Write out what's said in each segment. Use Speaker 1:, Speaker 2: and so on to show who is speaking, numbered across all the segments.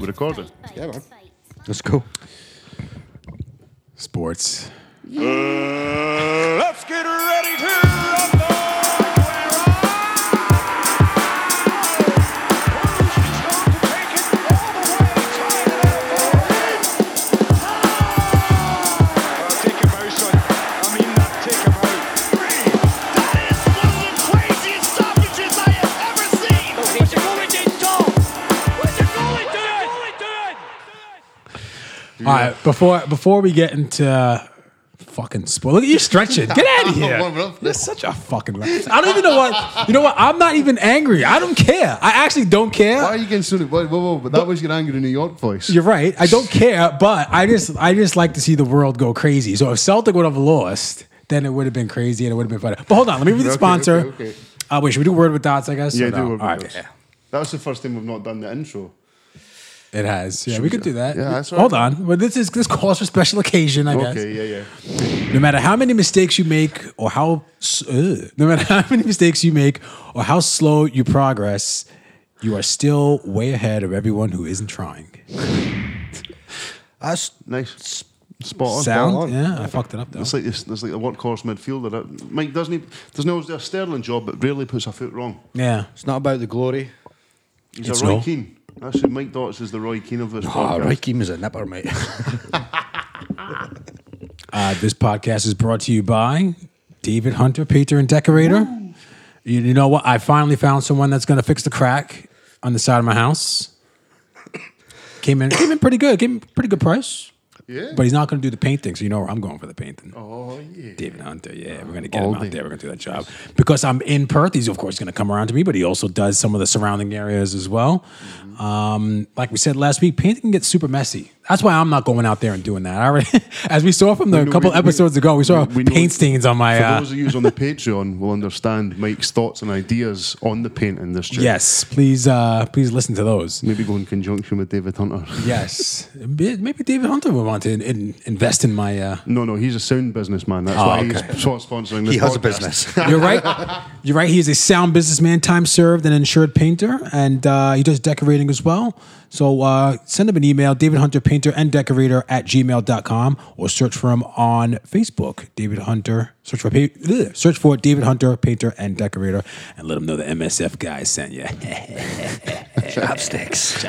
Speaker 1: recording.
Speaker 2: Yeah, man.
Speaker 3: Let's go.
Speaker 2: Sports.
Speaker 4: Uh, Let's get ready to rumble. Take him out, son. I mean that. Take him out.
Speaker 5: All right, before before we get into uh, fucking spoil, look at you stretching. Get out of
Speaker 3: Oh,
Speaker 5: here. You're such a fucking. I don't even know what. You know what? I'm not even angry. I don't care. I actually don't care.
Speaker 3: Why are you getting so? Whoa, whoa, whoa! But that was your angry New York voice.
Speaker 5: You're right. I don't care, but I just I just like to see the world go crazy. So if Celtic would have lost, then it would have been crazy and it would have been funny. But hold on, let me read the
Speaker 3: Okay,
Speaker 5: sponsor.
Speaker 3: okay, okay.
Speaker 5: Uh, wait, should we do word with dots? I guess.
Speaker 3: Yeah,
Speaker 5: Or
Speaker 3: do
Speaker 5: no?
Speaker 3: word with
Speaker 5: All right,
Speaker 3: dots.
Speaker 5: yeah.
Speaker 3: That was the first time we've not done the intro.
Speaker 5: It has. Yeah, we could do that.
Speaker 3: Yeah, that's all
Speaker 5: Hold
Speaker 3: right.
Speaker 5: on. Well, this is this calls for special occasion, I guess.
Speaker 3: Okay, yeah, yeah.
Speaker 5: No matter how many mistakes you make, or how s- ugh. no matter how many mistakes you make, or how slow you progress, you are still way ahead of everyone who isn't trying.
Speaker 3: That's nice. Spot on. spot on.
Speaker 5: Sound? Yeah, I fucked it up though.
Speaker 3: It's like this, it's like a workhorse midfielder. That- Mike doesn't. He, there's no a Sterling job, but rarely puts a foot wrong.
Speaker 5: Yeah.
Speaker 2: It's not about the glory.
Speaker 3: He's
Speaker 5: It's
Speaker 3: a Roy
Speaker 5: no-
Speaker 3: Keane. That's who Mike Dots is the Roy Keane of this
Speaker 2: Ah,
Speaker 3: podcast.
Speaker 2: Roy Keane was a nipper, mate.
Speaker 5: Uh, this podcast is brought to you by David Hunter, painter and decorator. You, you know what? I finally found someone that's going to fix the crack on the side of my house. Came in, came in pretty good. Came in pretty good price.
Speaker 3: Yeah.
Speaker 5: But he's not going to do the painting, so you know where I'm going for the painting.
Speaker 3: oh yeah.
Speaker 5: David Hunter, yeah, we're gonna get him
Speaker 3: All
Speaker 5: out
Speaker 3: day.
Speaker 5: there. We're gonna do that job because I'm in Perth. He's of course gonna come around to me, but he also does some of the surrounding areas as well.
Speaker 3: Mm-hmm.
Speaker 5: Um, like we said last week, painting can get super messy. That's why I'm not going out there and doing that. I already, as we saw from the
Speaker 3: know-
Speaker 5: couple
Speaker 3: we- we-
Speaker 5: episodes ago, we saw
Speaker 3: we- we know-
Speaker 5: paint stains on my.
Speaker 3: For
Speaker 5: Uh,
Speaker 3: those of you on the Patreon, will understand Mike's thoughts and ideas on the paint industry.
Speaker 5: yes, please, uh, please listen to those.
Speaker 3: Maybe go in conjunction with David Hunter.
Speaker 5: Yes, maybe David Hunter would want to in, in, invest in my. Uh,
Speaker 3: No, no, he's a sound businessman. That's
Speaker 5: Oh,
Speaker 3: why
Speaker 5: okay.
Speaker 3: he's short sponsoring this
Speaker 2: he has a
Speaker 3: podcast.
Speaker 2: business.
Speaker 5: You're right. You're right. He is a sound businessman, time served, and insured painter, and uh, he does decorating as well. So uh, send him an email, David Hunter Painter and Decorator at gmail.com, or search for him on Facebook, David Hunter. Search for pa- ugh, search for David Hunter Painter and Decorator, and let him know the MSF guy sent you.
Speaker 2: Chopsticks.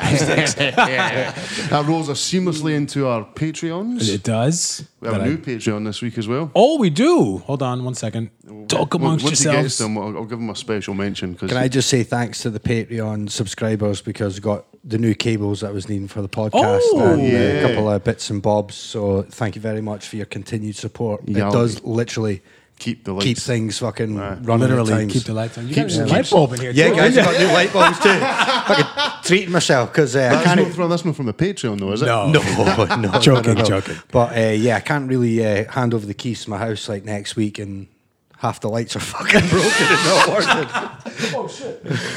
Speaker 3: That rolls us seamlessly into our Patreons.
Speaker 5: it does.
Speaker 3: We have
Speaker 5: That
Speaker 3: a
Speaker 5: I-
Speaker 3: new Patreon this week as well.
Speaker 5: oh, we do. Hold on one second. Talk amongst
Speaker 3: Once he gets
Speaker 5: yourselves.
Speaker 3: them, I'll, I'll give him a special mention because
Speaker 2: Can I just say thanks to the Patreon subscribers because I got the new cables that I was needing for the podcast
Speaker 5: Oh,
Speaker 2: and uh,
Speaker 3: yeah.
Speaker 2: a couple of bits and bobs. So thank you very much for your continued support.
Speaker 3: Yeah.
Speaker 2: It does literally
Speaker 3: keep the
Speaker 2: keep
Speaker 3: lights.
Speaker 2: things fucking running. at
Speaker 5: Literally
Speaker 2: times.
Speaker 5: keep the lights on. You
Speaker 3: Keeps-
Speaker 5: got a
Speaker 3: keeps-
Speaker 5: light bulb in here.
Speaker 2: Yeah,
Speaker 5: too.
Speaker 2: guys, I got new light bulbs too. Fucking treating myself because uh, I
Speaker 3: That's
Speaker 2: can't.
Speaker 3: not, from, that's not from the Patreon though, is it?
Speaker 5: No.
Speaker 2: No, no, no,
Speaker 5: Joking,
Speaker 2: no.
Speaker 5: joking.
Speaker 2: But uh, yeah, I can't really uh, hand over the keys to my house like next week, and half the lights are fucking broken and not working.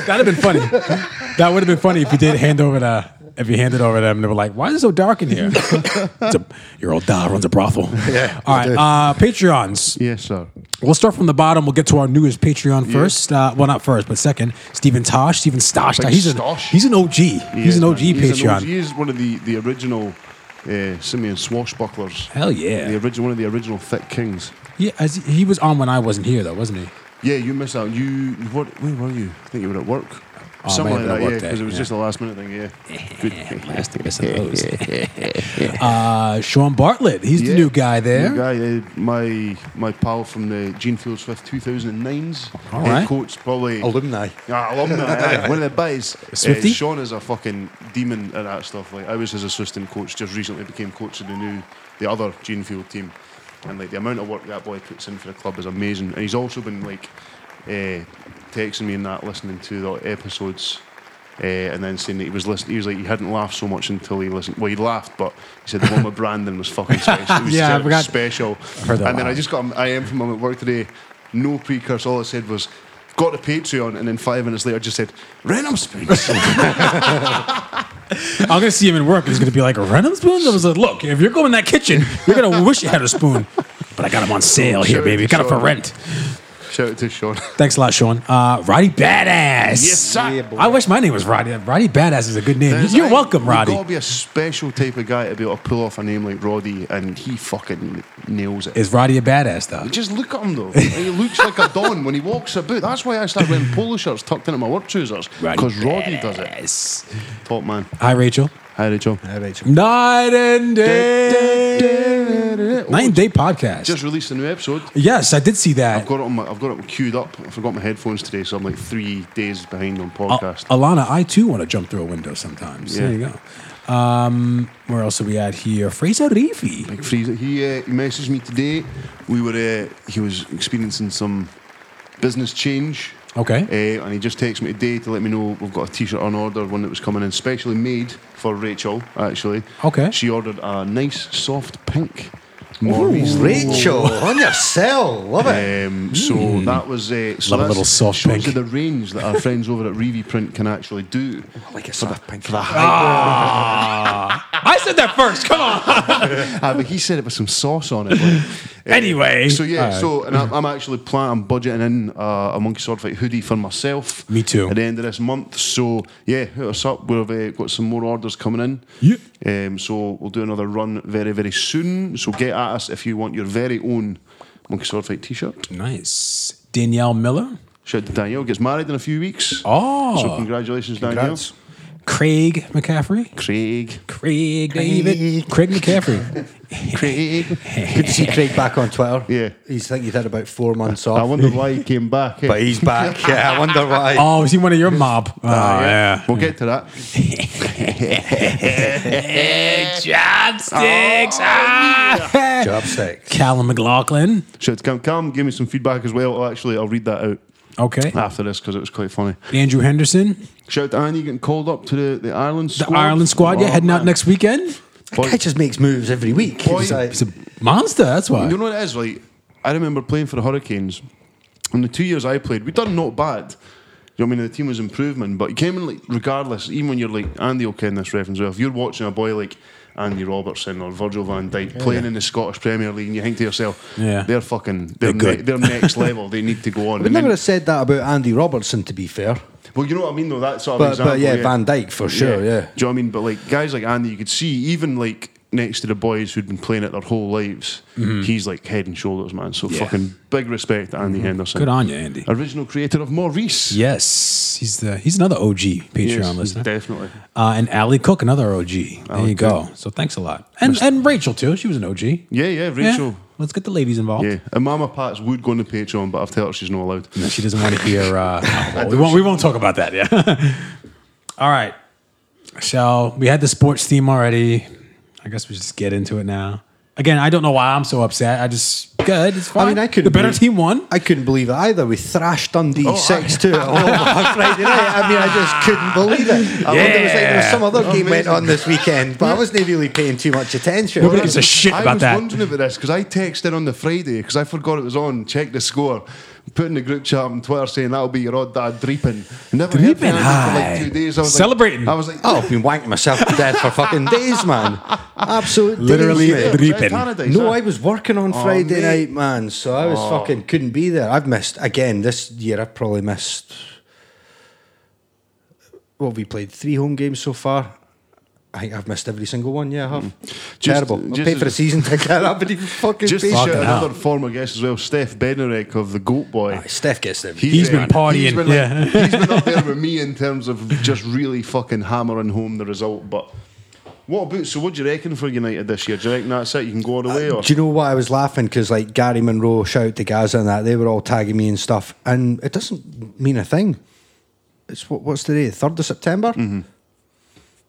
Speaker 5: That'd have been funny. that would have been funny if you did hand over the if you handed over them and they were like, "Why is it so dark in here?" It's a- your old dad runs a brothel.
Speaker 2: Yeah,
Speaker 5: All
Speaker 2: I
Speaker 5: right.
Speaker 2: do.
Speaker 5: Uh, Patreons.
Speaker 3: Yes, sir.
Speaker 5: We'll start from the bottom. We'll get to our newest Patreon first. Uh, well, not first, but second. Stephen Tosh. Stephen Stosh.
Speaker 3: Big
Speaker 5: he's an
Speaker 3: Stosh.
Speaker 5: he's an OG. he's
Speaker 3: Yes,
Speaker 5: an
Speaker 3: man.
Speaker 5: OG
Speaker 3: He's an
Speaker 5: Patreon.
Speaker 3: OG. He is one of the the original uh, Simeon swashbucklers.
Speaker 5: Hell yeah.
Speaker 3: The original one of the original thick kings.
Speaker 5: Yeah, as he, he was on when I wasn't here though, wasn't he?
Speaker 3: Yeah, you miss out. You you what? Where were you? I think you were at work.
Speaker 5: Oh,
Speaker 3: Something
Speaker 5: maybe
Speaker 3: like that,
Speaker 5: I
Speaker 3: yeah,
Speaker 5: worked there,
Speaker 3: because it was
Speaker 5: yeah.
Speaker 3: just a last minute thing, yeah. Good.
Speaker 5: Last thing missing those. uh, Sean Bartlett. He's the new guy there.
Speaker 3: New guy, uh, my my pal from the Gene Fields Fifth 2009s.
Speaker 5: All
Speaker 3: head
Speaker 5: right.
Speaker 3: coach, probably.
Speaker 2: Alumni.
Speaker 3: Ah, alumni, aye, one of the boys.
Speaker 5: Swifty?
Speaker 3: Sean is a fucking demon at that stuff. Like I was his assistant coach, just recently became coach of the new, the other Gene Field team, and like the amount of work that boy puts in for the club is amazing. And he's also been like uh, texting me and that, listening to the episodes. Uh, and then saying that he was listening, he was like he hadn't laughed so much until he listened. Well, he laughed, but he said the one with Brandon was fucking special. It was
Speaker 5: Yeah, I
Speaker 3: just- it was
Speaker 5: forgot.
Speaker 3: special.
Speaker 5: heard that
Speaker 3: and then I
Speaker 5: laugh.
Speaker 3: just got an IM from him at work today. No precursor. All I said was, got to Patreon. And then five minutes later, just said, Renum Springs.
Speaker 5: I'm gonna see him in work. and He's gonna be like, a random spoon? I was like, look, if you're going in that kitchen, you're gonna wish you had a spoon. But I got him on sale here,
Speaker 3: Sure,
Speaker 5: baby. Got it for
Speaker 3: sure.
Speaker 5: rent.
Speaker 3: Shout out to Sean.
Speaker 5: Thanks a lot, Sean. Uh, Roddy Badass.
Speaker 3: Yes, sir.
Speaker 2: Yeah, boy.
Speaker 5: I wish my name was Roddy. Roddy Badass is a good name.
Speaker 3: There's-
Speaker 5: You're
Speaker 3: I-
Speaker 5: welcome,
Speaker 3: You've
Speaker 5: Roddy.
Speaker 3: got to be a special type of guy to be able to pull off a name like Roddy, and he fucking nails it.
Speaker 5: Is Roddy a badass though?
Speaker 3: Just look at him though. he looks like a don when he walks about. That's why I start wearing polo shirts tucked into my work trousers because Roddy does it.
Speaker 5: Yes.
Speaker 3: Top man.
Speaker 5: Hi, Rachel.
Speaker 3: Hi, Rachel.
Speaker 2: All right, so
Speaker 5: Night and day. Night and day podcast.
Speaker 3: Just released a new episode.
Speaker 5: yes, I did see
Speaker 3: I've
Speaker 5: that.
Speaker 3: got it on my, I've got it queued up. I forgot my headphones today, so I'm like three days behind on
Speaker 5: Al-
Speaker 3: podcast.
Speaker 5: Alana, I too want to jump through a window sometimes. There
Speaker 3: Yeah.
Speaker 5: you go. Um, where else are we at here? Fraser Reefy.
Speaker 3: Big Freezer. He, uh, he messaged me today. We were uh, he was experiencing some business change.
Speaker 5: Okay.
Speaker 3: Uh, and he just texted me today to let me know we've got a T-shirt on order, one that was coming in specially made for Rachel. Actually,
Speaker 5: Okay.
Speaker 3: She ordered a nice soft pink. Morris
Speaker 2: Rachel, on your cell. Love it.
Speaker 3: Um, so that was uh, so
Speaker 5: Hmm. Love a
Speaker 3: that's-
Speaker 5: little soft
Speaker 3: shows you
Speaker 5: pink.
Speaker 3: the range that our friends over at Revi Print can actually do.
Speaker 2: Like a soft pink.
Speaker 5: Ah! I said that first. Come on.
Speaker 3: Ah, but he said it with some sauce on it. like, eh,
Speaker 5: anyway.
Speaker 3: So yeah,
Speaker 5: Alright.
Speaker 3: so and I'm, I'm actually planning, I'm budgeting in uh, a monkey sword fight hoodie for myself.
Speaker 5: Me too.
Speaker 3: At the end of this month, so yeah, hit us up. We've uh, got some more orders coming in.
Speaker 5: Yeah.
Speaker 3: Um, so we'll do another run very very soon. So get at us if you want your very own monkey sword fight T-shirt.
Speaker 5: nice. Danielle Miller.
Speaker 3: Shout out to Danielle gets married in a few weeks.
Speaker 5: Oh.
Speaker 3: So congratulations,
Speaker 2: Congrats.
Speaker 3: Danielle.
Speaker 5: Craig McCaffrey.
Speaker 3: Craig.
Speaker 5: Craig David. Craig McCaffrey.
Speaker 3: Craig.
Speaker 2: Good to see Craig back on Twitter.
Speaker 3: Yeah.
Speaker 2: He's think he's had about four months
Speaker 3: I
Speaker 2: off,
Speaker 3: wonder why he came back. eh?
Speaker 2: but he's back. Yeah, I wonder why.
Speaker 5: oh, is he one of your mob? Oh, yeah.
Speaker 3: We'll get to that.
Speaker 5: Chopsticks. Ah.
Speaker 2: Chopstick.
Speaker 5: Callum McLaughlin.
Speaker 3: Shout out to Cam. Cam gave me some feedback as well. Oh, Actually, I'll read that out
Speaker 5: Okay.
Speaker 3: after this because it was quite funny.
Speaker 5: Andrew Henderson.
Speaker 3: Shout out to Annie getting called up to the, the Ireland
Speaker 5: The
Speaker 3: squad.
Speaker 5: Ireland squad. Yeah,
Speaker 3: Oh,
Speaker 5: heading out
Speaker 3: man.
Speaker 5: next weekend.
Speaker 3: Boy-
Speaker 2: Guy just makes moves every week.
Speaker 3: Boy-
Speaker 2: He's like,
Speaker 5: He's a monster. That's why.
Speaker 3: You know what it is? Like, I remember playing for the Hurricanes. In the two years I played, we done not bad. You know what I mean? The team was improving, but you came in like regardless. Even when you're like Andy, will ken this reference well. If you're watching a boy like Andy Robertson or Virgil Van Dijk playing in the Scottish Premier League, and you think to yourself,
Speaker 5: Yeah.
Speaker 3: they're fucking, they're,
Speaker 5: They're good.
Speaker 3: ne- they're next level. They need to go on."
Speaker 2: we
Speaker 3: And
Speaker 2: never
Speaker 3: then-
Speaker 2: have said that about Andy Robertson, to be fair.
Speaker 3: well, you know what I mean, though. That sort of
Speaker 2: But,
Speaker 3: example,
Speaker 2: but yeah, Van Dyke for sure. Yeah.
Speaker 3: Do you know what I mean? But like guys like Andy, you could see even like next to the boys who'd been playing it their whole lives,
Speaker 5: Mm-hmm.
Speaker 3: he's like head and shoulders, man. So fucking big respect to Andy
Speaker 5: Mm-hmm.
Speaker 3: Henderson.
Speaker 5: Good on you, Andy.
Speaker 3: Original creator of Maurice.
Speaker 5: Yes, he's the he's another OG Patreon
Speaker 3: Yes,
Speaker 5: listener,
Speaker 3: Definitely.
Speaker 5: uh, and Ali Cook, another OG. there you go. So thanks a lot, and and Rachel too. She was an OG.
Speaker 3: Yeah, yeah, Rachel.
Speaker 5: let's get the ladies involved.
Speaker 3: Yeah. And Mama Pats would go on the Patreon, but I've told her she's not allowed.
Speaker 5: No, she doesn't want to hear. Uh, oh, well, we won't. We won't talk about that. Yeah. All right. So we had the sports theme already. I guess we just get into it now. Again, I don't know why I'm so upset. I just good. It's fine.
Speaker 2: I mean, I couldn't.
Speaker 5: The better
Speaker 2: believe-
Speaker 5: team won.
Speaker 2: I couldn't believe it either. We thrashed Dundee
Speaker 3: Oh, I-
Speaker 2: six two at home on Friday night. I mean, I just couldn't believe it. I wonder it was like there was some other game went on this weekend, but I wasn't really paying too much attention.
Speaker 5: Nobody gives a shit
Speaker 3: I
Speaker 5: about
Speaker 3: was
Speaker 5: that.
Speaker 3: wondering about this because I texted on the Friday because I forgot it was on. Checked the score, put in the group chat on Twitter saying that'll be your odd dad dreeping. Never heard from
Speaker 5: Dreeping,
Speaker 3: Andy for
Speaker 5: aye.
Speaker 3: like two days. I was like-
Speaker 5: Celebrating.
Speaker 3: I was like,
Speaker 2: Oh, I've been wanking myself to death for fucking days, man. Absolute days,
Speaker 5: Literally
Speaker 2: mate.
Speaker 5: the Dreeping.
Speaker 3: Paradise,
Speaker 2: No,
Speaker 3: huh? Oh,
Speaker 2: I was working on Friday
Speaker 3: mate. Oh.
Speaker 2: night, man. So I was fucking couldn't be there. I've missed again this year. I've probably missed. Well, we played three home games so far. I think I've missed every single one. Yeah, I have.
Speaker 3: Just-
Speaker 2: Terrible.
Speaker 3: Mm. just
Speaker 2: I paid for a
Speaker 3: as-
Speaker 2: season ticket. I haven't even fucking
Speaker 3: Just
Speaker 2: paid.
Speaker 3: shout
Speaker 5: Fucking
Speaker 3: another
Speaker 5: hell.
Speaker 3: former guest as well, Steph Benarek of the Goat Boy.
Speaker 2: Aye, Steph gets them.
Speaker 5: He's been partying,
Speaker 3: He's been,
Speaker 5: yeah.
Speaker 3: he's been up there with me in terms of just really fucking hammering home the result. But what about? So, what do you reckon for United this year? Do you reckon that's it? You can go all the way, or
Speaker 2: Uh, Do you know why I was laughing? Because like Gary Monroe, shout to Gaza and that, they were all tagging me and stuff, and it doesn't mean a thing. It's what, what's today, third of September.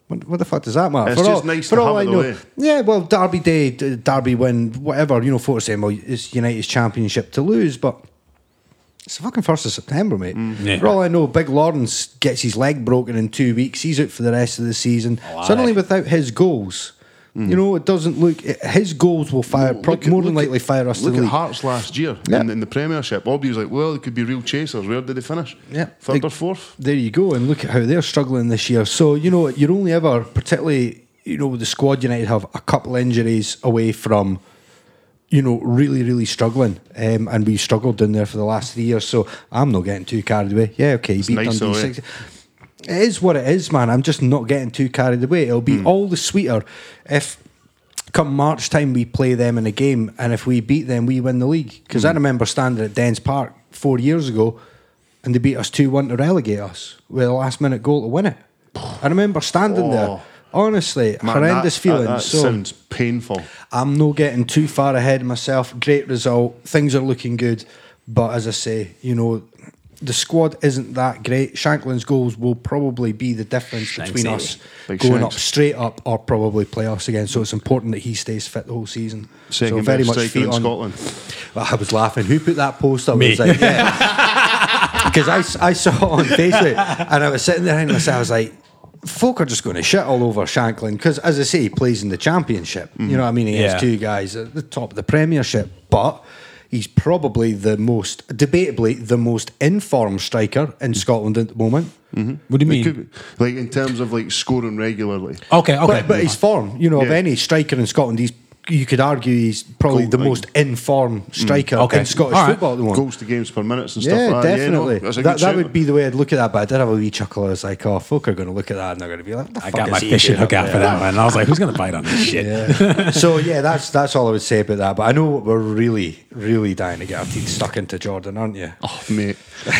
Speaker 2: What, what the fuck does that matter?
Speaker 3: Mm-hmm. It's just nice to have it though, eh?
Speaker 2: yeah. Well, Derby Day, d- Derby win, whatever. You know, folk are saying, well, it's United's championship to lose, but. It's the fucking first of September, mate.
Speaker 3: Mm.
Speaker 5: Yeah.
Speaker 2: For all I know, Big Lawrence gets his leg broken in two weeks. He's out for the rest of the season.
Speaker 5: Aye.
Speaker 2: Suddenly, without his goals, you know, it doesn't look. His goals will fire
Speaker 3: Well,
Speaker 2: Prob-
Speaker 3: Mm. look at-
Speaker 2: more than
Speaker 3: look at-
Speaker 2: likely fire us to
Speaker 3: Look
Speaker 2: the
Speaker 3: at
Speaker 2: league.
Speaker 3: Hearts last year
Speaker 2: Yeah.
Speaker 3: in, in the Premiership. Obviously, was like, well, it could be real chasers. Where did they finish?
Speaker 2: Yeah.
Speaker 3: third
Speaker 2: They-
Speaker 3: or fourth.
Speaker 2: There you go, and look at how they're struggling this year. So you know you're only ever, particularly you know, with the squad United have a couple injuries away from you know, really, really struggling, um, and we struggled down there for the last three years. So I'm not getting too carried away. Yeah, okay, beat
Speaker 3: nice
Speaker 2: Dundee
Speaker 3: though, eh?
Speaker 2: six. It is what it is, man. I'm just not getting too carried away. It'll
Speaker 3: Hmm.
Speaker 2: be all the sweeter if come March time we play them in a game, and if we beat them, we win the league. Because
Speaker 3: Hmm.
Speaker 2: I remember standing at Dens Park four years ago, and they beat us two one to relegate us with a last minute goal to win it. I remember standing
Speaker 3: Oh.
Speaker 2: there. Honestly,
Speaker 3: Man, that-
Speaker 2: horrendous
Speaker 3: that-
Speaker 2: feelings.
Speaker 3: That,
Speaker 2: so
Speaker 3: sounds painful.
Speaker 2: I'm not getting too far ahead of myself. Great result. Things are looking good. But as I say, you know, the squad isn't that great. Shanklin's goals will probably be the difference between
Speaker 5: eh?
Speaker 2: us
Speaker 3: Big
Speaker 2: going
Speaker 3: Shanks.
Speaker 2: up straight up or probably playoffs again. So it's important that he stays fit the whole season.
Speaker 3: Second
Speaker 2: so very
Speaker 3: best
Speaker 2: much
Speaker 3: striker
Speaker 2: feet
Speaker 3: in
Speaker 2: on.
Speaker 3: Scotland.
Speaker 2: Well, I was laughing. Who put that post up?
Speaker 5: Me.
Speaker 2: I was like, yeah. Because I, s- I saw it on Facebook and I was sitting there and I was- I was like, folk are just going to shit all over Shanklin because, as I say, he plays in the championship. You know what I mean? He
Speaker 5: Yeah.
Speaker 2: has two guys at the top of the Premiership, but he's probably the most, debatably, the most informed striker in Scotland at the moment.
Speaker 5: What do you
Speaker 3: It
Speaker 5: mean? Oh.
Speaker 3: could be- like in terms of like scoring regularly.
Speaker 5: okay, okay.
Speaker 2: But, but his form, you know, of
Speaker 3: Yeah.
Speaker 2: any striker in Scotland, he's you could argue he's probably
Speaker 3: Goal,
Speaker 2: the
Speaker 3: like-
Speaker 2: most informed striker
Speaker 5: Mm. Okay.
Speaker 2: in Scottish
Speaker 5: All right.
Speaker 2: football at the moment.
Speaker 3: Goals to games per minutes and stuff
Speaker 2: Yeah,
Speaker 3: like that. no,
Speaker 2: definitely.
Speaker 3: that's a
Speaker 2: that
Speaker 3: good
Speaker 2: that
Speaker 3: shout.
Speaker 2: would be the way I'd look at that, but I did have a wee chuckle. I was like, oh, folk are going to look at that and they're going to be like, what the
Speaker 5: I
Speaker 2: fuck
Speaker 5: got my
Speaker 2: is he
Speaker 5: fishing
Speaker 2: doing
Speaker 5: hook
Speaker 2: up
Speaker 5: out for
Speaker 2: there?
Speaker 5: that one. I was like, who's going to bite on this shit?
Speaker 2: Yeah. so yeah, that's that's all I would say about that. But I know we're really, really dying to get our teeth stuck into Jordan, aren't you?
Speaker 3: Oh, mate.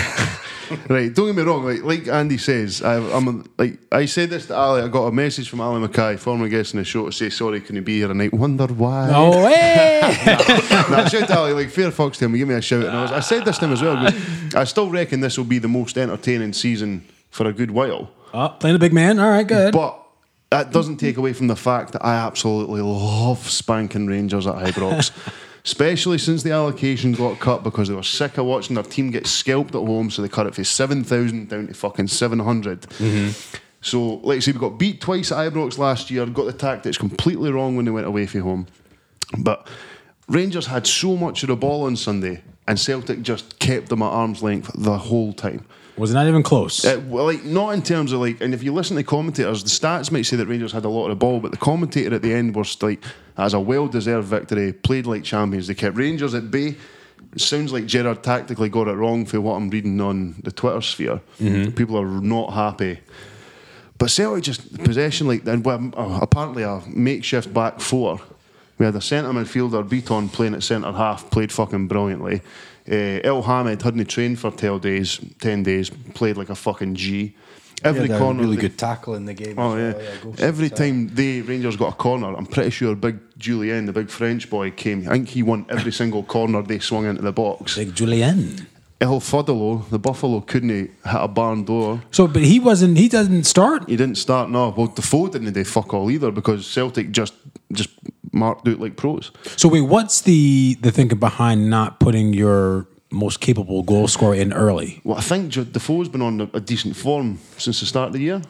Speaker 3: right, don't get me wrong. Like, like Andy says, I, I'm like I said this to Ali. I got a message from Ali Mackay, former guest in the show, to say sorry, couldn't be here tonight. Wonder why?
Speaker 5: Oh, hey!
Speaker 3: now, shout to Ali, like, fair fucks to him, give me a shout. And I, was, I said this to him as well. 'cause I still reckon this will be the most entertaining season for a good while.
Speaker 5: oh, playing the big man. All right, good.
Speaker 3: But that doesn't take away from the fact that I absolutely love spanking Rangers at Ibrox. Especially since the allocation got cut because they were sick of watching their team get scalped at home, so they cut it from 7,000 down to fucking 700. So, like I say, we got beat twice at Ibrox last year, got the tactics completely wrong when they went away from home. But Rangers had so much of the ball on Sunday, and Celtic just kept them at arm's length the whole time.
Speaker 5: Was not even close.
Speaker 3: Uh, well, like not in terms of like, and if you listen to commentators, the stats might say that Rangers had a lot of the ball, but the commentator at the end was like, as a well-deserved victory, played like champions. They kept Rangers at bay. It sounds like Gerard tactically got it wrong for what I'm reading on the Twitter sphere. People are not happy. But Celtic just possession like and well, uh, apparently a makeshift back four. We had a centre midfielder Beaton playing at centre half, played fucking brilliantly. Uh, El Hamed hadn't trained for ten days, ten days, played like a fucking G. Every
Speaker 2: Had a
Speaker 3: corner,
Speaker 2: really
Speaker 3: they-
Speaker 2: good tackle in the game.
Speaker 3: Oh
Speaker 2: as
Speaker 3: yeah.
Speaker 2: well. goal
Speaker 3: Every
Speaker 2: sets up.
Speaker 3: time the Rangers got a corner, I'm pretty sure Big Julien, the big French boy, came. I think he won every single corner they swung into the box.
Speaker 5: Big Julian.
Speaker 3: El Fodolo, the Buffalo, couldn't hit a barn door.
Speaker 5: So, but he wasn't. He doesn't start.
Speaker 3: He didn't start. No, well, Defoe didn't do fuck all either because Celtic just just marked out like pros.
Speaker 5: So, wait, what's the the thinking behind not putting your most capable goal scorer in early?
Speaker 3: Well, I think Jo- Defoe's been on a, a decent form since the start of the year.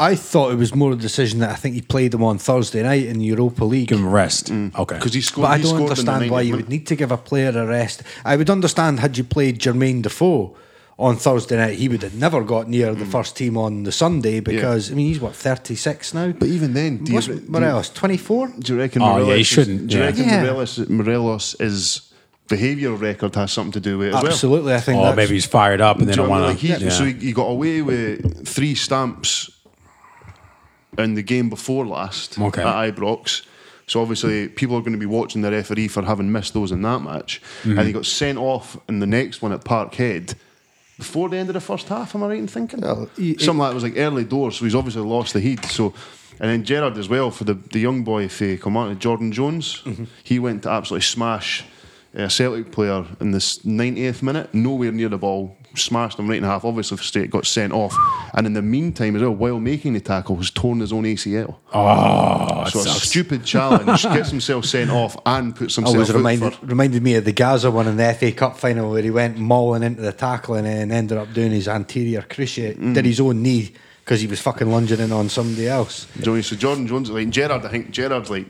Speaker 2: I thought it was more a decision that I think he played them on Thursday night in the Europa League.
Speaker 5: Give him rest.
Speaker 3: Mm.
Speaker 5: Okay.
Speaker 3: Because he scored.
Speaker 2: But I
Speaker 3: he
Speaker 2: don't
Speaker 3: scored in the
Speaker 2: understand why
Speaker 3: 90th
Speaker 2: you
Speaker 3: minute.
Speaker 2: would need to give a player a rest. I would understand had you played Jermaine Defoe on Thursday night, he would have never got near
Speaker 3: Hmm.
Speaker 2: the first team on the Sunday because I mean he's what thirty six now.
Speaker 3: But even then, do you,
Speaker 2: What's
Speaker 3: do you-
Speaker 2: Morelos twenty four?
Speaker 3: do you reckon?
Speaker 5: Oh, yeah,
Speaker 3: Morelos
Speaker 5: he
Speaker 3: is-
Speaker 5: shouldn't,
Speaker 3: Do you
Speaker 5: yeah.
Speaker 3: reckon
Speaker 2: Yeah.
Speaker 3: Morelos, Morelos is behavioural record has something to do with it as well?
Speaker 2: Absolutely, I think.
Speaker 5: oh,
Speaker 2: that's,
Speaker 5: maybe he's fired up and they
Speaker 3: Do
Speaker 5: don't
Speaker 3: you know what I
Speaker 5: want
Speaker 3: mean?
Speaker 5: to.
Speaker 3: Like, he- So he, he got away with three stamps in the game before last
Speaker 5: Okay.
Speaker 3: at Ibrox. So obviously people are going to be watching the referee for having missed those in that match,
Speaker 2: Mm-hmm.
Speaker 3: and he got sent off in the next one at Parkhead. Before the end of the first half, am I right in thinking?
Speaker 2: he-
Speaker 3: Something like it was like early doors, so he's obviously lost the heat. So, and then Gerard as well for the, the young boy for Command Jordan Jones,
Speaker 2: Mm-hmm.
Speaker 3: he went to absolutely smash uh, a Celtic player in this 90th minute, nowhere near the ball, smashed him right in half. Obviously, for straight got sent off, and in the meantime as well, while making the tackle, has torn his own ACL.
Speaker 5: oh, it
Speaker 3: so a
Speaker 5: sucks.
Speaker 3: stupid challenge gets himself sent off and puts
Speaker 2: I
Speaker 3: himself.
Speaker 2: was
Speaker 3: out
Speaker 2: reminded
Speaker 3: for-
Speaker 2: reminded me of the Gaza one in the FA Cup final where he went mauling into the tackle and then ended up doing his anterior cruciate,
Speaker 3: Hmm.
Speaker 2: did his own knee because he was fucking lunging in on somebody else.
Speaker 3: Do you know what I mean? So Jordan Jones, like Gerard, I think Gerard like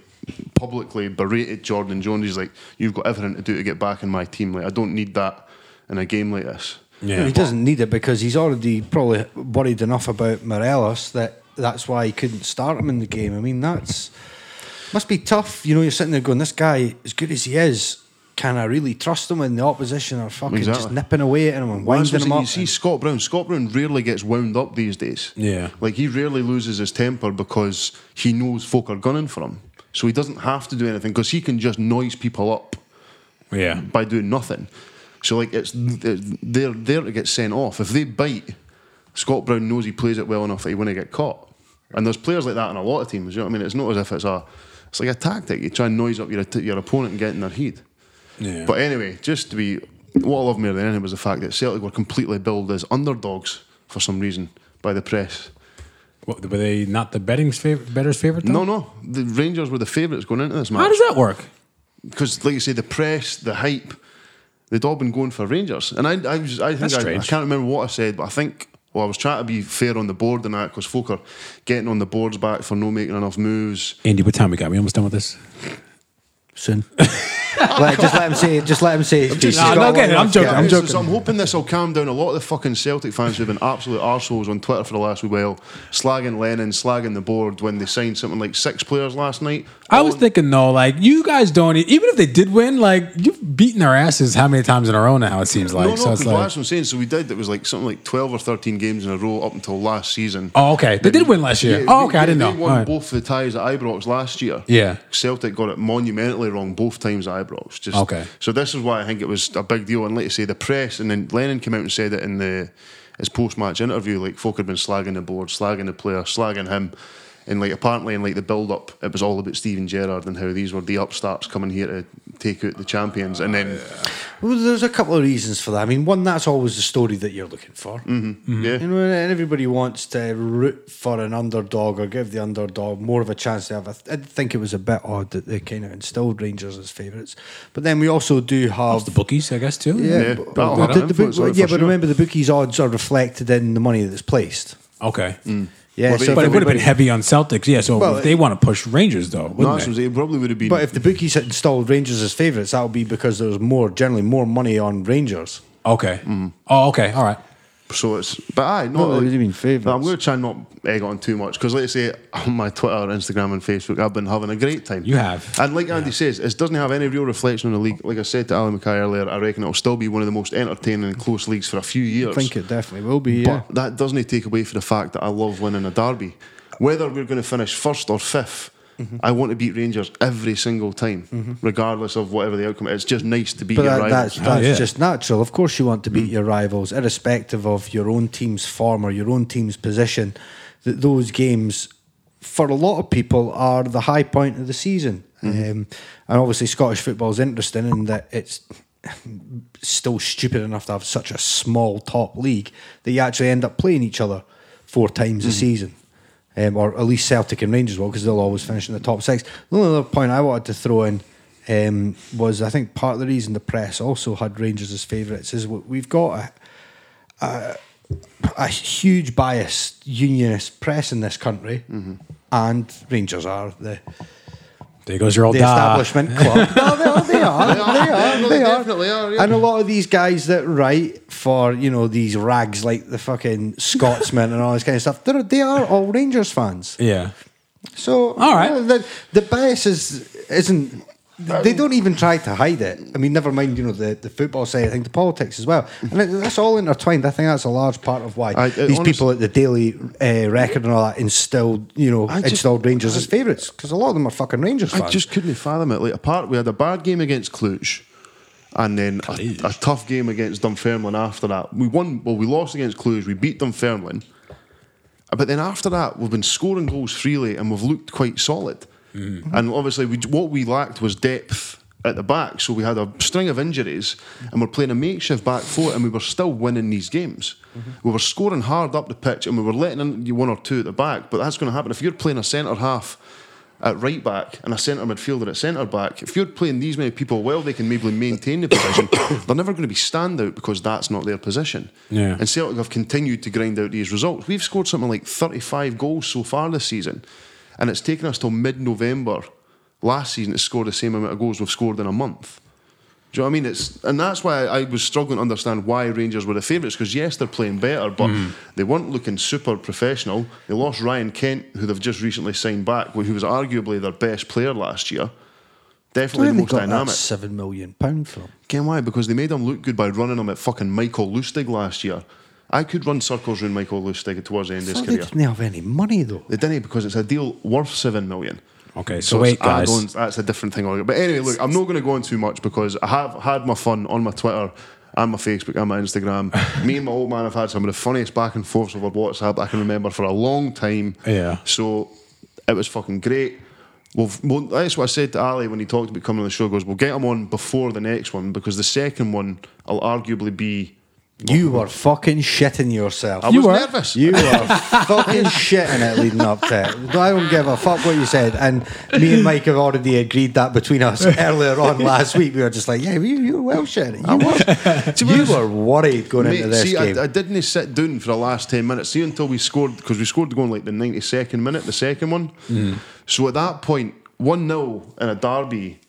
Speaker 3: publicly berated Jordan Jones. He's like, "You've got everything to do to get back in my team. Like, I don't need that in a game like this."
Speaker 5: Yeah.
Speaker 2: He doesn't need it because he's already probably worried enough about Morelos that that's why he couldn't start him in the game. I mean, that's Must be tough. You know, you're sitting there going, this guy, as good as he is, can I really trust him when the opposition are fucking just
Speaker 3: Exactly.
Speaker 2: nipping away at him and
Speaker 3: Well, that's
Speaker 2: winding
Speaker 3: what
Speaker 2: him
Speaker 3: I'm
Speaker 2: up?
Speaker 3: saying. You see Scott Brown. Scott Brown rarely gets wound up these days.
Speaker 5: Yeah.
Speaker 3: Like he rarely loses his temper because he knows folk are gunning for him. So he doesn't have to do anything because he can just noise people up
Speaker 5: Yeah.
Speaker 3: by doing nothing. So like it's it's- they're there to get sent off. If they bite, Scott Brown knows he plays it well enough that he won't get caught. And there's players like that in a lot of teams. You know what I mean? It's not as if it's a it's like a tactic. You try and noise up your your opponent and get in their heat.
Speaker 5: Yeah.
Speaker 3: But anyway, just to be what I love more than anything was the fact that Celtic were completely billed as underdogs for some reason by the press.
Speaker 5: What, were they not the betting's favorite, better's favorite? Though?
Speaker 3: No, no, the Rangers were the favourites going into this match.
Speaker 5: How does that work?
Speaker 3: because like you say, the press, the hype, they'd all been going for Rangers. And I, I, was, I think
Speaker 5: That's
Speaker 3: I, I
Speaker 5: strange.
Speaker 3: can't remember what I said, but I think well, I was trying to be fair on the board and that because folk are getting on the boards back for no making enough moves.
Speaker 5: Andy, what time we got? We almost done with this.
Speaker 2: Soon. Like, just let him say. Just let him say. his piece.
Speaker 5: nah,
Speaker 2: He's got
Speaker 5: no,
Speaker 2: a
Speaker 5: get it,
Speaker 2: lot
Speaker 5: I'm
Speaker 2: of-
Speaker 5: joking,
Speaker 2: yeah.
Speaker 5: I'm
Speaker 3: Yeah,
Speaker 5: joking.
Speaker 3: so- So I'm hoping this will calm down a lot of the fucking Celtic fans who've been absolute arseholes on Twitter for the last wee while, slagging Lennon, slagging the board when they signed something like six players last night. Oh,
Speaker 5: I was thinking though, like you guys don't e- even if they did win, like you've beaten their asses how many times in a row now? It seems like
Speaker 3: no, no,
Speaker 5: so. It's
Speaker 3: 'cause
Speaker 5: like,
Speaker 3: that's what I'm saying. So we did. It was like something like 12 or 13 games in a row up until last season.
Speaker 5: oh, okay, they did win last year.
Speaker 3: Yeah,
Speaker 5: oh,
Speaker 3: they-
Speaker 5: okay, I
Speaker 3: yeah,
Speaker 5: didn't
Speaker 3: they
Speaker 5: know.
Speaker 3: won
Speaker 5: All right.
Speaker 3: both the ties at Ibrox last year.
Speaker 5: Yeah.
Speaker 3: Celtic got it monumentally wrong both times at Ibrox. Just,
Speaker 5: Okay.
Speaker 3: So this is why I think it was a big deal. And like you say, the press and then Lennon came out and said it in the his post match interview. Like folk had been slagging the board, slagging the player, slagging him. And like apparently in like the build up, it was all about Steven Gerrard and how these were the upstarts coming here to take out the champions. And then
Speaker 2: Well, there's a couple of reasons for that. I mean, one, that's always the story that you're looking for.
Speaker 5: Mm-hmm.
Speaker 3: yeah.
Speaker 2: You know, and everybody wants to root for an underdog or give the underdog more of a chance to have. A I think it was a bit odd that they kind of instilled Rangers as favourites. But then we also do have.
Speaker 5: the bookies, I guess, too.
Speaker 3: Yeah,
Speaker 2: but-
Speaker 3: that'll
Speaker 2: but
Speaker 3: have
Speaker 2: the-
Speaker 3: an
Speaker 2: the book-
Speaker 3: influence on it
Speaker 2: yeah,
Speaker 3: for
Speaker 2: but
Speaker 3: sure.
Speaker 2: remember the bookies' odds are reflected in the money that's placed.
Speaker 5: Okay.
Speaker 2: Yeah,
Speaker 3: Mm. Well,
Speaker 2: so
Speaker 3: they-
Speaker 2: if
Speaker 5: But it would have been
Speaker 2: everybody-
Speaker 5: heavy on Celtics, yeah. So
Speaker 2: Well,
Speaker 5: if they want to push Rangers, though,
Speaker 3: No,
Speaker 5: wouldn't
Speaker 3: that's what
Speaker 5: they?
Speaker 3: I'm saying. it probably would have been
Speaker 2: But if the bookies had installed Rangers as favourites, that would be because there was more, generally more money on Rangers.
Speaker 5: Okay.
Speaker 3: Mm-hmm.
Speaker 5: Oh, okay. All right.
Speaker 3: So it's, but aye, no.
Speaker 2: What do you mean, favourites?
Speaker 3: I'm going to try and not egg on too much because, like I say, on my Twitter, Instagram, and Facebook, I've been having a great time.
Speaker 5: You have.
Speaker 3: And like Andy says, it doesn't have any real reflection on the league. Like I said to Ali Mackay earlier, I reckon it'll still be one of the most entertaining and close leagues for a few years.
Speaker 2: I think it definitely will be.
Speaker 3: But
Speaker 2: Yeah.
Speaker 3: that doesn't take away from the fact that I love winning a derby. Whether we're going to finish first or 5th
Speaker 2: Mm-hmm.
Speaker 3: I want to beat Rangers every single time, regardless of whatever the outcome. is. It's just nice to beat
Speaker 2: But
Speaker 3: your
Speaker 2: that,
Speaker 3: rivals.
Speaker 2: that's,
Speaker 5: Oh,
Speaker 2: that's
Speaker 5: yeah. Hmm.
Speaker 2: just natural. Of course, you want to beat your rivals, irrespective of your own team's form or your own team's position. That those games, for a lot of people, are the high point of the season.
Speaker 5: Mm-hmm.
Speaker 2: Um, and obviously, Scottish football is interesting in that it's still stupid enough to have such a small top league that you actually end up playing each other four times a season. Um, or at least Celtic and Rangers will, because they'll always finish in the top six. The only other point I wanted to throw in um, was I think part of the reason the press also had Rangers as favourites is we- we've got a, a huge biased unionist press in this country, and Rangers are the,
Speaker 5: There goes your old
Speaker 2: the
Speaker 5: da.
Speaker 2: establishment club. no, they are. They are. They
Speaker 3: No,
Speaker 2: are. They
Speaker 3: they
Speaker 2: are.
Speaker 3: definitely are, yeah.
Speaker 2: And a lot of these guys that write for you know these rags like the fucking Scotsman and all this kind of stuff, they're, they are all Rangers fans.
Speaker 5: Yeah.
Speaker 2: So
Speaker 5: All right.
Speaker 2: you know, the, the bias is isn't. They
Speaker 3: Um,
Speaker 2: don't even try to hide it. I mean, never mind, you know, the, the football side, I think the politics as well. And it, that's all intertwined. I think that's a large part of why
Speaker 3: I- I
Speaker 2: these
Speaker 3: honest-
Speaker 2: people at the Daily uh, Record and all that instilled, you know,
Speaker 3: just-
Speaker 2: installed Rangers as favourites because a lot of them are fucking Rangers
Speaker 3: I
Speaker 2: fans.
Speaker 3: just couldn't fathom it. Like apart, we had a bad game against Cluj, and then a, a tough game against Dunfermline. After that, we won. Well, we lost against Cluj. We beat Dunfermline, but then after that, we've been scoring goals freely, and we've looked quite solid. And obviously, we, what we lacked was depth at the back. So we had a string of injuries, and we're playing a makeshift back four, and we were still winning these games. We were scoring hard up the pitch, and we were letting in you one or two at the back. But that's going to happen if you're playing a centre half at right back and a centre midfielder at centre back, if you're playing these many people well, they can maybe maintain the position. They're never going to be standout because that's not their position.
Speaker 5: Yeah.
Speaker 3: And Celtic have continued to grind out these results. We've scored something like 35 goals so far this season, and it's taken us till mid November last season to score the same amount of goals we've scored in a month. Do you know what I mean? It's and that's why I was struggling to understand why Rangers were the favourites because yes, they're playing better, but
Speaker 2: Mm-hmm.
Speaker 3: they weren't looking super professional. They lost Ryan Kent, who they've just recently signed back, who was arguably their best player last year. Definitely
Speaker 2: Where
Speaker 3: the
Speaker 2: they
Speaker 3: most
Speaker 2: got
Speaker 3: dynamic.
Speaker 2: that seven million pound from?
Speaker 3: Ken, why? Because they made him look good by running him at fucking Michael Lustig last year. I could run circles around Michael Lustig towards the end of his
Speaker 2: Thought they
Speaker 3: career.
Speaker 2: didn't have any money though.
Speaker 3: They didn't because it's a deal worth seven million.
Speaker 5: Okay, so wait,
Speaker 3: it's add-ons,
Speaker 5: guys.
Speaker 3: That's a different thing. altogether. But anyway, look, I'm not going to go on too much because I have had my fun on my Twitter and my Facebook and my Instagram. Me and my old man have had some of the funniest back and forths over WhatsApp I can remember for a long time.
Speaker 5: Yeah.
Speaker 3: So it was fucking great. We've, well, that's what I said to Ali when he talked about coming on the show. He Goes, we'll get him on before the next one because the second one will arguably be.
Speaker 2: You
Speaker 3: Oh.
Speaker 2: were fucking shitting yourself.
Speaker 3: I
Speaker 5: You
Speaker 3: was
Speaker 5: were.
Speaker 3: nervous.
Speaker 2: You were fucking shitting it leading up to it. I don't give a fuck what you said. And me and Mike have already agreed that between us earlier on last week. We were just like, yeah, you, you were well shitting. it. You, were, you were worried going into
Speaker 3: Mate,
Speaker 2: this
Speaker 3: see,
Speaker 2: game.
Speaker 3: I, I didn't sit down for the last 10 minutes. See, until we scored, because we scored the goal in like the 92nd minute, the second one.
Speaker 2: Mm-hmm.
Speaker 3: So at that point, 1 0 in a derby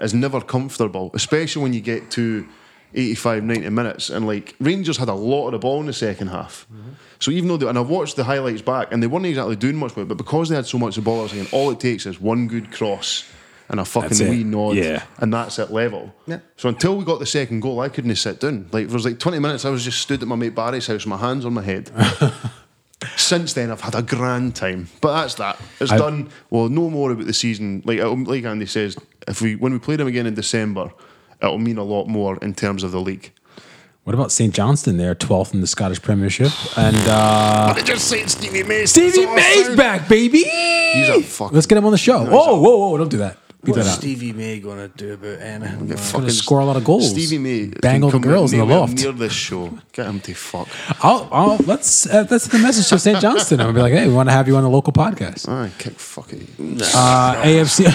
Speaker 3: is never comfortable, especially when you get to 85, 90 minutes. And like Rangers had a lot of the ball in the second half.
Speaker 2: Mm-hmm.
Speaker 3: So even though, they, and I watched the highlights back, and they weren't exactly doing much with it, but because they had so much of the ball, I was thinking, all it takes is one good cross and a
Speaker 5: That's it.
Speaker 3: fucking wee nod
Speaker 5: Yeah.
Speaker 3: and that's at level.
Speaker 2: Yeah.
Speaker 3: So until we got the second goal, I couldn't sit down. Like there was like 20 minutes, I was just stood at my mate Barry's house, with my hands on my head. Since then, I've had a grand time, but that's that. It's
Speaker 5: I-
Speaker 3: done. Well, no more about the season. Like um, like Andy says, if we when we play them again in December, it'll mean a lot more in terms of the league.
Speaker 5: What about St. Johnston? They're 12th in the Scottish Premiership. And uh,
Speaker 3: I just saying, Stevie Mays.
Speaker 5: Stevie
Speaker 3: That's all I
Speaker 5: May's
Speaker 3: said.
Speaker 5: back, baby.
Speaker 3: He's a fucking-
Speaker 5: Let's get him on the show. Whoa, whoa, whoa. Don't do that. Beat that out.
Speaker 2: Stevie May going to do about anything?
Speaker 5: Gonna
Speaker 3: Get fucking-
Speaker 5: score a lot of goals.
Speaker 3: Stevie May, can
Speaker 5: Bang all the
Speaker 3: come
Speaker 5: girls in the
Speaker 3: nowhere
Speaker 5: loft.
Speaker 3: Near this show, get him to fuck.
Speaker 5: I'll, I'll, let's, uh, that's the message to St. Johnston. I'm going to be like, hey, we want to have you on the local podcast.
Speaker 3: Aye, kick fucking.
Speaker 5: Uh, AFC,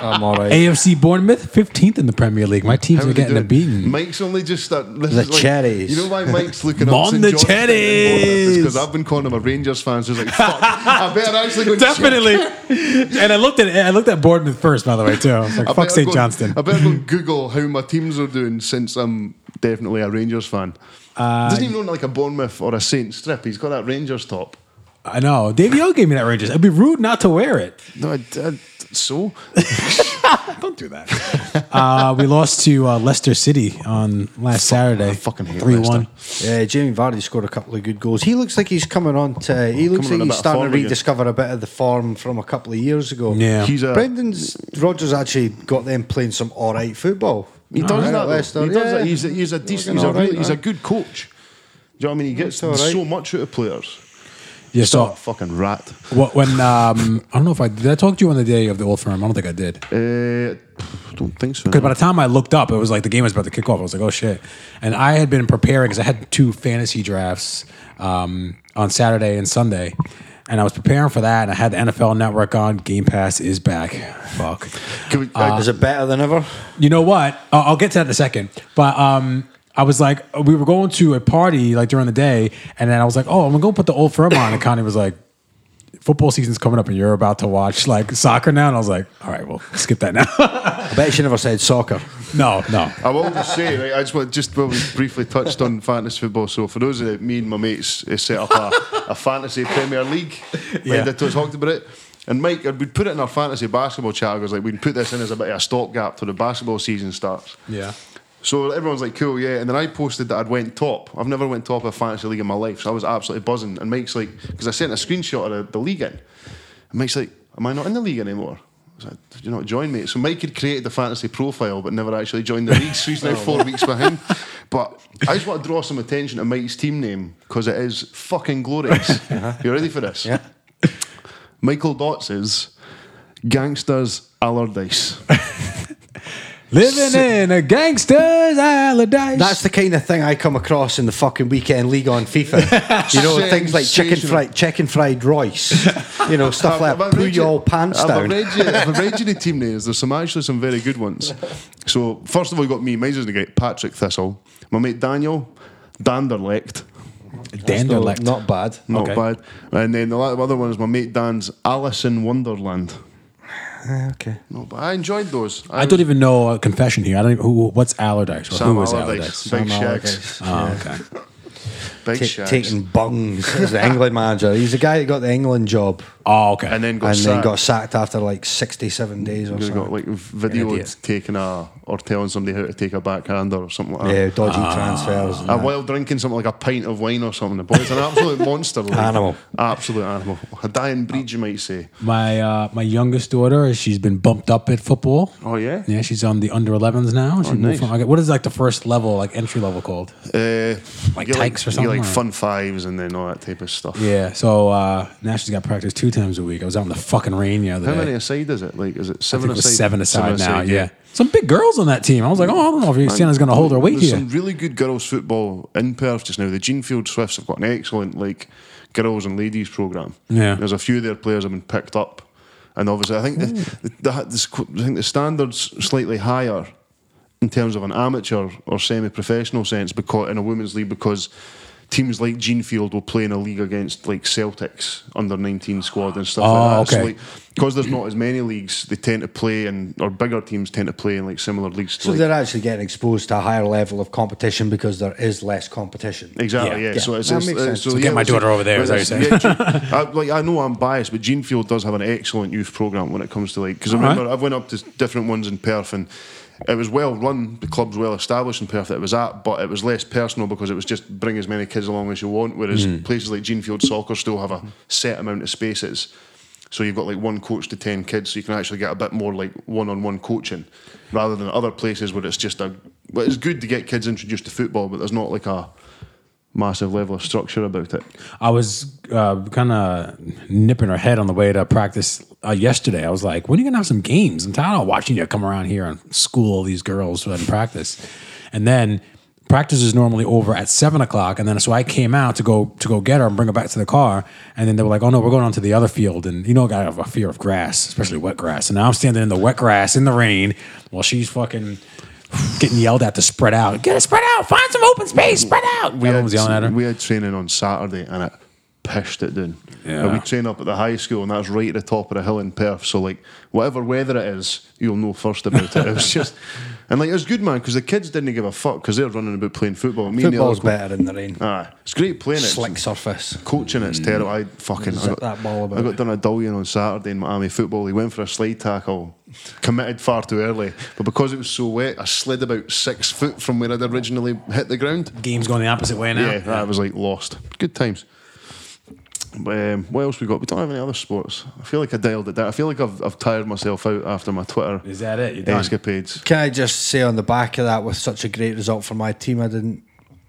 Speaker 2: I'm all right.
Speaker 5: AFC Bournemouth, 15th in the Premier League. My teams
Speaker 3: How
Speaker 5: are
Speaker 3: we
Speaker 5: getting a
Speaker 3: doing?
Speaker 5: beating.
Speaker 3: Mike's only just that. This
Speaker 2: The
Speaker 3: is like,
Speaker 2: cherries.
Speaker 3: You know why Mike's looking
Speaker 5: On
Speaker 3: up St.
Speaker 5: the
Speaker 3: John's Day in Bournemouth? It's
Speaker 5: cherries.
Speaker 3: Because I've been calling him a Rangers fan. So he's like, fuck. I better actually go and check.
Speaker 5: Definitely. and I looked at I looked at Bournemouth first, by the way, too. I was
Speaker 3: I
Speaker 5: like, fuck
Speaker 3: better
Speaker 5: St.
Speaker 3: go-
Speaker 5: Johnston.
Speaker 3: I better go Google how my teams are doing since I'm definitely a Rangers fan.
Speaker 5: Uh,
Speaker 3: Doesn't even own like a Bournemouth or a Saint strip. He's got that Rangers top.
Speaker 5: I know. Davey O gave me that Rangers. It'd be rude not to wear it.
Speaker 3: No, I, I- so
Speaker 5: Don't do that. uh, we lost to uh, Leicester City on last Saturday.
Speaker 3: I fucking hate
Speaker 5: one.
Speaker 2: Yeah, Uh, Jamie Vardy scored a couple of good goals. He looks like he's coming on to. He looks
Speaker 3: Coming on
Speaker 2: like
Speaker 3: a
Speaker 2: he's
Speaker 3: bit of
Speaker 2: starting to
Speaker 3: form again.
Speaker 2: rediscover a bit of the form from a couple of years ago.
Speaker 5: Yeah.
Speaker 3: he's a.
Speaker 2: Brendan's Rogers actually got them playing some all right football.
Speaker 3: He does
Speaker 2: Right,
Speaker 3: that.
Speaker 2: Leicester,
Speaker 3: though. He does
Speaker 2: yeah.
Speaker 3: that. He's a, he's a decent. He's a,
Speaker 2: all right,
Speaker 3: really, he's a
Speaker 2: man.
Speaker 3: good coach. Do you know what I mean? He gets
Speaker 2: all right.
Speaker 3: so much out of players.
Speaker 5: Yeah,
Speaker 3: So
Speaker 5: so
Speaker 3: fucking rat.
Speaker 5: what, when um, I don't know if I did I talk to you on the day of the old firm. I don't think I did.
Speaker 3: Uh, don't think so.
Speaker 5: Because by the time I looked up, it was like the game was about to kick off. I was like, oh shit. And I had been preparing because I had two fantasy drafts um, on Saturday and Sunday. And I was preparing for that. And I had the NFL network on. Game Pass is back. Fuck.
Speaker 3: Can we, I-
Speaker 2: Is it better than ever?
Speaker 5: You know what? I'll, I'll get to that in a second. But um, I was like, we were going to a party like during the day, and then I was like, oh, I'm gonna go put the old firm on. And Connie was like, football season's coming up, and you're about to watch like soccer now. And I was like, all right, well, skip that now.
Speaker 2: I bet she never said soccer.
Speaker 5: no, no.
Speaker 3: I will just say, right, I just want just well, we briefly touched on fantasy football. So for those that me and my mates uh, set up a, a fantasy Premier League,
Speaker 5: Yeah.
Speaker 3: yeah. we talked about it. And Mike, uh, we'd put it in our fantasy basketball chat. I was like, we can put this in as a bit of a stopgap till the basketball season starts.
Speaker 5: Yeah.
Speaker 3: So everyone's like, cool, yeah. And then I posted that I'd went top. I've never went top of a fantasy league in my life. So I was absolutely buzzing. And Mike's like, because I sent a screenshot of the, the league in. And Mike's like, am I not in the league anymore? I was like, did you not join me? So Mike had created the fantasy profile, but never actually joined the league. So he's
Speaker 2: Oh,
Speaker 3: now four weeks behind. But I just want to draw some attention to Mike's team name because it is fucking glorious. You ready for this?
Speaker 2: Yeah.
Speaker 3: Michael Dots is Gangsters Allardyce.
Speaker 5: Living in a gangster's Allardyce.
Speaker 2: That's the kind of thing I come across in the fucking weekend league on FIFA. you know, things like chicken
Speaker 3: Sensational.
Speaker 2: fried, chicken fried Royce. You know, stuff like that. Put your pants
Speaker 3: I've
Speaker 2: down.
Speaker 3: Read you, I've read you the team names. There's some actually some very good ones. So first of all, you got me. Mine's going to get Patrick Thistle, my mate Daniel Danderlecht.
Speaker 5: Danderlecht.
Speaker 2: Still Not bad.
Speaker 3: Not
Speaker 5: Okay.
Speaker 3: bad. And then the la- other one is my mate Dan's Alice in Wonderland.
Speaker 2: eh, okay.
Speaker 3: No, but I enjoyed those.
Speaker 5: I don't even know a confession here. I don't even, who what's Allardyce or
Speaker 3: Sam
Speaker 5: who is
Speaker 3: Allardyce,
Speaker 5: Allardyce.
Speaker 3: Big
Speaker 2: Sam
Speaker 3: Shacks,
Speaker 5: Oh, okay.
Speaker 3: Big
Speaker 2: Ta-
Speaker 3: Shacks,
Speaker 2: taking bungs as the England manager. He's the guy that got the England job
Speaker 5: Oh, okay.
Speaker 3: and then got
Speaker 2: and then
Speaker 3: sacked.
Speaker 2: got sacked after like 67 days or
Speaker 3: He's
Speaker 2: something.
Speaker 3: got like video
Speaker 2: idiot.
Speaker 3: taking a or telling somebody how to take a backhander or something like
Speaker 2: yeah,
Speaker 3: that.
Speaker 2: dodgy
Speaker 5: Ah.
Speaker 2: transfers. and
Speaker 3: And
Speaker 2: that.
Speaker 3: while drinking something like a pint of wine or something, the boy's an absolute monster. like.
Speaker 2: Animal.
Speaker 3: Absolute animal. A dying breed, you might say.
Speaker 5: My uh, my youngest daughter, she's been bumped up at football.
Speaker 3: Oh, yeah?
Speaker 5: yeah. She's on the under 11s now. She moved
Speaker 3: Oh, nice.
Speaker 5: from, like, what is like the first level, like entry level called?
Speaker 3: Uh,
Speaker 5: Like
Speaker 3: you
Speaker 5: Tykes or
Speaker 3: you
Speaker 5: something,
Speaker 3: like
Speaker 5: or-
Speaker 3: fun fives and then all that type of stuff.
Speaker 5: Yeah. So uh, now she's got practice two times a week. I was out in the fucking rain the other
Speaker 3: How
Speaker 5: day.
Speaker 3: many aside is it? Like, is it
Speaker 5: I think
Speaker 3: seven
Speaker 5: it was
Speaker 3: aside?
Speaker 5: seven aside now.
Speaker 3: aside,
Speaker 5: yeah. Some big girls on that team. I was like, oh, I don't know if Santa's going to hold her weight
Speaker 3: There's
Speaker 5: here.
Speaker 3: some really good girls football in Perth just now. The Genefield Swifts have got an excellent like girls and ladies program.
Speaker 5: Yeah.
Speaker 3: there's a few of their players have been picked up, and obviously I think
Speaker 5: Mm.
Speaker 3: the, the, the, the, squ- I think the standards slightly higher in terms of an amateur or semi-professional sense because in a women's league because. Teams like Genefield will play in a league against like Celtics under 19 squad and stuff
Speaker 5: Oh,
Speaker 3: like that.
Speaker 5: okay.
Speaker 3: because there's not as many leagues, they tend to play in, or bigger teams tend to play in like similar leagues. to,
Speaker 2: so
Speaker 3: like,
Speaker 2: they're actually getting exposed to a higher level of competition because there is less competition.
Speaker 3: Exactly.
Speaker 5: Yeah.
Speaker 3: Yeah.
Speaker 5: Yeah.
Speaker 3: So it's,
Speaker 2: That
Speaker 3: it's,
Speaker 2: makes
Speaker 3: it's-
Speaker 2: sense.
Speaker 3: so
Speaker 2: So
Speaker 5: get my
Speaker 3: it's-
Speaker 5: daughter over there, is
Speaker 3: but
Speaker 5: what
Speaker 3: it's- yeah, I, like I know I'm biased, but Genefield does have an excellent youth program when it comes to like because I
Speaker 5: All right.
Speaker 3: remember I've went up to different ones in Perth and. It was well run. The club's well established in Perth that it was at, but it was less personal because it was just bring as many kids along as you want. Whereas places like Genefield Soccer still have a set amount of spaces, so you've got like one coach to ten kids, so you can actually get a bit more like one-on-one coaching rather than other places where it's just a. Well, it's good to get kids introduced to football, but there's not like a massive level of structure about it.
Speaker 5: I was uh, kind of nipping her head on the way to practice uh, yesterday. I was like, when are you going to have some games? I'm tired of watching you come around here and school all these girls who hadn't practiced. And then practice is normally over at seven o'clock. And then so I came out to go to go get her and bring her back to the car. And then they were like, oh no, we're going on to the other field. And you know, I have a fear of grass, especially wet grass. And now I'm standing in the wet grass in the rain while she's fucking. Getting yelled at to spread out. Get it spread out. Find some open space. Spread out.
Speaker 3: had-
Speaker 5: Everyone was yelling at her.
Speaker 3: We had training on Saturday and it pissed it down.
Speaker 5: Yeah.
Speaker 3: Now, we train up at the high school and that's right at the top of the hill in Perth. So like whatever weather it is, you'll know first about it. It was just and like it was good man because the kids didn't give a fuck because they're running about playing football. Me and the
Speaker 2: Football's
Speaker 3: other co-
Speaker 2: better in the rain.
Speaker 3: Aye, it's great playing Ah, it.
Speaker 2: Slick surface.
Speaker 3: Coaching it's terrible. I fucking I
Speaker 2: Zip
Speaker 3: got,
Speaker 2: that ball about.
Speaker 3: I got done a dullion on Saturday in Miami football. He went for a slide tackle, committed far too early, but because it was so wet, I slid about six foot from where I'd originally hit the ground.
Speaker 5: Game's going the opposite way now.
Speaker 3: Yeah, uh, I was like lost. Good times. Um, what else we got? We don't have any other sports. I feel like I dialed it down. I feel like I've, I've tired myself out after my Twitter
Speaker 5: Is that it? You're done.
Speaker 3: escapades.
Speaker 2: Can I just say on the back of that, with such a great result for my team, I didn't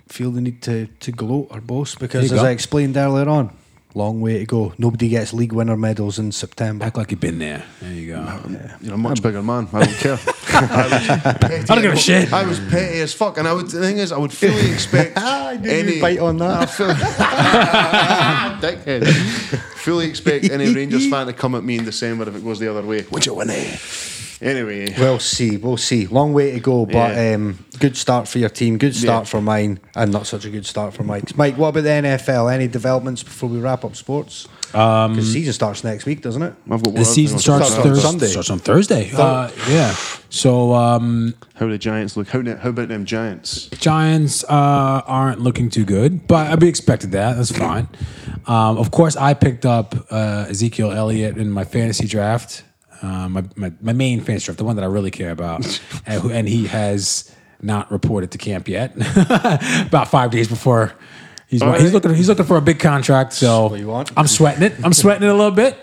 Speaker 2: feel the need to, to gloat or boast
Speaker 5: There
Speaker 2: because,
Speaker 5: you
Speaker 2: as
Speaker 5: go.
Speaker 2: I explained earlier on, long way to go. Nobody gets league winner medals in September.
Speaker 5: Act like you've been there. There you
Speaker 2: Uh,
Speaker 5: go.
Speaker 3: You're a much bigger man. I don't care. I, was petty.
Speaker 5: I don't give a shit.
Speaker 3: I was petty as fuck, and I would. The thing is, I would fully expect
Speaker 2: I knew
Speaker 3: any
Speaker 2: you'd bite on that.
Speaker 3: I fully, dickhead. Fully expect any Rangers fan to come at me in December if it goes the other way. Would you win it? Anyway,
Speaker 2: We'll see. We'll see. Long way to go, but
Speaker 3: Yeah.
Speaker 2: um, good start for your team. Good start
Speaker 3: Yeah.
Speaker 2: for mine, and not such a good start for Mike's. Mike, what about the NFL? Any developments before we wrap up sports? Um, season starts next week, doesn't it?
Speaker 3: I've got one
Speaker 5: The
Speaker 3: other
Speaker 5: season
Speaker 3: thing.
Speaker 5: starts,
Speaker 2: Starts on
Speaker 5: Thursday.
Speaker 2: Sunday.
Speaker 5: Starts on Thursday. Uh, yeah. So um,
Speaker 3: How the Giants look? How, how about them Giants?
Speaker 5: Giants uh, aren't looking too good, but I be expected that. That's fine. Um, of course, I picked up uh, Ezekiel Elliott in my fantasy draft, uh, my, my my main fantasy draft, the one that I really care about, and, who- and he has not reported to camp yet. About five days before. He's,
Speaker 3: All
Speaker 5: he's
Speaker 3: right.
Speaker 5: looking. He's looking for a big contract. So
Speaker 2: what you want.
Speaker 5: I'm sweating it. I'm sweating it a little bit.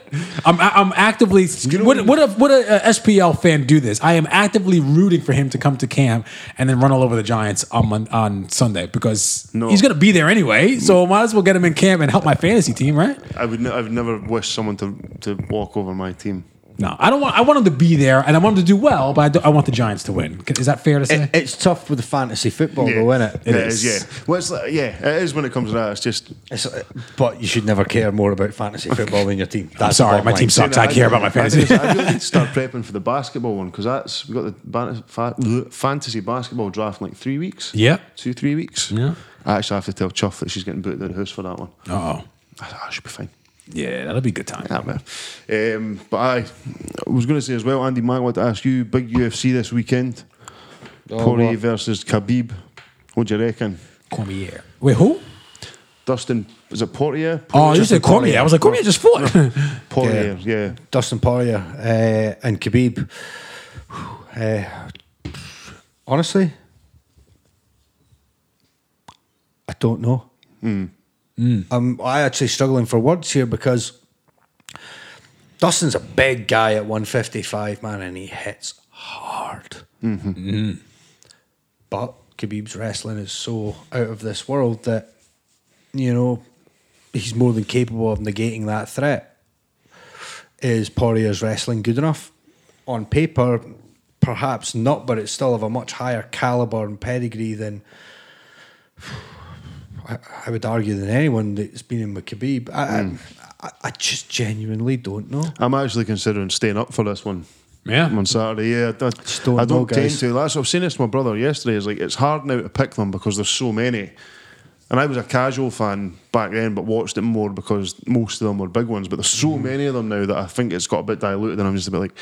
Speaker 5: I'm I- I'm actively. Would would a, would a, uh, SPL fan do this? I am actively rooting for him to come to camp and then run all over the Giants on Mon- on Sunday because
Speaker 3: No.
Speaker 5: he's gonna be there anyway. So might as well get him in camp and help my fantasy team, right?
Speaker 3: I would. Ne- I've never wished someone to, to walk over my team.
Speaker 5: No, I don't want. I want him to be there and I want him to do well, but I, do- I want the Giants to win. Is that fair to say?
Speaker 2: It, it's tough with the fantasy football, though, isn't it?
Speaker 3: It
Speaker 5: is.
Speaker 3: is. Yeah. Well, it's like, yeah. It is when it comes to that. It's just.
Speaker 2: It's, uh, but you should never care more about fantasy football than your team. That's the
Speaker 5: sorry,
Speaker 2: bottom
Speaker 5: my
Speaker 2: line.
Speaker 5: team sucks. I care about my fantasy.
Speaker 3: I, really need to start prepping for the basketball one because that's we got the ban- fa- bleh, fantasy basketball draft in like three weeks.
Speaker 5: Yeah.
Speaker 3: Two three weeks.
Speaker 5: Yeah.
Speaker 3: I actually have to tell Chuff that she's getting booted out of the house for that one.
Speaker 5: Oh,
Speaker 3: I, I should be fine.
Speaker 5: Yeah, that'll be a good time.
Speaker 3: Ah, man. Um, but I, I was going to say as well, Andy, might want to ask you big UFC this weekend.
Speaker 2: Oh,
Speaker 3: Poirier
Speaker 2: what?
Speaker 3: versus Khabib. What do you reckon?
Speaker 5: Cormier. Wait, who?
Speaker 3: Dustin, is it Poirier?
Speaker 5: Oh, you said Cormier. I was like, Cormier just fought.
Speaker 3: Poirier, yeah.
Speaker 2: Dustin Poirier uh, and Khabib. Uh, honestly, I don't know. Um, I actually struggling for words here because Dustin's a big guy at 155, man, and he hits hard. But Khabib's wrestling is so out of this world that, you know, he's more than capable of negating that threat. Is Poirier's wrestling good enough? On paper, perhaps not, but it's still of a much higher caliber and pedigree than I, I would argue than anyone that's been in with Khabib. I, I, I just genuinely don't know.
Speaker 3: I'm actually considering staying up for this one.
Speaker 5: Yeah.
Speaker 3: On Saturday, yeah. I don't,
Speaker 2: Just don't
Speaker 3: I don't
Speaker 2: know,
Speaker 3: tend
Speaker 2: guys.
Speaker 3: to. That's, I was saying this to my brother yesterday. It's like, it's hard now to pick them because there's so many. And I was a casual fan back then, but watched it more because most of them were big ones. But there's so
Speaker 5: Mm-hmm.
Speaker 3: many of them now that I think it's got a bit diluted, and I'm just a bit like,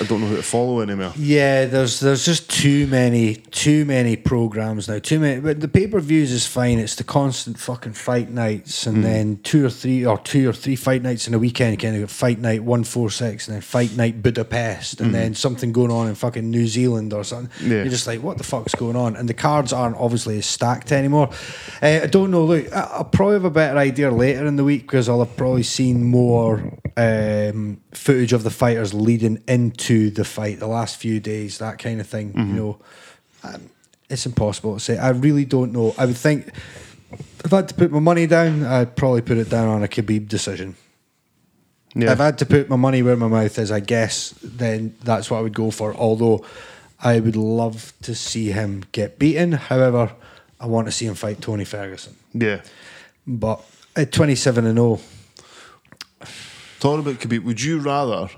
Speaker 3: I don't know who to follow anymore.
Speaker 2: Yeah, there's there's just too many too many programs now. Too many, but the pay per views is fine. It's the constant fucking fight nights, and then two or three or two or three fight nights in a weekend. Kind of fight night one four six, and then fight night Budapest, and then something going on in fucking New Zealand or something.
Speaker 3: Yeah.
Speaker 2: You're just like, what the fuck's going on? And the cards aren't obviously as stacked anymore. Uh, I don't know. Look, I- I'll probably have a better idea later in the week because I'll have probably seen more um, footage of the fighters leading into the fight, the last few days, that kind of thing. You know, um, it's impossible to say. I really don't know. I would think if I had to put my money down, I'd probably put it down on a Khabib decision.
Speaker 3: Yeah.
Speaker 2: If I had to put my money where my mouth is, I guess then that's what I would go for. Although I would love to see him get beaten. However, I want to see him fight Tony Ferguson.
Speaker 3: yeah.
Speaker 2: But at 27 and oh, 0,
Speaker 3: Talking about Khabib, would you rather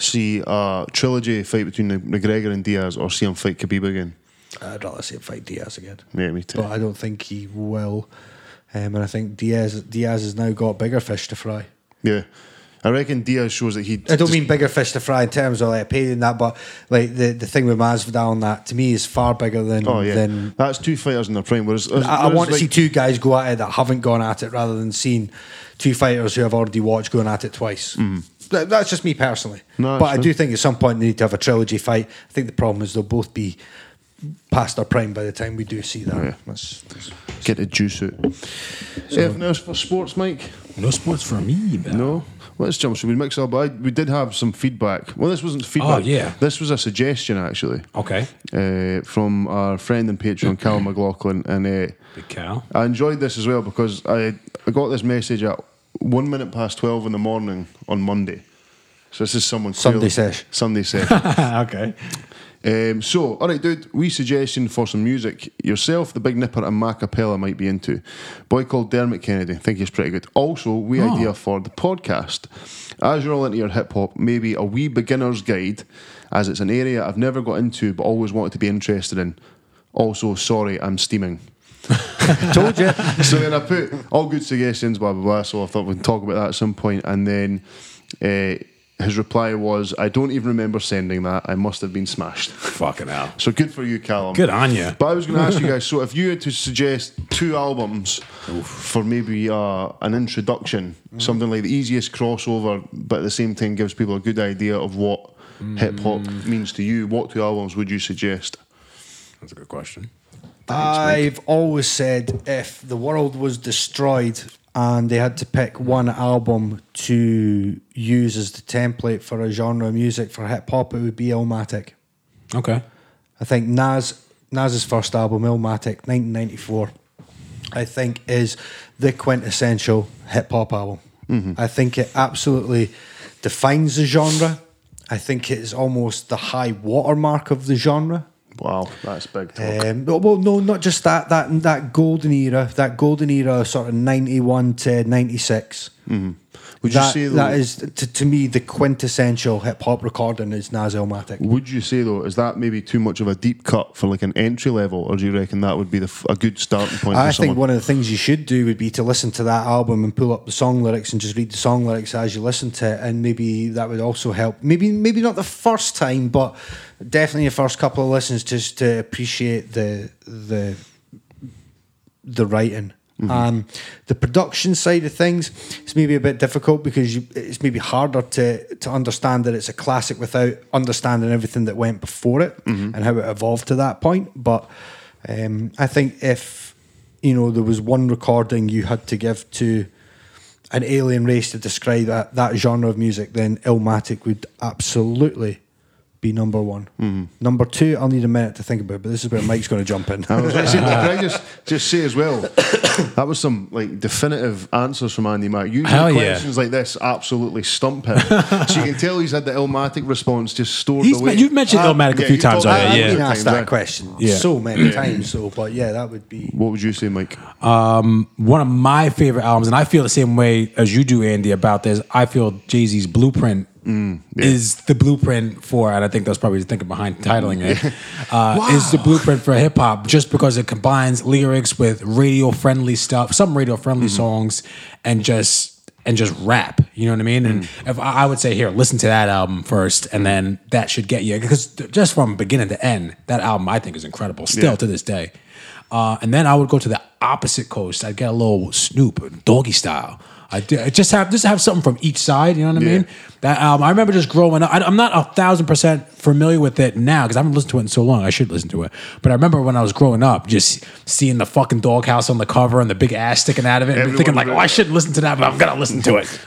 Speaker 3: see a trilogy fight between McGregor and Diaz or see him fight Khabib again?
Speaker 2: I'd rather see him fight Diaz again.
Speaker 3: Yeah, me too.
Speaker 2: But I don't think he will. Um, and I think Diaz Diaz has now got bigger fish to fry.
Speaker 3: Yeah. I reckon Diaz shows that he.
Speaker 2: I don't mean bigger fish to fry in terms of like paying that, but like the, the thing with Masvidal and that to me is far bigger than
Speaker 3: Oh yeah,
Speaker 2: than
Speaker 3: that's two fighters in their prime. Whereas,
Speaker 2: I, I
Speaker 3: whereas,
Speaker 2: want to
Speaker 3: like,
Speaker 2: see two guys go at it that haven't gone at it rather than seeing two fighters who I've already watched going at it twice. That- that's just me personally.
Speaker 3: Mm. No,
Speaker 2: but
Speaker 3: that's
Speaker 2: I do think at some point they need to have a trilogy fight. I think the problem is they'll both be past their prime by the time we do see that.
Speaker 3: oh, Yeah.
Speaker 2: That's, that's-
Speaker 3: get the juice out. Anything else for sports, Mike?
Speaker 5: no sports for me, man.
Speaker 3: No. Let's jump. Should we mix up? I, we did have some feedback. Well, this wasn't feedback.
Speaker 5: yeah. Oh.
Speaker 3: This was a suggestion actually
Speaker 5: Okay.
Speaker 3: uh, from our friend and Patreon, Cal McLaughlin, and. Uh,
Speaker 5: Big cow.
Speaker 3: I enjoyed this as well because I, I got this message at one minute past 12 in the morning on Monday. So this is someone
Speaker 2: Sunday
Speaker 3: clearly-
Speaker 2: sesh.
Speaker 3: Sunday session.
Speaker 5: okay.
Speaker 3: um, so, all right, dude, we suggestion for some music. Yourself, The Big Nipper, and Macapella might be into. Boy called Dermot Kennedy. I think he's pretty good. Also, we
Speaker 5: Oh.
Speaker 3: idea for the podcast. As you're all into your hip hop, maybe a wee beginner's guide, as it's an area I've never got into but always wanted to be interested in. Also, sorry, I'm steaming.
Speaker 2: Told you.
Speaker 3: so then I put all good suggestions, blah blah blah. So I thought we'd talk about that at some point, and then uh, his reply was, "I don't even remember sending that. I must have been smashed."
Speaker 5: Fucking hell.
Speaker 3: So good for you, Callum.
Speaker 5: Good on you.
Speaker 3: But I was going to ask you guys. So if you had to suggest two albums for maybe uh, an introduction,
Speaker 5: Mm.
Speaker 3: something like the easiest crossover, but at the same time gives people a good idea of what hip hop
Speaker 5: Mm.
Speaker 3: means to you, what two albums would you suggest?
Speaker 5: That's a good question.
Speaker 2: I've always said if the world was destroyed and they had to pick one album to use as the template for a genre of music for hip hop, it would be Illmatic.
Speaker 5: Okay.
Speaker 2: I think Nas Nas's first album, Illmatic, 1994, I think is the quintessential hip hop album.
Speaker 3: Mm-hmm.
Speaker 2: I think it absolutely defines the genre. I think it is almost the high watermark of the genre.
Speaker 3: Wow, that's big talk.
Speaker 2: Um, no, well, no, not just that. That that golden era, that golden era, sort of ninety one to ninety six.
Speaker 3: Mm-hmm. Would you
Speaker 2: That-
Speaker 3: say though,
Speaker 2: that is to, to me the quintessential hip hop recording is Nas Illmatic.
Speaker 3: Would you say though, is that maybe too much of a deep cut for like an entry level, or do you reckon that would be the f- a good starting point?
Speaker 2: I
Speaker 3: for someone?
Speaker 2: think one of the things you should do would be to listen to that album and pull up the song lyrics and just read the song lyrics as you listen to it, and maybe that would also help. Maybe maybe not the first time, but definitely the first couple of listens just to appreciate the the the writing.
Speaker 3: Mm-hmm.
Speaker 2: Um, the production side of things is maybe a bit difficult because you, it's maybe harder to to understand that it's a classic without understanding everything that went before it
Speaker 3: Mm-hmm.
Speaker 2: and how it evolved to that point. But um, I think if you know there was one recording you had to give to an alien race to describe that, that genre of music, then Illmatic would absolutely be number one.
Speaker 3: Mm-hmm.
Speaker 2: Number two, I'll need a minute to think about, but this is where Mike's going to jump in.
Speaker 3: I was gonna say, can I just just say as well? That was some like definitive answers from Andy Mack. Usually
Speaker 1: Hell yeah.
Speaker 3: questions like this absolutely stump him. so you can tell he's had the Illmatic response just stored
Speaker 5: He's-
Speaker 3: away. Ah,
Speaker 5: you've mentioned Illmatic a few
Speaker 3: you've
Speaker 5: times
Speaker 3: talked
Speaker 1: already,
Speaker 3: about
Speaker 2: I've
Speaker 1: yeah.
Speaker 3: it a
Speaker 2: been
Speaker 3: few times,
Speaker 2: asked that
Speaker 3: eh?
Speaker 2: question
Speaker 5: Yeah.
Speaker 2: so many times. So, but yeah, that would be.
Speaker 3: What would you say, Mike?
Speaker 5: one of my favorite albums, and I feel the same way as you do, Andy, about this. I feel Jay Z's Blueprint is the blueprint for, and I think that's probably the thinking behind titling it. Uh, Is the blueprint for hip hop just because it combines lyrics with radio friendly stuff, some radio friendly songs, and just and just rap. You know what I mean? And if I, I would say here, listen to that album first, and then that should get you because th- just from beginning to end, that album I think is incredible still
Speaker 3: Yeah.
Speaker 5: to this day. Uh, and then I would go to the opposite coast. I'd get a little Snoop doggy style. I d- I just have just have something from each side. You know what I
Speaker 3: Yeah.
Speaker 5: mean? That album. I remember just growing up. I, I'm not a thousand percent familiar with it now because I haven't listened to it in so long. I should listen to it. But I remember when I was growing up, just seeing the fucking doghouse on the cover and the big ass sticking out of it, and
Speaker 3: Everyone
Speaker 5: thinking like,
Speaker 3: would-
Speaker 5: "Oh, I shouldn't listen to that, but I'm gonna listen to it."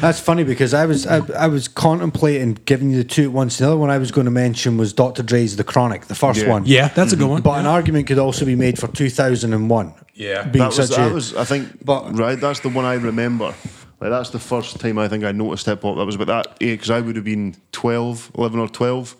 Speaker 2: That's funny because I was I, I was contemplating giving you the two at once. The other one I was going to mention was Dr. Dre's "The Chronic," the first
Speaker 3: Yeah.
Speaker 2: one.
Speaker 5: yeah, that's a good one.
Speaker 2: But an argument could also be made for 2001.
Speaker 5: Yeah.
Speaker 2: being
Speaker 3: That was,
Speaker 2: such
Speaker 3: that
Speaker 2: a
Speaker 3: was I think
Speaker 2: but-
Speaker 3: right that's the one I remember like that's the first time I think I noticed hip hop that was about that because I would have been 12 11 or 12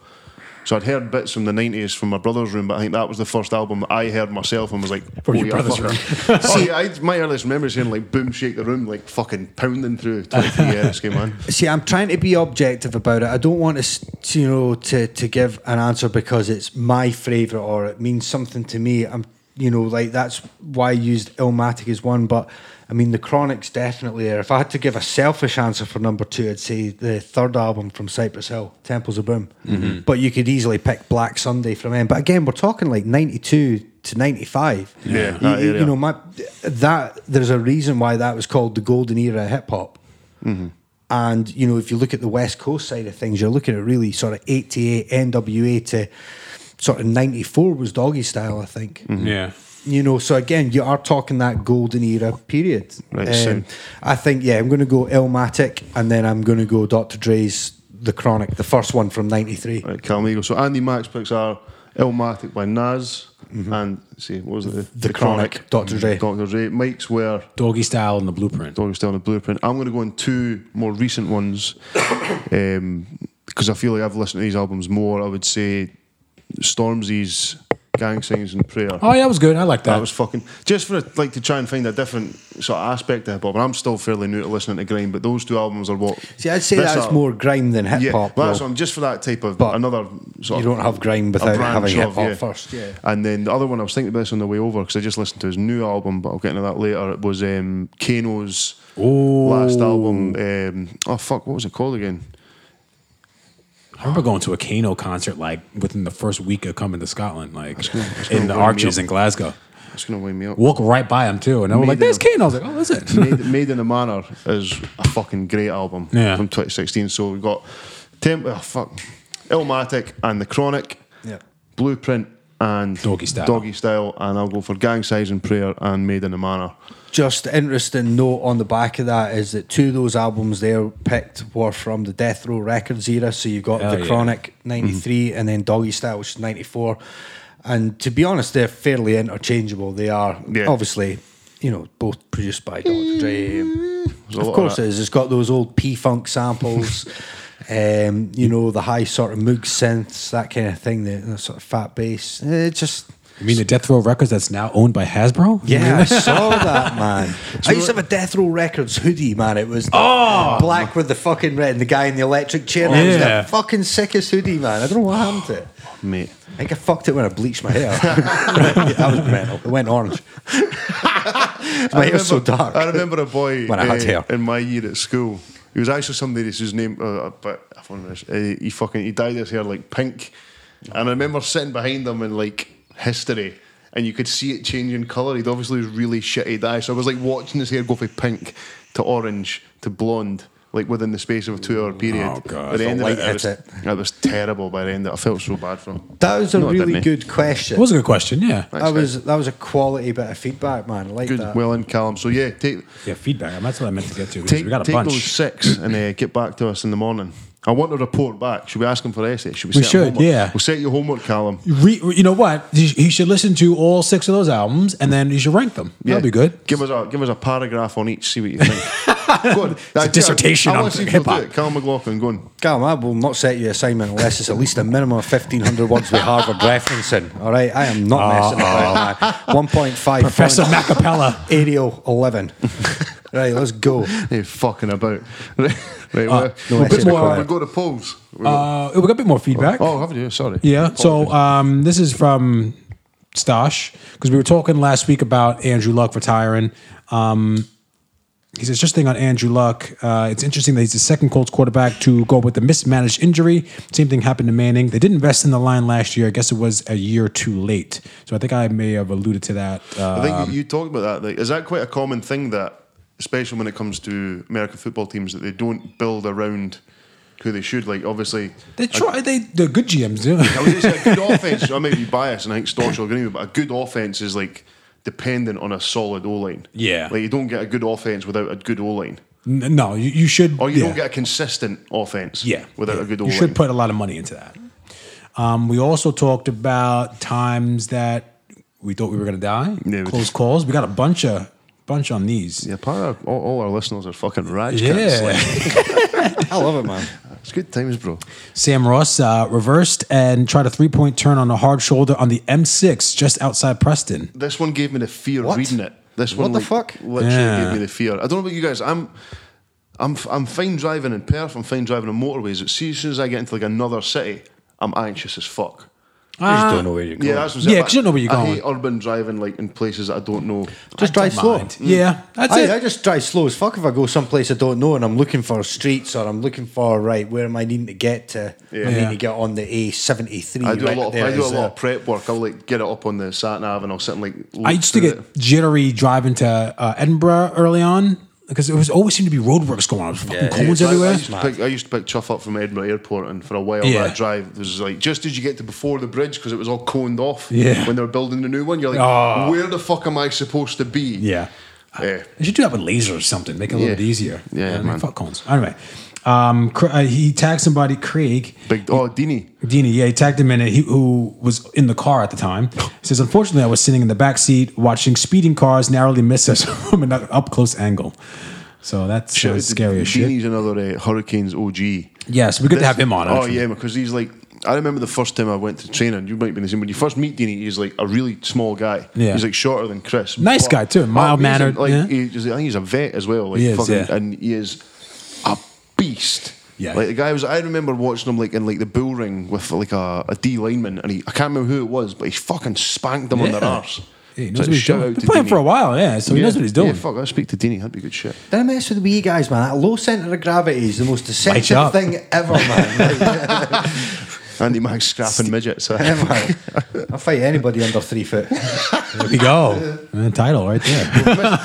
Speaker 3: so I'd heard bits from the 90s from my brother's room but I think that was the first album I heard myself and was like
Speaker 5: From your
Speaker 3: yeah,
Speaker 5: brother's
Speaker 3: fuck. oh yeah I, my earliest memory is hearing like boom shake the room like fucking pounding through 23 years okay man
Speaker 2: See, I'm trying to be objective about it. I don't want to, s- to, you know, to, to give an answer because it's my favorite or it means something to me. I'm, you know, like that's why I used Illmatic as one. But I mean, the Chronics definitely there. If I had to give a selfish answer for number two, I'd say the third album from Cypress Hill, Temples of Boom.
Speaker 3: Mm-hmm.
Speaker 2: But you could easily pick Black Sunday from them. But again, we're talking like '92 to '95.
Speaker 3: Yeah,
Speaker 2: You-
Speaker 3: that
Speaker 2: you,
Speaker 3: area.
Speaker 2: you know, my that there's a reason why that was called the golden era of hip hop. And you know, if you look at the West Coast side of things, you're looking at really sort of 88 NWA to sort of 94 was doggy style, I think.
Speaker 3: Mm.
Speaker 5: yeah.
Speaker 2: You know, so again, you are talking that golden era period. Um,
Speaker 3: Right, so-
Speaker 2: I think, yeah, I'm going to go Illmatic, and then I'm going to go Dr. Dre's The Chronic, the first one from '93.
Speaker 3: right Calmigo so Andy Max picks are Illmatic by Nas
Speaker 2: Mm-hmm.
Speaker 3: and see what was it
Speaker 2: The Chronic, Dr. Dre.
Speaker 3: Dr. Dre Mike's were
Speaker 5: Doggy style and the blueprint.
Speaker 3: Dog is still on the blueprint. I'm going to go on two more recent ones because I feel like I've listened to these albums more. I would say Stormzy's Gang Signs and Prayer.
Speaker 5: Oh yeah, that was good. I like that.
Speaker 3: That was fucking just for like to try and find a different sort of aspect of hip hop. And I'm still fairly new to listening to grind, but those two albums are what.
Speaker 2: See, I'd say
Speaker 3: this
Speaker 2: that's
Speaker 3: al-
Speaker 2: more grime than hip
Speaker 3: Yeah,
Speaker 2: hop.
Speaker 3: well, that's
Speaker 2: though.
Speaker 3: what I'm just for that type of
Speaker 2: But
Speaker 3: another sort
Speaker 2: you
Speaker 3: of
Speaker 2: don't have grime
Speaker 3: a
Speaker 2: without
Speaker 3: branch
Speaker 2: having hip
Speaker 3: of,
Speaker 2: hop first. Yeah.
Speaker 3: And then the other one I was thinking about this on the way over because I just listened to his new album, but I'll get into that later. It was um, Kano's last album. Um, oh fuck, what was it called again?
Speaker 5: I remember going to a Kano concert like within the first week of coming to Scotland, like
Speaker 3: gonna- that's
Speaker 5: in the
Speaker 3: gonna wind me
Speaker 5: Arches
Speaker 3: up.
Speaker 5: in Glasgow.
Speaker 3: It's gonna wind me up.
Speaker 5: Walk right by him too, and I was like,
Speaker 3: Made
Speaker 5: "There's
Speaker 3: in
Speaker 5: Kano." I was like, "Oh, is it?"
Speaker 3: Made, Made in a Manor is a fucking great album
Speaker 5: Yeah.
Speaker 3: from 2016. So we've got Temp, oh fuck, Illmatic and The Chronic,
Speaker 2: Yeah.
Speaker 3: Blueprint and
Speaker 5: Doggy Style.
Speaker 3: Doggy Style, and I'll go for Gang Size and Prayer and Made in a Manor.
Speaker 2: Just interesting note on the back of that is that two of those albums there picked were from the Death Row Records era. So you've got
Speaker 5: Hell
Speaker 2: The
Speaker 5: yeah. Mm-hmm.
Speaker 2: Chronic '93 and then Doggy Style, which is '94. And to be honest, they're fairly interchangeable. They are
Speaker 3: Yeah.
Speaker 2: obviously, you know, both produced by Dr. Dre.
Speaker 3: There's a lot
Speaker 2: Of course,
Speaker 3: that.
Speaker 2: it is. It's got those old P Funk samples, um, you know, the high sort of Moog synths, that kind of thing, the, the sort of fat bass. It just
Speaker 5: You mean the Death Row Records that's now owned by Hasbro?
Speaker 2: Yeah, I saw that, man. I used to have a Death Row Records hoodie, man. It was the black with the fucking red and the guy in the electric chair. That was
Speaker 5: Yeah.
Speaker 2: the fucking sickest hoodie, man. I don't know what happened to it.
Speaker 3: mate.
Speaker 2: I think I fucked it when I bleached my hair. I was mental. It went orange. my hair's so dark.
Speaker 3: I remember a boy
Speaker 2: When I had
Speaker 3: eh,
Speaker 2: hair.
Speaker 3: in my year at school. He was actually somebody that's whose name, uh, but I don't remember. Uh, he fucking he dyed his hair like pink, and I remember sitting behind him in like history, and you could see it changing colour. He'd obviously really shitty dye, so I was like watching his hair go from pink to orange to blonde. Like within the space of a two-hour period,
Speaker 5: Oh, God.
Speaker 3: By
Speaker 2: The
Speaker 3: the end of
Speaker 2: light
Speaker 3: it, I
Speaker 2: hit
Speaker 3: was,
Speaker 2: it.
Speaker 3: I was terrible. By the end, of it. I felt so bad for him.
Speaker 2: That was a
Speaker 3: No, it
Speaker 2: really
Speaker 3: didn't.
Speaker 2: good question.
Speaker 5: That was a good question, yeah.
Speaker 2: that was that was a quality bit of feedback, man. I like
Speaker 3: Good,
Speaker 2: that.
Speaker 3: well in Callum. So yeah, take
Speaker 5: Yeah, feedback. That's what I meant to get to. because
Speaker 3: Take,
Speaker 5: we got a
Speaker 3: take
Speaker 5: bunch.
Speaker 3: those six and uh, get back to us in the morning. I want to report back. Should we ask him for essays? Should we,
Speaker 5: We
Speaker 3: set him
Speaker 5: should,
Speaker 3: homework?
Speaker 5: yeah.
Speaker 3: We'll set your homework, Callum.
Speaker 5: Re, you know what? He he should listen to all six of those albums and then you should rank them.
Speaker 3: Yeah.
Speaker 5: That'll be good.
Speaker 3: Give us a give us a paragraph on each. See what you think. go on. It's
Speaker 5: dissertation
Speaker 3: I, I
Speaker 5: on
Speaker 3: want to see if you'll do
Speaker 5: hip-hop.
Speaker 3: it. Callum McLaughlin, go on.
Speaker 2: Calm, I will not set you assignment unless it's at least a minimum of 1,500 words with Harvard referencing. All right, I am not messing about, man. 1.5
Speaker 5: Professor
Speaker 2: points.
Speaker 5: Macapella.
Speaker 2: Arial 11. right, let's go.
Speaker 3: Hey, fucking about. right,
Speaker 5: Ah,
Speaker 3: well,
Speaker 2: no
Speaker 3: we'll,
Speaker 2: essays
Speaker 3: go-
Speaker 2: required.
Speaker 3: we'll go to polls. We'll go-
Speaker 5: Uh, we got a bit more feedback.
Speaker 3: oh, haven't you? Sorry.
Speaker 5: Yeah. So um, this is from Stash because we were talking last week about Andrew Luck retiring. Um, he says just thing on Andrew Luck. Uh, it's interesting that he's the second Colts quarterback to go with a mismanaged injury. Same thing happened to Manning. They didn't invest in the line last year. I guess it was a year too late. So I think I may have alluded to that. Uh,
Speaker 3: I think you, you talked about that. Like, is that quite a common thing that, especially when it comes to American football teams, that they don't build around who they should? Like, obviously,
Speaker 5: they try. They they're good GMs. Yeah.
Speaker 3: I was going to say a good offense. I may be biased, and I think Storch will agree with me, but a good offense is like dependent on a solid O line.
Speaker 5: Yeah.
Speaker 3: like you don't get a good offense without a good O line,
Speaker 5: N- No, you, you should.
Speaker 3: or Oh, you
Speaker 5: yeah.
Speaker 3: don't get a consistent offense.
Speaker 5: Yeah.
Speaker 3: without
Speaker 5: yeah.
Speaker 3: a good O
Speaker 5: You
Speaker 3: line.
Speaker 5: should put a lot of money into that. Um, we also talked about times that we thought we were going to die.
Speaker 3: Yeah, we
Speaker 5: Close
Speaker 3: did.
Speaker 5: calls. We got a bunch of bunch on these.
Speaker 3: yeah, part of all, all our listeners are fucking rage cats.
Speaker 5: Yeah.
Speaker 3: Like,
Speaker 2: I love it, man.
Speaker 3: it's good times, bro.
Speaker 5: Sam Ross uh, reversed and tried a three point turn on a hard shoulder on the M6 just outside Preston.
Speaker 3: This one gave me the fear
Speaker 2: What?
Speaker 3: reading it. This
Speaker 2: What
Speaker 3: one,
Speaker 2: the
Speaker 3: like,
Speaker 2: fuck?
Speaker 3: Literally
Speaker 5: Yeah.
Speaker 3: gave me the fear. I don't know about you guys. I'm. I'm, I'm fine driving in Perth. I'm fine driving on motorways. But see, as soon as I get into like another city, I'm anxious as fuck.
Speaker 2: You just
Speaker 5: Ah,
Speaker 2: don't know where you're going.
Speaker 3: Uh, Yeah, that's what I'm saying.
Speaker 5: Yeah, 'cause you don't know where you're
Speaker 3: I
Speaker 5: going.
Speaker 3: hate urban driving, like in places that I don't know.
Speaker 2: just
Speaker 5: I don't
Speaker 2: drive slow.
Speaker 5: mind.
Speaker 3: Mm.
Speaker 5: Yeah, that's it.
Speaker 2: I, I just drive slow as fuck if I go someplace I don't know and I'm looking for streets or I'm looking for right where am I needing to get to? I
Speaker 5: Yeah.
Speaker 2: need to get on the A seventy three.
Speaker 3: I do a lot. Of, I do a lot of prep work. I'll like get it up on the sat nav and I'll sit and like.
Speaker 5: I
Speaker 3: look
Speaker 5: used to
Speaker 3: through
Speaker 5: get
Speaker 3: it.
Speaker 5: jittery driving to uh, Edinburgh early on because it was always seemed to be roadworks going on. It was fucking cones
Speaker 3: I- I,
Speaker 5: everywhere.
Speaker 3: used to pick, I used to pick Chuff up from Edinburgh Airport, and for a while
Speaker 5: Yeah.
Speaker 3: that drive it was like, just as you get to before the bridge, because it was all coned off.
Speaker 5: Yeah.
Speaker 3: When they were building the new one, you're like,
Speaker 5: Ah.
Speaker 3: where the fuck am I supposed to be? Eh,
Speaker 5: Yeah.
Speaker 3: Yeah.
Speaker 5: They should do that with lasers or something. Make it a little
Speaker 3: Yeah.
Speaker 5: bit easier.
Speaker 3: Yeah,
Speaker 5: I mean,
Speaker 3: man.
Speaker 5: Fuck cones. Anyway, um, Cra- uh, he tagged somebody, Craig
Speaker 3: Big oh, Dini.
Speaker 5: Dini. Yeah, he tagged him in it. He, who was in the car at the time. He says, "Unfortunately, I was sitting in the back seat watching speeding cars narrowly miss us from an up close angle." So that's uh, scary as shit.
Speaker 3: Dini's another uh, Hurricanes OG.
Speaker 5: Yes, we good to
Speaker 3: This-
Speaker 5: have him on.
Speaker 3: Oh
Speaker 5: actually.
Speaker 3: yeah, because he's like. I remember the first time I went to training. You might be in the same. When you first meet Dini, he's like a really small guy.
Speaker 5: Yeah.
Speaker 3: He's like shorter than Chris.
Speaker 5: Nice
Speaker 3: but
Speaker 5: guy too, mild-mannered,
Speaker 3: amazing. Like
Speaker 5: yeah.
Speaker 3: he- he's- I think he's a vet as well. Like
Speaker 5: He is,
Speaker 3: fucking,
Speaker 5: yeah.
Speaker 3: and he is a beast.
Speaker 5: Yeah.
Speaker 3: Like the guy was. I remember watching him like in like the bull ring with like a, a D lineman, and he I can't remember who it was, but he fucking spanked them on their
Speaker 5: Yeah.
Speaker 3: arse.
Speaker 5: Yeah, he
Speaker 3: So
Speaker 5: knows what he's
Speaker 3: shout
Speaker 5: doing.
Speaker 3: out
Speaker 5: Been
Speaker 3: to
Speaker 5: playing
Speaker 3: Dini.
Speaker 5: for a while, yeah. So he knows
Speaker 3: Yeah.
Speaker 5: what he's doing.
Speaker 3: Yeah, fuck. I speak to Dini. That'd be good shit.
Speaker 2: Then I mess with the wee guys, man. That low centre of gravity is the most deceptive
Speaker 5: up.
Speaker 2: thing ever, man.
Speaker 3: Andy Max scrapping midgets. eh?
Speaker 2: Am I? I'll fight anybody under three foot.
Speaker 5: There we go. Uh, title right there.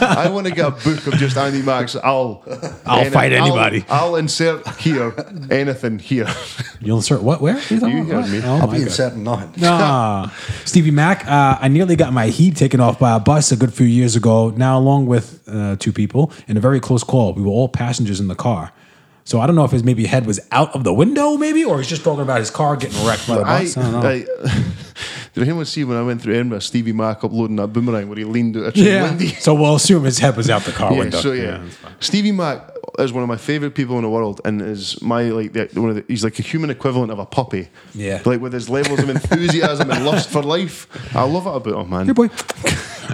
Speaker 3: I want to get a book of just Andy Max. I'll
Speaker 5: I'll fight anybody.
Speaker 3: I'll, I'll insert here anything here.
Speaker 5: You'll insert what? Where? You
Speaker 3: You heard me.
Speaker 5: Oh,
Speaker 2: I'll
Speaker 5: my
Speaker 2: be
Speaker 5: God.
Speaker 2: inserting nothing.
Speaker 5: Ah, Stevie Mack. Uh, I nearly got my heat taken off by a bus a good few years ago. Now, along with uh, two people in a very close call, we were all passengers in the car. So I don't know if his maybe head was out of the window, maybe, or he's just talking about his car getting wrecked by the
Speaker 3: I,
Speaker 5: bus. I, don't know.
Speaker 3: I- Did anyone see when I went through Edinburgh, Stevie Mack uploading that boomerang where he leaned out a tree
Speaker 5: Yeah.
Speaker 3: windy?
Speaker 5: so we'll assume his head was out the car
Speaker 3: yeah,
Speaker 5: window.
Speaker 3: So yeah,
Speaker 1: that's fine.
Speaker 3: Stevie Mack is one of my favorite people in the world, and is my like the, one of the, he's like a human equivalent of a puppy.
Speaker 5: Yeah.
Speaker 3: like with his levels of enthusiasm and lust for life. I love it about him, man.
Speaker 5: Good boy.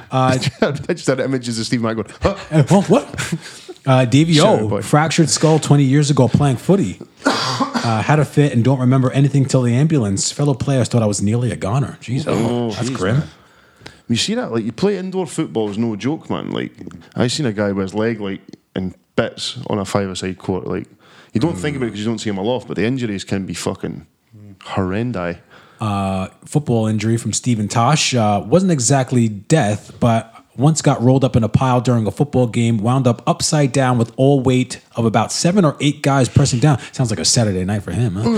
Speaker 5: Uh,
Speaker 3: I just had images of Steve Mack going. Huh?
Speaker 5: Uh, well, what? Uh,
Speaker 3: Sorry, boy.
Speaker 5: DVO, fractured skull 20 years ago playing footy. Uh, had a fit and don't remember anything till the ambulance. Fellow players thought I was nearly a goner. Jesus,
Speaker 3: Oh,
Speaker 5: that's grim.
Speaker 3: You see that? Like you play indoor football is no joke, man. Like I seen a guy with his leg like in bits on a five-a-side court. Like you don't think about it because you don't see him a lot, but the injuries can be fucking horrendous.
Speaker 5: Uh, football injury from Stephen Tosh. Uh, wasn't exactly death, but once got rolled up in a pile during a football game, wound up upside down with all weight of about seven or eight guys pressing down. Sounds like a Saturday night for him, huh?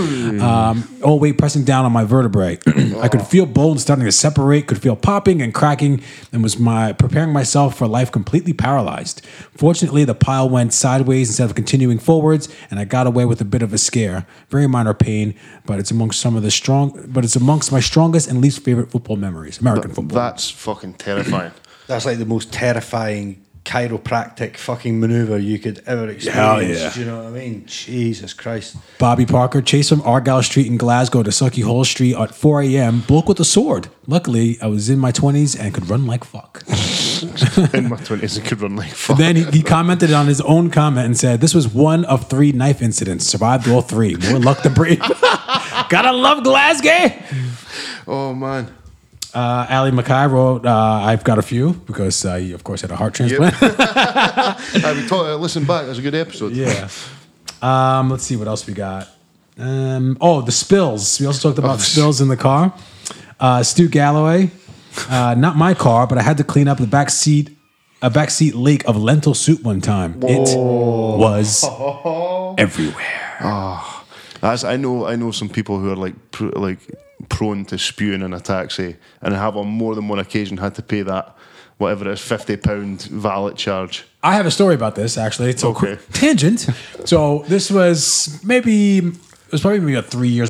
Speaker 5: Um, all weight pressing down on my vertebrae. I could feel bones starting to separate, could feel popping and cracking, and was my preparing myself for life completely paralyzed. Fortunately, the pile went sideways instead of continuing forwards, and I got away with a bit of a scare. Very minor pain, but it's amongst some of the strong, but it's amongst my strongest and least favorite football memories. American football.
Speaker 3: That's fucking terrifying.
Speaker 2: That's like the most terrifying chiropractic fucking maneuver you could ever experience.
Speaker 5: yeah.
Speaker 2: Do you know what I mean? Jesus Christ.
Speaker 5: Bobby Parker chased from Argyle Street in Glasgow to Sucky Hall Street at 4 a.m. Bloke with a sword. Luckily, I was in my 20s and could run like fuck.
Speaker 3: in my twenties, I could run like fuck.
Speaker 5: then he, he commented on his own comment and said, "This was one of three knife incidents. Survived all three. More luck than brave. Gotta love Glasgow."
Speaker 3: oh man.
Speaker 5: Uh, Ali Mackay wrote, uh, "I've got a few because uh, he, of course, had a heart transplant."
Speaker 3: I would talk, uh, listen back. It was a good episode.
Speaker 5: yeah. Um, let's see what else we got. Um, oh, the spills. We also talked about
Speaker 3: Oh,
Speaker 5: spills in the car. Uh, Stu Galloway, uh, not my car, but I had to clean up the back seat, a back seat leak of lentil soup one time. It was everywhere.
Speaker 3: That's, I know. I know some people who are like pr- like prone to spewing in a taxi, and have on more than one occasion had to pay that whatever it is fifty pound valet charge.
Speaker 5: I have a story about this actually. It's a
Speaker 3: Okay.
Speaker 5: quick tangent. So this was maybe it was probably maybe about three years,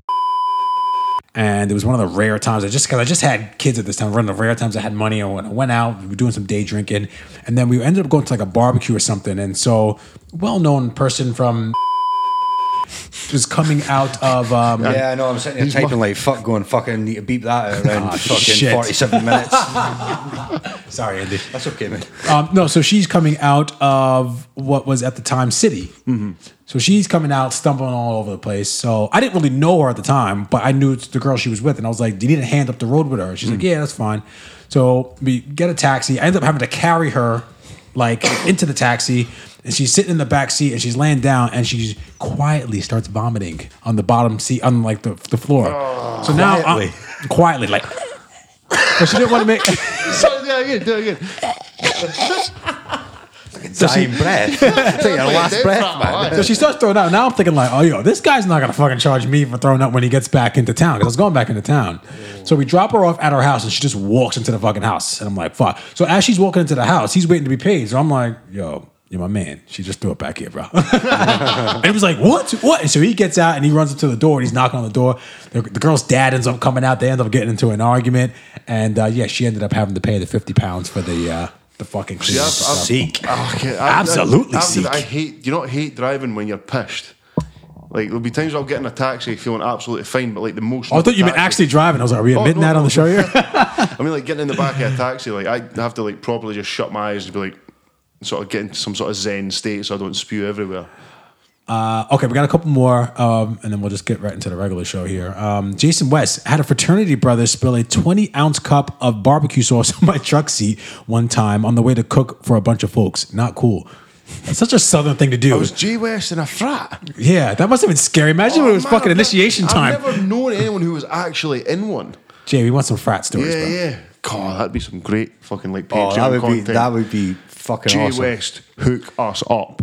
Speaker 5: and it was one of the rare times I just because I just had kids at this time. One of the rare times I had money, and when I went out, we were doing some day drinking, and then we ended up going to like a barbecue or something. And so, well-known person from was coming out of um,
Speaker 2: Yeah, I know. I'm sitting here typing like fuck, going fucking need to beep that out around
Speaker 5: Ah,
Speaker 2: fucking
Speaker 5: shit.
Speaker 2: 47 minutes.
Speaker 5: sorry, Andy.
Speaker 2: That's okay, man.
Speaker 5: Um, no, so she's coming out of what was at the time City. So she's coming out, stumbling all over the place. So I didn't really know her at the time, but I knew it's the girl she was with, and I was like, "Do you need a hand up the road with her?" She's like, "Yeah, that's fine." So we get a taxi. I end up having to carry her like into the taxi, and she's sitting in the back seat, and she's laying down, and she quietly starts vomiting on the bottom seat, on like the, the floor. so now quietly, quietly like. But she didn't want to make.
Speaker 3: so, yeah, yeah, yeah, yeah.
Speaker 2: Dying breath. Take your last
Speaker 3: Dead
Speaker 2: breath,
Speaker 3: from
Speaker 2: man.
Speaker 5: So she starts throwing out. Now I'm thinking like, oh yo, this guy's not gonna fucking charge me for throwing up when he gets back into town. Cause I was going back into town. So we drop her off at her house and she just walks into the fucking house. And I'm like, fuck. So as she's walking into the house, he's waiting to be paid. So I'm like, yo, you're my man. She just threw it back here, bro. and he was like, what? What? And so he gets out and he runs up to the door and he's knocking on the door. The, the girl's dad ends up coming out. They end up getting into an argument. And uh, yeah, she ended up having to pay the 50 pounds for the uh, the fucking cleanup and stuff.
Speaker 2: Seek.
Speaker 3: Oh, okay. I-
Speaker 5: Absolutely
Speaker 3: I, I,
Speaker 5: seek.
Speaker 3: I hate. You not hate driving when you're pisshed. Like there'll be times I'll get in a taxi feeling absolutely fine, but like the most.
Speaker 5: Oh, I thought you meant actually driving. I was like, are we at
Speaker 3: Oh, no,
Speaker 5: midnight on
Speaker 3: no.
Speaker 5: the show here?
Speaker 3: I mean, like getting in the back of a taxi, like I have to like properly just shut my eyes and be like, sort of get into some sort of zen state so I don't spew everywhere.
Speaker 5: Okay, we got a couple more, um, and then we'll just get right into the regular show here. Um, Jason West had a fraternity brother spill a 20 ounce cup of barbecue sauce on my truck seat one time on the way to cook for a bunch of folks. Not cool. That's such a southern thing to do.
Speaker 3: It was Jay West in a frat.
Speaker 5: yeah, that must have been scary. Imagine when it was
Speaker 3: man,
Speaker 5: fucking
Speaker 3: I've never-
Speaker 5: initiation time.
Speaker 3: Oh, I've never known anyone who was actually in one.
Speaker 5: Jay, we want some frat stories,
Speaker 3: Yeah,
Speaker 5: bro.
Speaker 3: yeah. God, that'd be some great fucking like
Speaker 2: Oh,
Speaker 3: Patreon
Speaker 2: that would be
Speaker 3: content.
Speaker 2: that would be fucking
Speaker 3: Jay
Speaker 2: awesome.
Speaker 3: West, hook us up.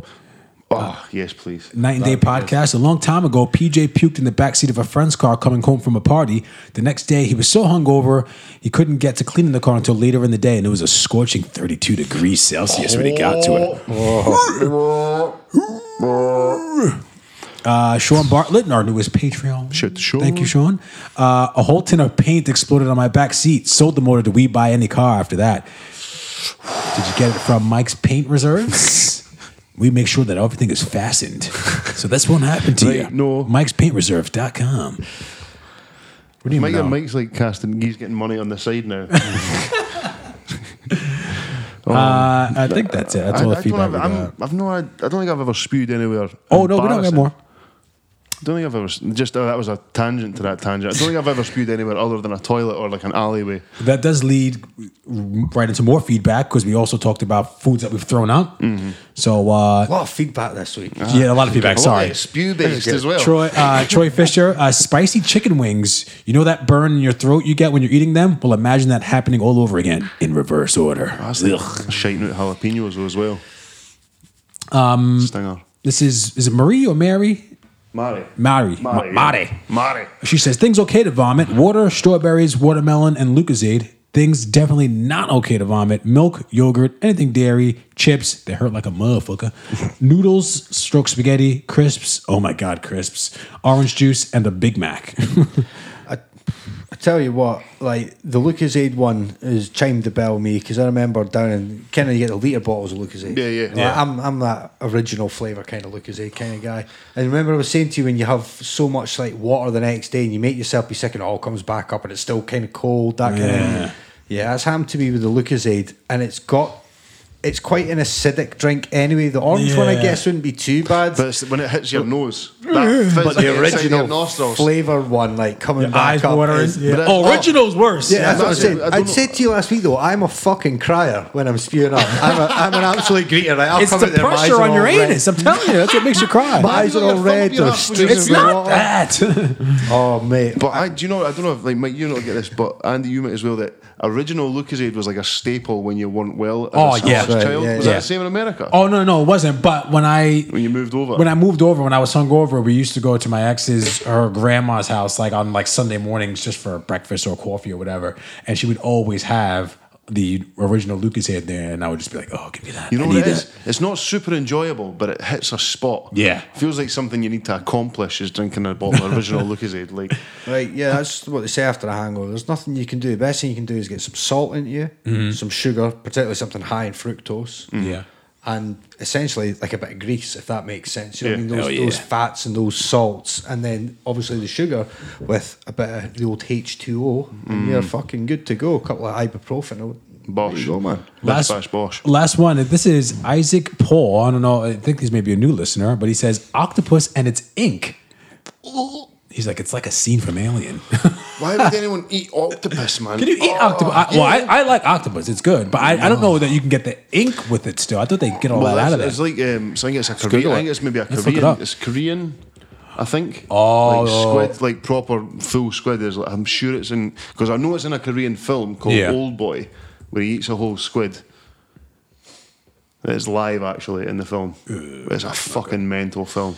Speaker 3: Oh, yes, please.
Speaker 5: Night and Day podcast. A long time ago, PJ puked in the backseat of a friend's car coming home from a party. The next day, he was so hungover, he couldn't get to cleaning the car until later in the day, and it was a scorching 32 degrees
Speaker 3: Oh.
Speaker 5: Celsius when he got to it. Uh, Sean Bartlett, our newest Patreon.
Speaker 3: Shit, Sean.
Speaker 5: Thank you, Sean. Uh, a whole tin of paint exploded on my back seat. Sold the motor to We Buy Any Car after that. Did you get it from Mike's Paint Reserves? we make sure that everything is fastened. So this won't happen to you.
Speaker 3: Right, no.
Speaker 5: Mike's Paint Reserve.com. What do you
Speaker 3: Mike,
Speaker 5: know?
Speaker 3: Mike's like casting. He's getting money on the side now.
Speaker 5: Uh, I think that's it. That's all the feedback we
Speaker 3: don't have,
Speaker 5: got.
Speaker 3: I'm, I've no, I, I don't think I've ever spewed anywhere.
Speaker 5: Oh, no, we don't have
Speaker 3: embarrassing.
Speaker 5: more.
Speaker 3: don't think I've ever s- just uh, that was a tangent to that tangent. I don't think I've ever spewed anywhere other than a toilet or like an alleyway.
Speaker 5: That does lead right into more feedback because we also talked about foods that we've thrown up. So, uh,
Speaker 2: A lot of feedback this week.
Speaker 5: yeah, a lot of feedback.
Speaker 3: Mm-hmm. Well,
Speaker 5: Sorry.
Speaker 3: it's spew based as well.
Speaker 5: Troy, uh, Troy Fisher, uh, spicy chicken wings. You know that burn in your throat you get when you're eating them? Well, imagine that happening all over again in reverse order.
Speaker 3: That's like shiting out jalapenos though as well. Um, Stinger.
Speaker 5: This is, is it Marie or Mary?
Speaker 3: Mari.
Speaker 5: Mari. Ma-
Speaker 3: Mari.
Speaker 5: Mari.
Speaker 3: Mari.
Speaker 5: She says things okay to vomit: water, strawberries, watermelon, and Lucozade. Things definitely not okay to vomit: milk, yogurt, anything dairy, chips. They hurt like a motherfucker. Noodles, stroke spaghetti, crisps. Oh my god, crisps! Orange juice and a Big Mac.
Speaker 2: I tell you what, like the Lucas Aid one is chimed the bell me because I remember down in Kenner you get the liter bottles of Lucas Aid.
Speaker 3: Yeah, yeah.
Speaker 2: Like,
Speaker 3: Yeah.
Speaker 2: I'm I'm that original flavour kind of Lucas Aid kind of guy. And remember I was saying to you when you have so much like water the next day and you make yourself be sick and it all comes back up and it's still kind of cold that kind
Speaker 5: Yeah.
Speaker 2: of. Yeah, that's happened to me with the Lucas Aid and it's got. It's quite an acidic drink anyway. The orange one, I
Speaker 5: Yeah.
Speaker 2: guess, wouldn't be too bad.
Speaker 3: But it's when it hits your nose, that fizz that
Speaker 2: But the
Speaker 3: gets inside your
Speaker 2: original
Speaker 3: nostrils.
Speaker 2: flavour one, like coming
Speaker 5: Your
Speaker 2: back
Speaker 5: eyes
Speaker 2: up,
Speaker 5: watering.
Speaker 2: is-
Speaker 5: Yeah.
Speaker 3: but
Speaker 5: Oh,
Speaker 3: I-
Speaker 5: original's worse.
Speaker 2: Yeah, that's what I'm
Speaker 3: that's it.
Speaker 2: saying.
Speaker 3: I don't
Speaker 2: I
Speaker 3: know.
Speaker 2: said to you last week though, I'm a fucking crier when I'm spewing up. I'm, a, I'm an absolute greeter. Right? I'll
Speaker 5: it's
Speaker 2: come
Speaker 5: the
Speaker 2: out there, my eyes
Speaker 5: pressure
Speaker 2: are
Speaker 5: on your
Speaker 2: all red.
Speaker 5: anus. I'm telling you, that's what makes you cry.
Speaker 2: My eyes are
Speaker 3: Your
Speaker 2: all
Speaker 3: thumb
Speaker 2: red.
Speaker 3: being
Speaker 2: They're
Speaker 3: up when
Speaker 2: streaming
Speaker 3: you're
Speaker 5: it's
Speaker 2: with
Speaker 5: not
Speaker 2: water.
Speaker 5: that.
Speaker 2: Oh mate,
Speaker 3: But I, do you know? I don't know if like Mike, you not get this, but Andy, you might as well. That original Lucasade was like a staple when you weren't well. As
Speaker 5: Oh,
Speaker 3: a
Speaker 5: yeah.
Speaker 3: small
Speaker 2: Right,
Speaker 3: child.
Speaker 2: yeah,
Speaker 3: was
Speaker 5: yeah.
Speaker 3: that the same in America?
Speaker 5: oh no, no, it wasn't. But when I
Speaker 3: When you moved over,
Speaker 5: When I moved over, when I was hungover, we used to go to my ex's, her grandma's house, like on like Sunday mornings, just for breakfast or coffee or whatever. And she would always have the original Lucas head there, and I would just be like, "Oh, give me that."
Speaker 3: You know
Speaker 5: I
Speaker 3: what
Speaker 5: need
Speaker 3: it is?
Speaker 5: that."
Speaker 3: It's not super enjoyable, but it hits a spot.
Speaker 5: Yeah.
Speaker 3: Feels like something you need to accomplish is drinking a bottle of original Lucasade. Like,
Speaker 2: right? Yeah, that's what they say after a hangover. There's nothing you can do. The best thing you can do is get some salt into you, some sugar, particularly something high in fructose.
Speaker 5: Yeah.
Speaker 2: and essentially like a bit of grease, if that makes sense. You know
Speaker 3: Yeah.
Speaker 2: what I mean? Those,
Speaker 5: Oh, yeah.
Speaker 2: those fats and those salts, and then obviously the sugar with a bit of the old H2O,
Speaker 5: Mm.
Speaker 2: and you're fucking good to go. A couple of ibuprofen.
Speaker 3: Bosh.
Speaker 2: There you go, man.
Speaker 3: Last bash Bosh.
Speaker 5: last one. This is Isaac Paul. I don't know. I think he's maybe a new listener, but he says octopus and its ink. He's like, it's like a scene from Alien.
Speaker 3: Why would anyone eat octopus, man? Oh,
Speaker 5: Can you eat octopus? I, well, I, I like octopus. It's good, but I, I don't know that you can get the ink with it still. I thought they get all
Speaker 3: Well,
Speaker 5: that out of
Speaker 3: it's,
Speaker 5: there.
Speaker 3: it's like um, so I think it's a
Speaker 5: Google
Speaker 3: Korean. I
Speaker 5: it.
Speaker 3: think it's maybe a
Speaker 5: Let's look it
Speaker 3: Korean.
Speaker 5: up.
Speaker 3: it's Korean, I think.
Speaker 5: Oh.
Speaker 3: like squid, like proper full squid. Is like, I'm sure it's in because I know it's in a Korean film called
Speaker 5: Yeah.
Speaker 3: Old Boy, where he eats a whole squid. It's live actually in the film.
Speaker 5: Uh,
Speaker 3: it's a fucking mental film.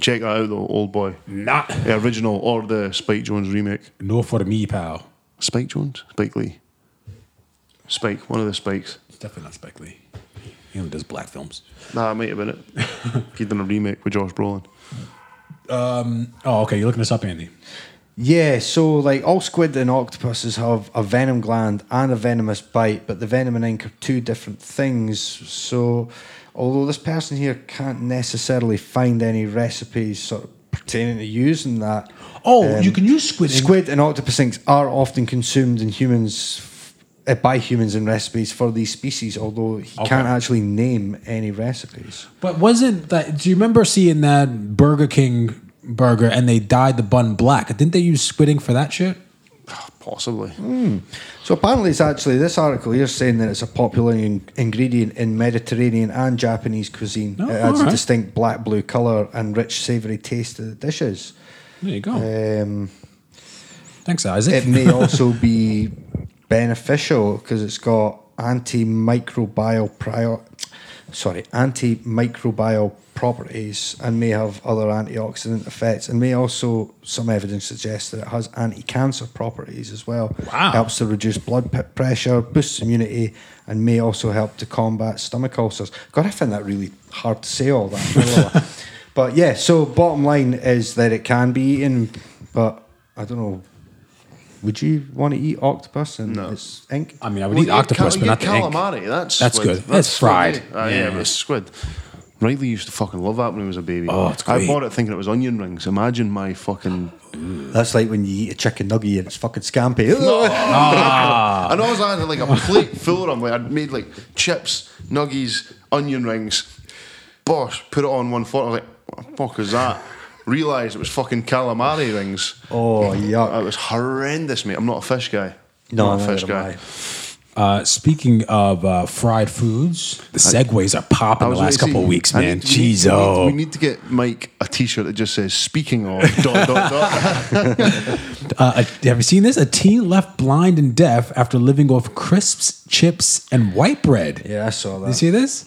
Speaker 3: Check that out though, Old Boy,
Speaker 5: Not
Speaker 3: the original or the Spike Jones remake.
Speaker 5: no for me, pal.
Speaker 3: Spike Jones, Spike Lee, Spike, one of the Spikes.
Speaker 5: It's definitely not Spike Lee. He only does black films.
Speaker 3: Nah, it might have been it. He'd done a remake with Josh Brolin.
Speaker 5: Oh, okay. You're looking this up, Andy.
Speaker 2: Yeah, so like all squid and octopuses have a venom gland and a venomous bite, but the venom and ink are two different things. So, although this person here can't necessarily find any recipes sort of pertaining to using that.
Speaker 5: Oh,
Speaker 2: um,
Speaker 5: you can use squid. ink.
Speaker 2: Squid and octopus inks are often consumed in humans uh, by humans in recipes for these species, although he
Speaker 5: Okay.
Speaker 2: can't actually name any recipes.
Speaker 5: But wasn't that? Do you remember seeing that Burger King burger and they dyed the bun black? Didn't they use squid ink for that shit?
Speaker 3: Possibly.
Speaker 2: So apparently, it's actually this article here saying that it's a popular in- ingredient in Mediterranean and Japanese cuisine.
Speaker 5: Oh,
Speaker 2: it adds
Speaker 5: alright.
Speaker 2: a distinct black blue color and rich savory taste to the dishes.
Speaker 5: There you go.
Speaker 2: Um,
Speaker 5: Thanks, Isaac.
Speaker 2: it may also be beneficial because it's got antimicrobial prior, sorry, antimicrobial properties and may have other antioxidant effects and may also some evidence suggests that it has anti-cancer properties as well.
Speaker 5: Wow.
Speaker 2: Helps to reduce blood p- pressure, boosts immunity, and may also help to combat stomach ulcers. God, I find that really hard to say all that. But yeah, so bottom line is that it can be eaten, but I don't know. Would you want to eat octopus and
Speaker 3: No.
Speaker 2: its ink?
Speaker 5: I mean, I would
Speaker 3: Well,
Speaker 5: eat
Speaker 3: you get
Speaker 5: octopus, but
Speaker 3: cal- you
Speaker 5: not
Speaker 3: get
Speaker 5: the ink.
Speaker 3: calamari. That's
Speaker 5: That's
Speaker 3: squid. Oh,
Speaker 5: good. That's fried.
Speaker 3: Yeah,
Speaker 5: Yeah.
Speaker 3: yeah, but it's squid. Riley used to fucking love that when he was a baby.
Speaker 5: Oh, it's
Speaker 3: I
Speaker 5: great.
Speaker 3: bought it thinking it was onion rings. Imagine my fucking.
Speaker 2: That's like when you eat a chicken nugget and it's fucking scampi.
Speaker 5: Ah.
Speaker 3: And I was had like a plate full of them. Like I'd made like chips, nuggies, onion rings. Bosh, put it on one fork. I was like, what the fuck is that? Realised it was fucking calamari rings.
Speaker 2: Oh,
Speaker 3: It
Speaker 2: yuck.
Speaker 3: was horrendous, mate. I'm not a fish guy.
Speaker 2: No,
Speaker 3: not a fish
Speaker 2: neither am
Speaker 3: guy.
Speaker 2: I.
Speaker 5: Uh, speaking of uh, fried foods, the segways are popping the
Speaker 3: was
Speaker 5: last
Speaker 3: gonna
Speaker 5: couple
Speaker 3: say,
Speaker 5: of weeks,
Speaker 3: I
Speaker 5: man.
Speaker 3: need- we need-
Speaker 5: Jeez,
Speaker 3: we need,
Speaker 5: oh.
Speaker 3: we need to get Mike a T-shirt that just says "Speaking of." dot, dot, dot.
Speaker 5: Uh, a- have you seen this? A teen left blind and deaf after living off crisps, chips, and white bread.
Speaker 2: Yeah, I saw that.
Speaker 5: You see this?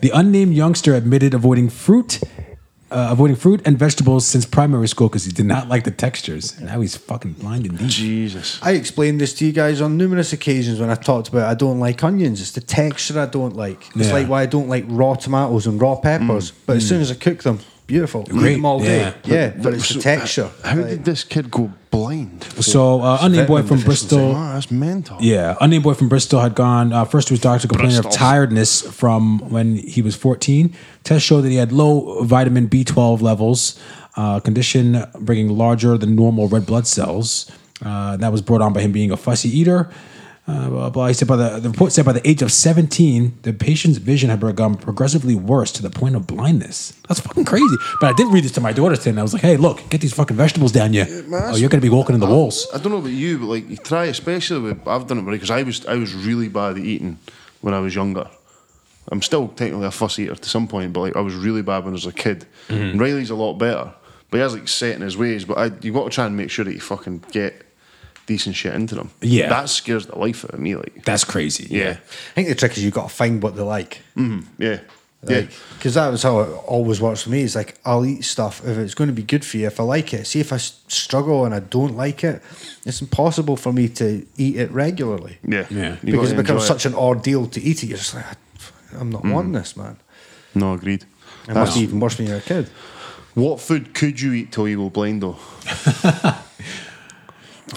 Speaker 5: The unnamed youngster admitted avoiding fruit, uh, avoiding fruit and vegetables since primary school because he did not like the textures. And now he's fucking blind and deaf.
Speaker 3: Jesus.
Speaker 2: I explained this to you guys on numerous occasions when I talked about I don't like onions. It's the texture I don't like. It's
Speaker 5: Yeah.
Speaker 2: like why I don't like raw tomatoes and raw peppers. But as soon as I cook them, beautiful. Eat
Speaker 5: Great,
Speaker 2: them all day.
Speaker 5: yeah.
Speaker 2: Mm. Yeah, but it's the
Speaker 3: So, uh,
Speaker 2: texture.
Speaker 3: How
Speaker 2: Like,
Speaker 3: did this kid go blind?
Speaker 5: So uh, unnamed boy
Speaker 2: vitamin
Speaker 5: from
Speaker 2: deficiency.
Speaker 5: Bristol.
Speaker 3: Ah, that's mental.
Speaker 5: Yeah, unnamed boy from Bristol had gone uh, first to his doctor complaining of
Speaker 3: Bristol.
Speaker 5: tiredness from when he was 14. Tests showed that he had low vitamin B12 levels, uh, condition bringing larger than normal red blood cells. Uh, that was brought on by him being a fussy eater. Uh, blah, blah. He said by the, the report said by the age of 17, the patient's vision had become progressively worse to the point of blindness. That's fucking crazy. But I did read this to my daughter today, and I was like, hey, look, get these fucking vegetables down you.
Speaker 3: man,
Speaker 5: Oh, you're going to be walking in the walls.
Speaker 3: I don't know about you, but like you try, especially with I've done it because I was I was really bad at eating when I was younger. I'm still technically a fuss eater to some point, but like I was really bad when I was a kid.
Speaker 5: Mm-hmm.
Speaker 3: Riley's a lot better, but he has like set in his ways. But I, you got to try and make sure that you fucking get decent shit into them.
Speaker 5: Yeah.
Speaker 3: that scares the life out of me. Like,
Speaker 5: That's crazy.
Speaker 3: yeah,
Speaker 2: I think the trick is you've got to find what they like.
Speaker 3: yeah, yeah.
Speaker 2: Because that was how it always works for me. It's like I'll eat stuff if it's going to be good for you, if I like it. See, if I s- struggle and I don't like it, it's impossible for me to eat it regularly.
Speaker 3: Yeah,
Speaker 5: Yeah.
Speaker 3: You
Speaker 2: because
Speaker 3: gotta
Speaker 2: it
Speaker 3: enjoy
Speaker 2: becomes
Speaker 3: Mm-hmm.
Speaker 2: such an ordeal to eat it. You're just like, "I- I'm not wanting this, man.
Speaker 3: No, agreed.
Speaker 2: It must be even worse when you're a kid.
Speaker 3: What food could you eat till you go blind though?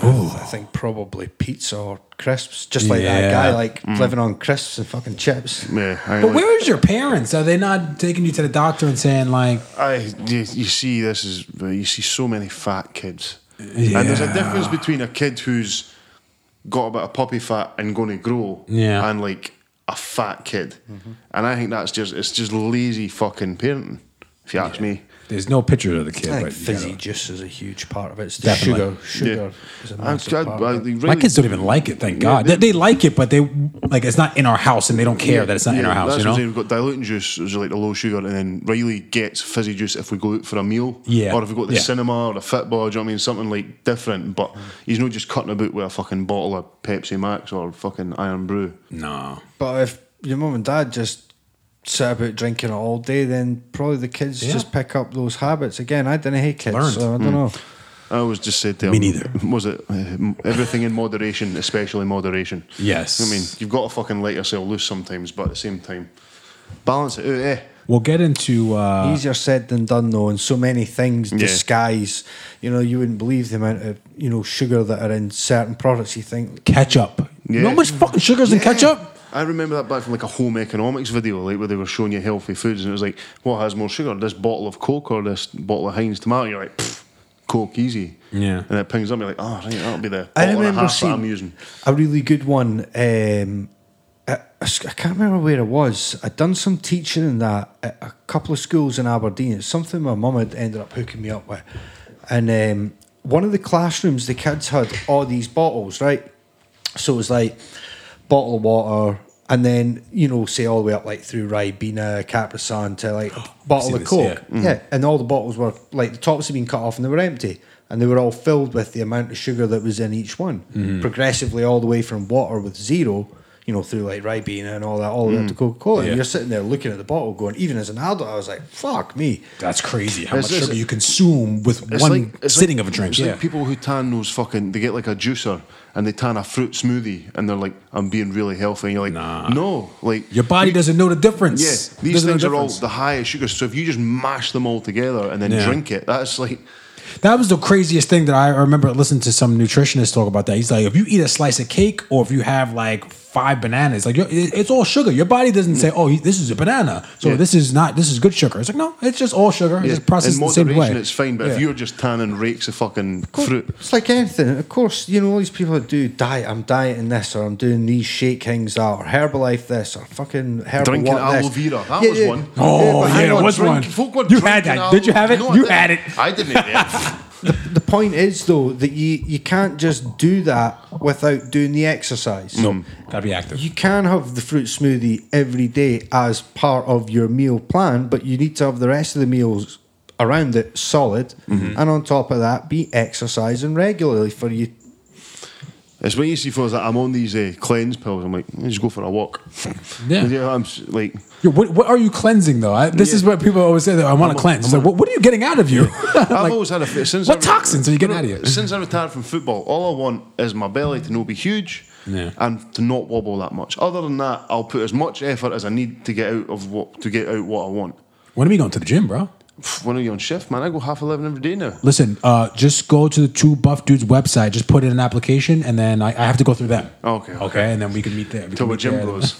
Speaker 5: Oh,
Speaker 2: I think probably pizza or crisps, just like
Speaker 5: Yeah.
Speaker 2: that guy, like
Speaker 3: Mm.
Speaker 2: living on crisps and fucking chips.
Speaker 3: Yeah, I
Speaker 5: But
Speaker 3: like-
Speaker 5: where is your parents? Are they not taking you to the doctor and saying like,
Speaker 3: I you, you see this is uh, you see so many fat kids, and there's a difference between a kid who's got a bit of puppy fat and going to grow,
Speaker 5: Yeah.
Speaker 3: and like a fat kid, and I think that's just it's just lazy fucking parenting, if you ask me.
Speaker 5: there's no picture of the kid?
Speaker 2: I think
Speaker 5: but you
Speaker 2: fizzy
Speaker 5: gotta-
Speaker 2: juice is a huge part of it. It's the
Speaker 5: Definitely.
Speaker 2: sugar. Sugar is a
Speaker 3: I-
Speaker 2: massive
Speaker 3: I-
Speaker 2: part
Speaker 3: I-
Speaker 2: of it.
Speaker 5: My
Speaker 3: really-
Speaker 5: kids don't even like it. Thank God.
Speaker 3: they-
Speaker 5: They, they like it, but they like it's not in our house, and they don't care that it's not in our house.
Speaker 3: That's
Speaker 5: You
Speaker 3: what
Speaker 5: know.
Speaker 3: I'm saying. We've got diluting juice, which is like the low sugar, and then Riley gets fizzy juice if we go out for a meal.
Speaker 5: Yeah.
Speaker 3: Or if we go to the
Speaker 5: Yeah.
Speaker 3: cinema or the fitball, do you know what I mean? Something like different, but he's not just cutting about with a fucking bottle of Pepsi Max or fucking Iron Brew.
Speaker 5: No.
Speaker 2: But if your mum and dad just set about drinking it all day, then probably the kids
Speaker 5: Yeah.
Speaker 2: just pick up those habits. Again, I didn't hate kids,
Speaker 5: Learned.
Speaker 2: so I don't know.
Speaker 3: I always just said to him,
Speaker 5: Me neither.
Speaker 3: Was it uh, m- everything in moderation, especially moderation?
Speaker 5: Yes.
Speaker 3: You know what I mean, you've got to fucking let yourself loose sometimes, but at the same time, balance it out, eh?
Speaker 5: We'll get into. Uh,
Speaker 2: Easier said than done, though, and so many things
Speaker 3: Yeah.
Speaker 2: disguise. You know, you wouldn't believe the amount of you know sugar that are in certain products. You think
Speaker 5: Ketchup. You know how
Speaker 3: Yeah.
Speaker 5: much fucking sugars in ketchup?
Speaker 3: I remember that back from like a home economics video, like where they were showing you healthy foods, and it was like, what has more sugar, this bottle of Coke or this bottle of Heinz tomato? You're like, "Pfft, Coke, easy.
Speaker 5: Yeah.
Speaker 3: And it pings up, you're like, oh, right, that'll be the
Speaker 2: I
Speaker 3: bottle and a
Speaker 2: remember
Speaker 3: half that
Speaker 2: seeing
Speaker 3: I'm using.
Speaker 2: a really good one. Um, I, I s- I can't remember where it was. I'd done some teaching in that at a couple of schools in Aberdeen. It's something my mum had ended up hooking me up with. And um, one of the classrooms, the kids had all these bottles, right? So it was like bottle of water, and then, you know, say all the way up like through Ribena, Capri-Sun to like a bottle
Speaker 5: seen
Speaker 2: of
Speaker 5: this,
Speaker 2: Coke.
Speaker 5: yeah.
Speaker 2: Yeah, and all the bottles were like the tops had been cut off and they were empty, and they were all filled with the amount of sugar that was in each one, progressively all the way from water with zero you know, through like Ribena and all that, all the way up to Coca Cola.
Speaker 5: Yeah.
Speaker 2: And you're sitting there looking at the bottle, going, even as an adult, I was like, fuck me.
Speaker 5: That's crazy how
Speaker 3: It's-
Speaker 5: much
Speaker 3: it's-
Speaker 5: sugar you consume with
Speaker 3: It's
Speaker 5: one
Speaker 3: like- it's
Speaker 5: sitting
Speaker 3: like-
Speaker 5: of a drink.
Speaker 3: It's
Speaker 5: Yeah.
Speaker 3: like people who tan those fucking, they get like a juicer and they tan a fruit smoothie and they're like, I'm being really healthy. And you're like,
Speaker 5: Nah.
Speaker 3: no. Like,
Speaker 5: Your body
Speaker 3: we-
Speaker 5: doesn't know the difference.
Speaker 3: Yeah,
Speaker 5: It
Speaker 3: these
Speaker 5: doesn't know
Speaker 3: things
Speaker 5: the
Speaker 3: are all
Speaker 5: difference.
Speaker 3: the highest sugars. So if you just mash them all together and then
Speaker 5: Yeah.
Speaker 3: drink it, that's like,
Speaker 5: That was the craziest thing that I remember listening to some nutritionist talk about that. He's like, if you eat a slice of cake or if you have like five bananas, like you're, it- it's all sugar. Your body doesn't say, oh, this is a banana, so
Speaker 3: Yeah.
Speaker 5: this is not this is good sugar. It's like no, it's just all sugar. It's
Speaker 3: yeah,
Speaker 5: just processed
Speaker 3: in
Speaker 5: the same
Speaker 3: moderation,
Speaker 5: way.
Speaker 3: it's fine. But
Speaker 5: Yeah.
Speaker 3: if you're just tanning rakes of fucking fruit,
Speaker 2: It's like anything. Of course, you know, all these people that do diet, I'm dieting this, or I'm doing these shakings that, or Herbalife this, or fucking Herbal
Speaker 3: Drinking
Speaker 2: what
Speaker 3: aloe
Speaker 2: this.
Speaker 3: vera. That was one.
Speaker 5: Oh,
Speaker 2: but
Speaker 5: yeah,
Speaker 2: hang
Speaker 5: it
Speaker 2: on,
Speaker 5: was
Speaker 2: drink-
Speaker 5: one.
Speaker 3: folk were
Speaker 5: You had
Speaker 3: drinking
Speaker 5: that. Did you
Speaker 3: aloe-
Speaker 5: have it?
Speaker 3: No, I
Speaker 5: You
Speaker 3: didn't.
Speaker 5: had it.
Speaker 3: I didn't eat it.
Speaker 2: The point is, though, that you, you can't just do that without doing the exercise.
Speaker 5: Gotta be active.
Speaker 2: You can have the fruit smoothie every day as part of your meal plan, but you need to have the rest of the meals around it solid. And on top of that, be exercising regularly for you.
Speaker 3: It's when you see folks like I'm on these uh, cleanse pills. I'm like, "Let's just go for a walk.
Speaker 5: Yeah.
Speaker 3: I'm s- like,
Speaker 5: Yo, what, what are you cleansing though? I, this
Speaker 3: Yeah.
Speaker 5: is what people always say. That I want to cleanse. It's like, what, what are you getting out of you?
Speaker 3: I've always had a fit since.
Speaker 5: what
Speaker 3: I-
Speaker 5: toxins are you getting
Speaker 3: No,
Speaker 5: out of you?
Speaker 3: Since I retired from football, all I want is my belly to not be huge
Speaker 5: Yeah.
Speaker 3: and to not wobble that much. Other than that, I'll put as much effort as I need to get out of what to get out what I want.
Speaker 5: When are we going to the gym, bro?
Speaker 3: Pff, When are you on shift, man? I go half eleven every day now.
Speaker 5: Listen, uh, just go to the two buff dudes website. Just put in an application, and then I, I have to go through them.
Speaker 3: Okay, okay.
Speaker 5: Okay, and then we can meet there. We
Speaker 3: Till
Speaker 5: can
Speaker 3: my
Speaker 5: meet
Speaker 3: gym
Speaker 5: there.
Speaker 3: blows.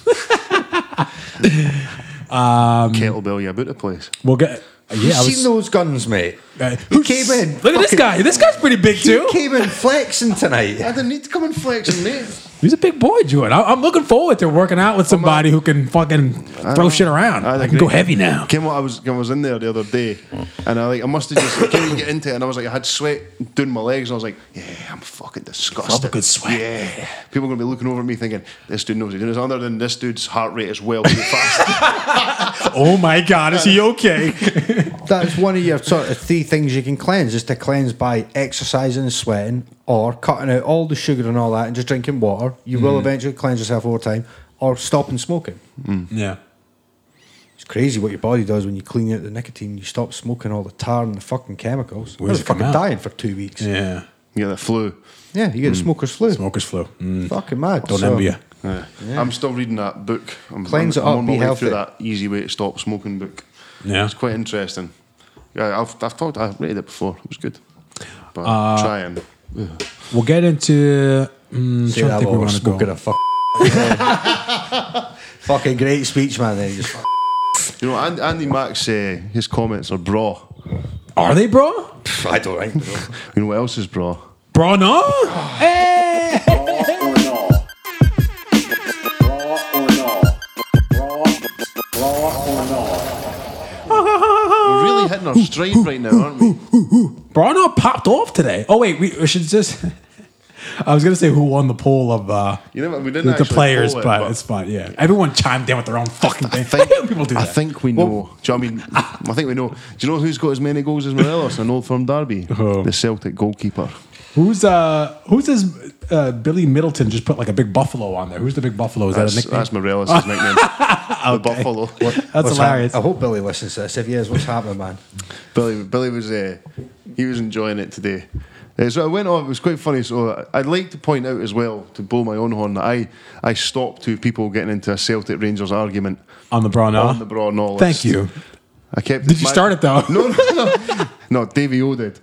Speaker 5: Um,
Speaker 3: Kettlebell, you about the place.
Speaker 5: We'll get. uh,
Speaker 2: you
Speaker 5: yeah, I
Speaker 2: seen
Speaker 5: was,
Speaker 2: those guns, mate?
Speaker 5: uh,
Speaker 2: He came in.
Speaker 5: Look at this
Speaker 2: fucking-
Speaker 5: guy. This guy's pretty big too.
Speaker 2: He came in flexing
Speaker 3: I
Speaker 2: tonight.
Speaker 3: didn't need to come and flex on me.
Speaker 5: He's a big boy, Jordan. I, I'm looking forward to working out with somebody who can fucking throw shit around. I, can
Speaker 3: agree.
Speaker 5: go heavy now.
Speaker 3: Ken, what I was, Ken, I was in there the other day, and I like, I must have just came and get into it, and I was like, I had sweat doing my legs, and I was like, yeah, I'm fucking disgusted.
Speaker 5: Love a good sweat.
Speaker 3: Yeah, people are gonna be looking over at me thinking this dude knows what he's doing. It's other than this dude's heart rate is well too fast.
Speaker 5: Oh my God, is he okay?
Speaker 2: That's one of your sort of three things you can cleanse is to cleanse by exercising and sweating or cutting out all the sugar and all that and just drinking water. You
Speaker 5: Mm.
Speaker 2: will eventually cleanse yourself over time or stopping smoking.
Speaker 5: yeah.
Speaker 2: It's crazy what your body does when you clean out the nicotine. You stop smoking all the tar and the fucking chemicals.
Speaker 5: Where does
Speaker 2: I was
Speaker 5: it come
Speaker 2: fucking
Speaker 5: out?
Speaker 2: dying for two weeks. Yeah,
Speaker 5: Yeah.
Speaker 3: yeah, the flu.
Speaker 2: you get the smoker's flu.
Speaker 5: Smoker's flu. Mm.
Speaker 2: Fucking mad.
Speaker 5: Don't
Speaker 2: So,
Speaker 5: envy you.
Speaker 3: Yeah. I'm still reading that book. I'm,
Speaker 2: Cleanse
Speaker 3: I'm,
Speaker 2: it up,
Speaker 3: I'm on my
Speaker 2: be
Speaker 3: way through
Speaker 2: healthy.
Speaker 3: that easy way to stop smoking book.
Speaker 5: Yeah.
Speaker 3: it's quite interesting. Yeah, I've I've talked, I've read it before. It was good, but
Speaker 5: Uh,
Speaker 3: try and
Speaker 5: We'll get into. Mm,
Speaker 2: Say
Speaker 5: trying to think where
Speaker 2: that while
Speaker 5: we
Speaker 2: we're
Speaker 5: wanna go.
Speaker 2: smoking a fuck. fucking great speech, man. Then just
Speaker 3: you know Andy, Andy Max uh, his comments are bra.
Speaker 5: Are they, bro?
Speaker 2: I don't think.
Speaker 3: You know what else is bra?
Speaker 5: Bro, no. hey.
Speaker 3: We're really hitting our stride right now, aren't we?
Speaker 5: Bruno popped off today. Oh wait, we, we should just. I was gonna say who won the poll of uh,
Speaker 3: You know, we didn't
Speaker 5: the, the
Speaker 3: actually
Speaker 5: players,
Speaker 3: poll it,
Speaker 5: but,
Speaker 3: but-
Speaker 5: it's fine. Yeah, everyone chimed in with their own fucking thing. People do that.
Speaker 3: I think we know. do you know what I mean? I think we know. Do you know who's got as many goals as Morelos in Old Firm Derby?
Speaker 5: Who?
Speaker 3: The Celtic goalkeeper.
Speaker 5: who's uh who's this uh, Billy Middleton just put like a big buffalo on there? Who's the big buffalo? Is
Speaker 3: That's,
Speaker 5: that a nickname?
Speaker 3: that's Morelos' nickname. The Buffalo.
Speaker 5: That's hilarious.
Speaker 2: I hope Billy listens to this. If he is, what's happening, man?
Speaker 3: Billy, Billy was uh, he was enjoying it today. Uh, so I went off. It was quite funny. So I'd like to point out as well to blow my own horn that I I stopped two people getting into a Celtic Rangers argument
Speaker 5: on the Bruno.
Speaker 3: on the Braw knowledge.
Speaker 5: Thank you.
Speaker 3: I kept.
Speaker 5: Did you start it though?
Speaker 3: No, no, no. no, Davey O did.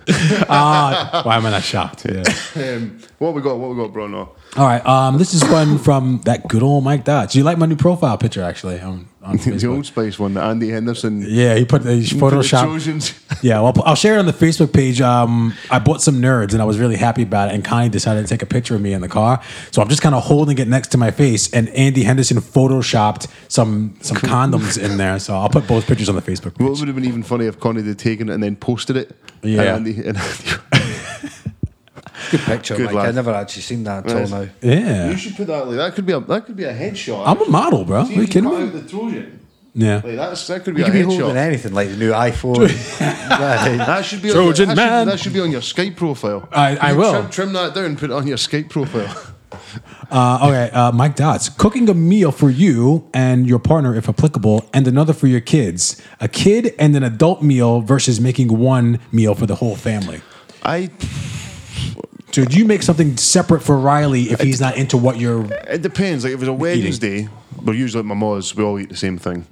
Speaker 5: Ah, why am I not shocked? Yeah.
Speaker 3: Um, what we got? What we got, bro? No.
Speaker 5: All right. Um, this is one from that good old Mike Dodge. You like my new profile picture actually on, on
Speaker 3: The
Speaker 5: Facebook?
Speaker 3: Old Spice one, the Andy Henderson.
Speaker 5: Yeah, he put he
Speaker 3: for the
Speaker 5: photoshopped
Speaker 3: Trojans.
Speaker 5: Yeah, well, I'll share it on the Facebook page. Um, I bought some nerds and I was really happy about it. And Connie decided to take a picture of me in the car, so I'm just kind of holding it next to my face. And Andy Henderson photoshopped some some condoms in there, so I'll put both pictures on the Facebook
Speaker 3: What
Speaker 5: page.
Speaker 3: would have been even funny if Connie had taken it and then posted it?
Speaker 5: Yeah.
Speaker 3: And Andy, and Andy.
Speaker 2: Good picture,
Speaker 3: Good
Speaker 2: Mike.
Speaker 3: lad.
Speaker 2: I've never actually seen that until
Speaker 3: Nice.
Speaker 2: now.
Speaker 5: Yeah,
Speaker 3: you should put that. Like, that could be a that could be a headshot.
Speaker 5: I'm a model, bro.
Speaker 3: See
Speaker 5: Are you
Speaker 3: if you
Speaker 5: kidding
Speaker 3: cut
Speaker 5: me?
Speaker 3: out the Trojan.
Speaker 5: Yeah.
Speaker 3: Like, that's, that could be
Speaker 2: You
Speaker 3: a
Speaker 2: could be
Speaker 3: headshot.
Speaker 2: holding anything like the new iPhone. Right.
Speaker 3: That should be
Speaker 5: Trojan
Speaker 3: on your, that
Speaker 5: man.
Speaker 3: Should, that should be on your Skype profile.
Speaker 5: I- I
Speaker 3: You
Speaker 5: will.
Speaker 3: trim, trim that down and put it on your Skype profile.
Speaker 5: Uh, okay, uh, Mike Dots. Cooking a meal for you and your partner, if applicable, and another for your kids. A kid and an adult meal versus making one meal for the whole family.
Speaker 3: I.
Speaker 5: So do you make something separate for Riley if he's not into what you're?
Speaker 3: It depends. Like if it was a Wednesday, we're usually at my ma's. We all eat the same thing. And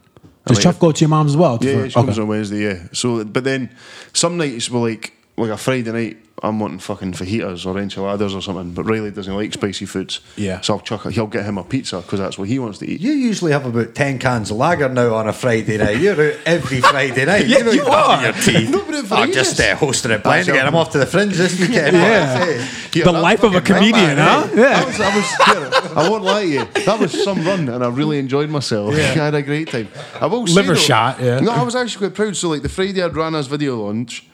Speaker 5: Does
Speaker 3: like,
Speaker 5: Chuff go to your mom's as well?
Speaker 3: Yeah,
Speaker 5: For-
Speaker 3: yeah, she comes
Speaker 5: okay.
Speaker 3: on Wednesday. Yeah. So, but then some nights we're like, like a Friday night, I'm wanting fucking fajitas or enchiladas or something. But Riley doesn't like spicy foods.
Speaker 5: Yeah.
Speaker 3: So I'll chuck. He'll get him a pizza because that's what he wants to eat.
Speaker 2: You usually have about 10 cans of lager now on a Friday night. You're out every Friday night.
Speaker 5: Yeah,
Speaker 2: know
Speaker 5: you are.
Speaker 2: Your tea.
Speaker 3: No, but it
Speaker 2: I'm
Speaker 3: varies.
Speaker 2: just uh, hosting a blind again. I'm off to the fringe this weekend.
Speaker 5: Yeah.
Speaker 3: Yeah,
Speaker 5: the
Speaker 3: that
Speaker 5: life of a
Speaker 3: fucking run,
Speaker 5: comedian,
Speaker 3: man,
Speaker 5: huh? Yeah.
Speaker 3: eh? That was, that was, here, I won't lie to you. That was some run, and I really enjoyed myself. I had a great time. I will say,
Speaker 5: Liver
Speaker 3: though-
Speaker 5: shot, yeah.
Speaker 3: No, I was actually quite proud. So, like the Friday I'd ran his video launch,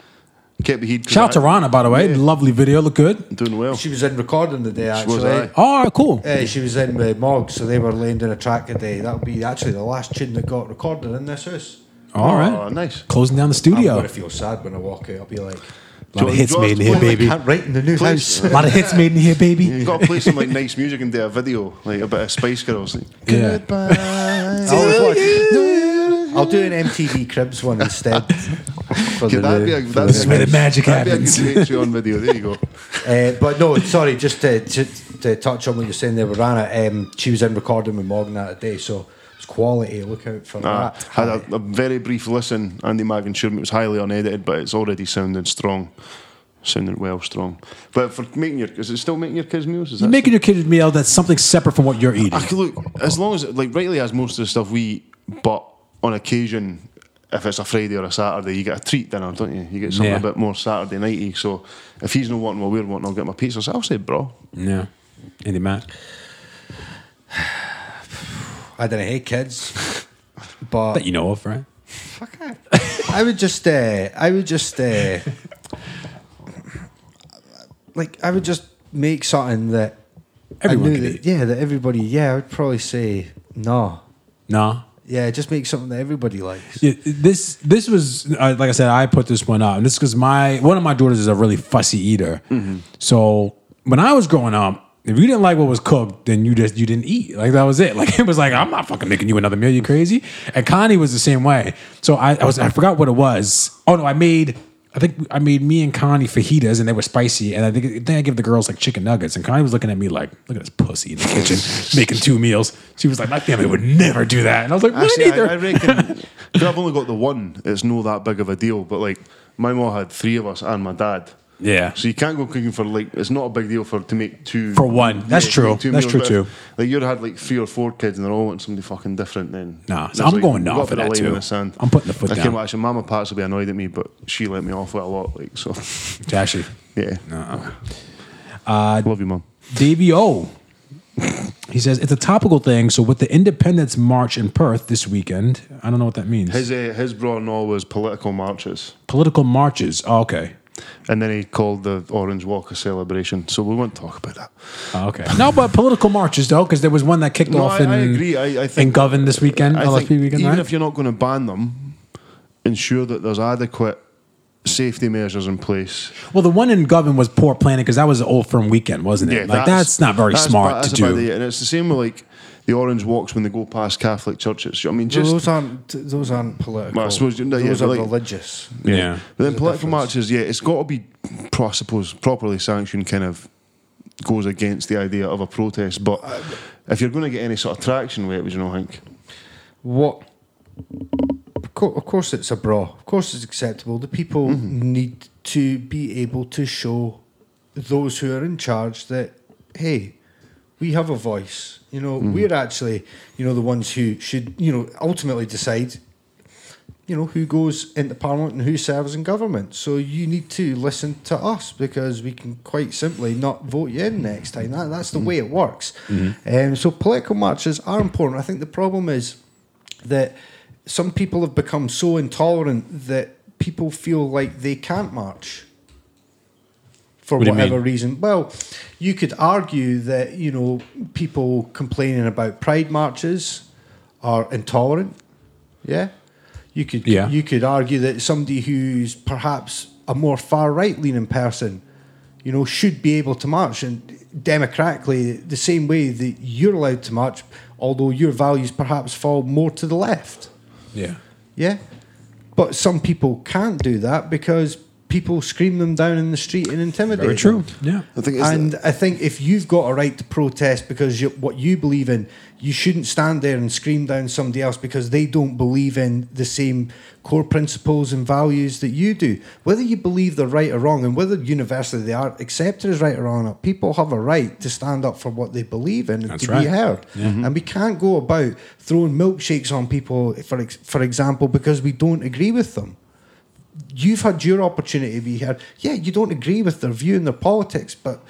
Speaker 3: kept the heat.
Speaker 5: Shout out to Rana, by the way. Lovely video, look good.
Speaker 3: Doing well.
Speaker 2: She was in recording the day, actually.
Speaker 3: was, aye.
Speaker 5: Oh, all right, cool.
Speaker 2: Uh, she was in with Morg, so they were laying down a track today. That'll be actually the last tune that got recorded in this house.
Speaker 5: All right,
Speaker 3: Oh, nice.
Speaker 5: closing down the
Speaker 2: I'm
Speaker 5: studio.
Speaker 2: going to feel sad when I walk out. I'll be like,
Speaker 5: A lot of
Speaker 3: George-
Speaker 5: hits made in here,
Speaker 3: George-
Speaker 5: baby.
Speaker 2: can't write in the new
Speaker 3: Please.
Speaker 2: house.
Speaker 5: A lot of hits made in here,
Speaker 3: You
Speaker 5: baby.
Speaker 3: got to play some like nice music and do a video, like a bit of Spice Girls. Like,
Speaker 5: Yeah.
Speaker 3: Goodbye.
Speaker 2: I always watch- I'll do an MTV Cribs one instead. For
Speaker 3: Okay, that'd be a,
Speaker 2: for
Speaker 3: that'd
Speaker 5: This is where the
Speaker 3: be-
Speaker 5: magic
Speaker 3: that'd
Speaker 5: happens.
Speaker 3: Be a good Patreon video. There you go.
Speaker 2: Uh, but no, sorry, just to, to, to touch on what you're saying there with Rana, um, she was in recording with Morgan that day, so it's quality. Look out for
Speaker 3: Uh,
Speaker 2: that.
Speaker 3: had a, a very brief listen. Andy Magan sure it was highly unedited, but it's already sounding strong, sounding well strong. But for making your, is it still making your kids meals? Is that
Speaker 5: Making your kid a meal that's something separate from what you're eating.
Speaker 3: I could look as long as like rightly has most of the stuff we eat, but on occasion, if it's a Friday or a Saturday, you get a treat dinner, don't you? You get something
Speaker 5: Yeah.
Speaker 3: a bit more Saturday nighty. So if he's not wanting what we're wanting, I'll get my pizza. So I'll say, bro,
Speaker 5: Yeah. Andy Matt.
Speaker 2: I don't hate kids, but
Speaker 5: That you know of, right?
Speaker 2: I would just, uh, I would just, uh, like, I would just make something that I
Speaker 5: Everyone
Speaker 2: knew
Speaker 5: could
Speaker 2: that-
Speaker 5: eat.
Speaker 2: Yeah, that everybody. Yeah, I would probably say no.
Speaker 5: No.
Speaker 2: Yeah, just make something that everybody likes.
Speaker 5: Yeah, this this was uh, like I said, I put this one up, and this because my one of my daughters is a really fussy eater.
Speaker 3: Mm-hmm.
Speaker 5: So when I was growing up, if you didn't like what was cooked, then you just you didn't eat. Like that was it. Like it was like I'm not fucking making you another meal. You crazy? And Connie was the same way. So I, I was I forgot what it was. Oh no, I made. I think I made me and Connie fajitas, and they were spicy. And I think, I think I gave the girls like chicken nuggets. And Connie was looking at me like, "Look at this pussy in the kitchen making two meals." She was like, "My family would never do that." And I was like, "Me
Speaker 3: Actually,
Speaker 5: neither."
Speaker 3: I, I reckon 'cause I've only got the one. It's no that big of a deal. But like my mum had three of us and my dad.
Speaker 5: Yeah.
Speaker 3: So you can't go cooking for like it's not a big deal for to make two
Speaker 5: For one. That's
Speaker 3: to
Speaker 5: true.
Speaker 3: make two
Speaker 5: That's
Speaker 3: meals,
Speaker 5: true
Speaker 3: but
Speaker 5: too.
Speaker 3: Like you'd had like three or four kids and they're all wanting something fucking different. Then
Speaker 5: Nah, so
Speaker 3: That's
Speaker 5: I'm
Speaker 3: like,
Speaker 5: going
Speaker 3: we've
Speaker 5: nah
Speaker 3: got a
Speaker 5: for
Speaker 3: bit of
Speaker 5: that
Speaker 3: line in
Speaker 5: too.
Speaker 3: the sand.
Speaker 5: I'm putting the foot
Speaker 3: I
Speaker 5: down.
Speaker 3: Can, well, actually, Mama Pats will be annoyed at me, but she let me off with a lot. Like so,
Speaker 5: Actually,
Speaker 3: yeah. Love you, mum.
Speaker 5: Davey O. He says it's a topical thing. So with the Independence March in Perth this weekend, I don't know what that means.
Speaker 3: His uh, his bra and all was political marches.
Speaker 5: Political marches. Oh, okay.
Speaker 3: And then he called the Orange Walk a celebration. So we won't talk about that.
Speaker 5: Oh, okay. No, but political marches though, because there was one that kicked
Speaker 3: No,
Speaker 5: off
Speaker 3: I,
Speaker 5: in
Speaker 3: I agree. I, I
Speaker 5: in
Speaker 3: think
Speaker 5: Govan this weekend.
Speaker 3: I
Speaker 5: LSP
Speaker 3: think
Speaker 5: weekend.
Speaker 3: even
Speaker 5: right?
Speaker 3: if you're not going to ban them, ensure that there's adequate safety measures in place.
Speaker 5: well, the one in Govan was poor planning because that was an old firm weekend, wasn't it? like that's, not very
Speaker 3: that's
Speaker 5: smart
Speaker 3: about- that's
Speaker 5: to do.
Speaker 3: about it. and it's the same with like the Orange Walks when they go past Catholic churches. You know what I mean, just
Speaker 2: those aren't those aren't political.
Speaker 3: Well, I suppose you- no, yeah,
Speaker 2: those are
Speaker 3: but like-
Speaker 2: religious.
Speaker 5: yeah.
Speaker 3: But then political marches, yeah, it's got to be, pro- I suppose, properly sanctioned. Kind of goes against the idea of a protest. But if you're going to get any sort of traction with it, would you know, Hank?
Speaker 2: What? Of co- of course, it's a bra. Of course, it's acceptable. The people
Speaker 3: Mm-hmm.
Speaker 2: need to be able to show those who are in charge that hey, we have a voice. You know,
Speaker 3: Mm-hmm.
Speaker 2: we're actually you know the ones who should you know ultimately decide. You know who goes into parliament and who serves in government. So you need to listen to us because we can quite simply not vote you in next time. That, that's
Speaker 5: Mm.
Speaker 2: the way it works.
Speaker 5: Mm-hmm.
Speaker 2: Um, so political marches are important. I think the problem is that some people have become so intolerant that people feel like they can't march for
Speaker 5: What do you
Speaker 2: whatever
Speaker 5: mean?
Speaker 2: reason. Well, you could argue that you know people complaining about pride marches are intolerant. Yeah, you could
Speaker 5: Yeah.
Speaker 2: you could argue that somebody who's perhaps a more far right leaning person you know, should be able to march. And democratically, the same way that you're allowed to march, although your values perhaps fall more to the left.
Speaker 5: Yeah.
Speaker 2: Yeah. But some people can't do that because people scream them down in the street and intimidate
Speaker 5: Very true.
Speaker 2: them.
Speaker 5: Yeah.
Speaker 1: I think it's
Speaker 2: And I think if you've got a right to protest because you, what you believe in, you shouldn't stand there and scream down somebody else because they don't believe in the same core principles and values that you do. Whether you believe they're right or wrong, and whether universally they are accepted as right or wrong, or not, people have a right to stand up for what they believe in and
Speaker 5: That's
Speaker 2: to
Speaker 5: right. Mm-hmm.
Speaker 2: be heard. And we can't go about throwing milkshakes on people, for ex- for example, because we don't agree with them you've had your opportunity to be here. Yeah, you don't agree with their view and their politics, but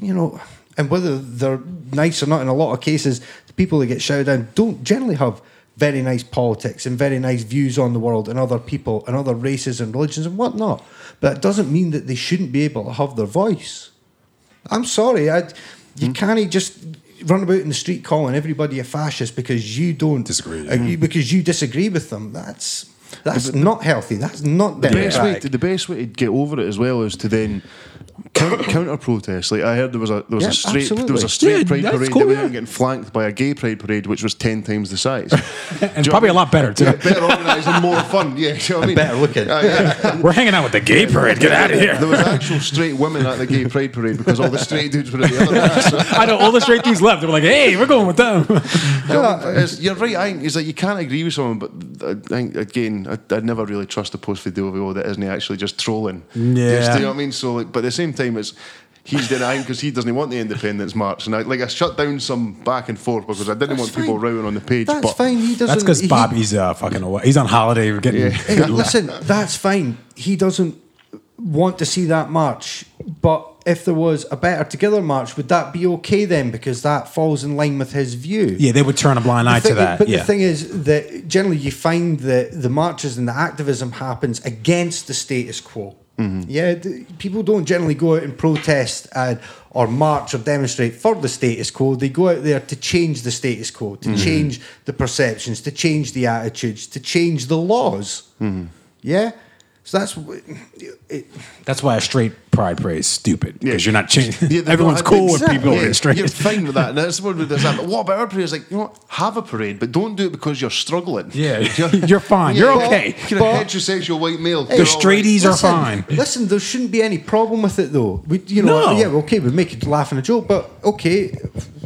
Speaker 2: you know, and whether they're nice or not, in a lot of cases, the people that get shouted down don't generally have very nice politics and very nice views on the world and other people and other races and religions and whatnot. But it doesn't mean that they shouldn't be able to have their voice. I'm sorry, I, you
Speaker 5: Hmm.
Speaker 2: can't just run about in the street calling everybody a fascist because you don't
Speaker 5: Disagree, yeah.
Speaker 3: Mm.
Speaker 2: agree- because you disagree with them. That's that's not healthy. That's not
Speaker 3: The best, way
Speaker 2: democratic.
Speaker 3: to, the best way to get over it as well is to then counter protest. Like I heard there was a there was
Speaker 2: Yeah,
Speaker 3: a straight there was
Speaker 2: absolutely.
Speaker 3: a straight
Speaker 5: Yeah,
Speaker 3: pride
Speaker 5: that's
Speaker 3: parade
Speaker 5: cool,
Speaker 3: that went
Speaker 5: yeah.
Speaker 3: out and getting flanked by a gay pride parade, which was ten times the size.
Speaker 5: And probably a lot better, too.
Speaker 3: Yeah, better organised and more fun. Yeah, do you know what I mean?
Speaker 2: better looking.
Speaker 3: Ah, yeah.
Speaker 5: We're hanging out with the gay parade. Get out of
Speaker 3: There
Speaker 5: here.
Speaker 3: was actual straight women at the gay pride parade because all the straight dudes were at the other end. So,
Speaker 5: I know all the straight dudes left. They were like, hey, we're going with them.
Speaker 3: you know, it's- you're right. I think is that you can't agree with someone, but I think again, I, I'd never really trust the post they do of oh, that isn't actually just trolling.
Speaker 5: Yeah.
Speaker 3: do you know what I mean? So, like, but at the same time, it's. He's denying because he doesn't want the independence march, and I, like I shut down some back and forth because I didn't want
Speaker 2: That's
Speaker 3: people
Speaker 2: fine.
Speaker 3: rowing on the page.
Speaker 2: That's
Speaker 3: but
Speaker 2: fine. He doesn't.
Speaker 5: That's because
Speaker 2: he-
Speaker 5: Bobby's uh, fucking away. He's on holiday. We're getting.
Speaker 2: Hey, listen, that's fine. He doesn't want to see that march. But if there was a better together march, would that be okay then? Because that falls in line with his view.
Speaker 5: Yeah, they would turn a blind
Speaker 2: The
Speaker 5: eye to
Speaker 2: thing-
Speaker 5: that.
Speaker 2: But
Speaker 5: yeah.
Speaker 2: the thing is that generally you find that the marches and the activism happens against the status quo.
Speaker 5: Mm-hmm.
Speaker 2: Yeah, th- people don't generally go out and protest and, or march or demonstrate for the status quo. They go out there to change the status quo, to
Speaker 5: Mm-hmm.
Speaker 2: change the perceptions, to change the attitudes, to change the laws.
Speaker 5: Mm-hmm.
Speaker 2: Yeah, so that's w- it,
Speaker 5: That's why a straight pride parade is stupid because you're not changing.
Speaker 3: Yeah, they
Speaker 5: Everyone's
Speaker 3: don't-
Speaker 5: cool with
Speaker 2: exactly.
Speaker 5: people
Speaker 3: Yeah,
Speaker 5: being straight.
Speaker 3: You're fine with that. And that's what there's that. But what about our parade? It's like, you know what? Have a parade, but don't do it because you're struggling.
Speaker 5: Yeah,
Speaker 3: You know?
Speaker 5: you're fine. You're okay.
Speaker 3: You're a
Speaker 2: But-
Speaker 3: heterosexual white male.
Speaker 5: The straighties are fine.
Speaker 2: Listen, there shouldn't be any problem with it though. We, you know,
Speaker 5: No.
Speaker 2: yeah, okay, we make it laugh and a joke, but okay,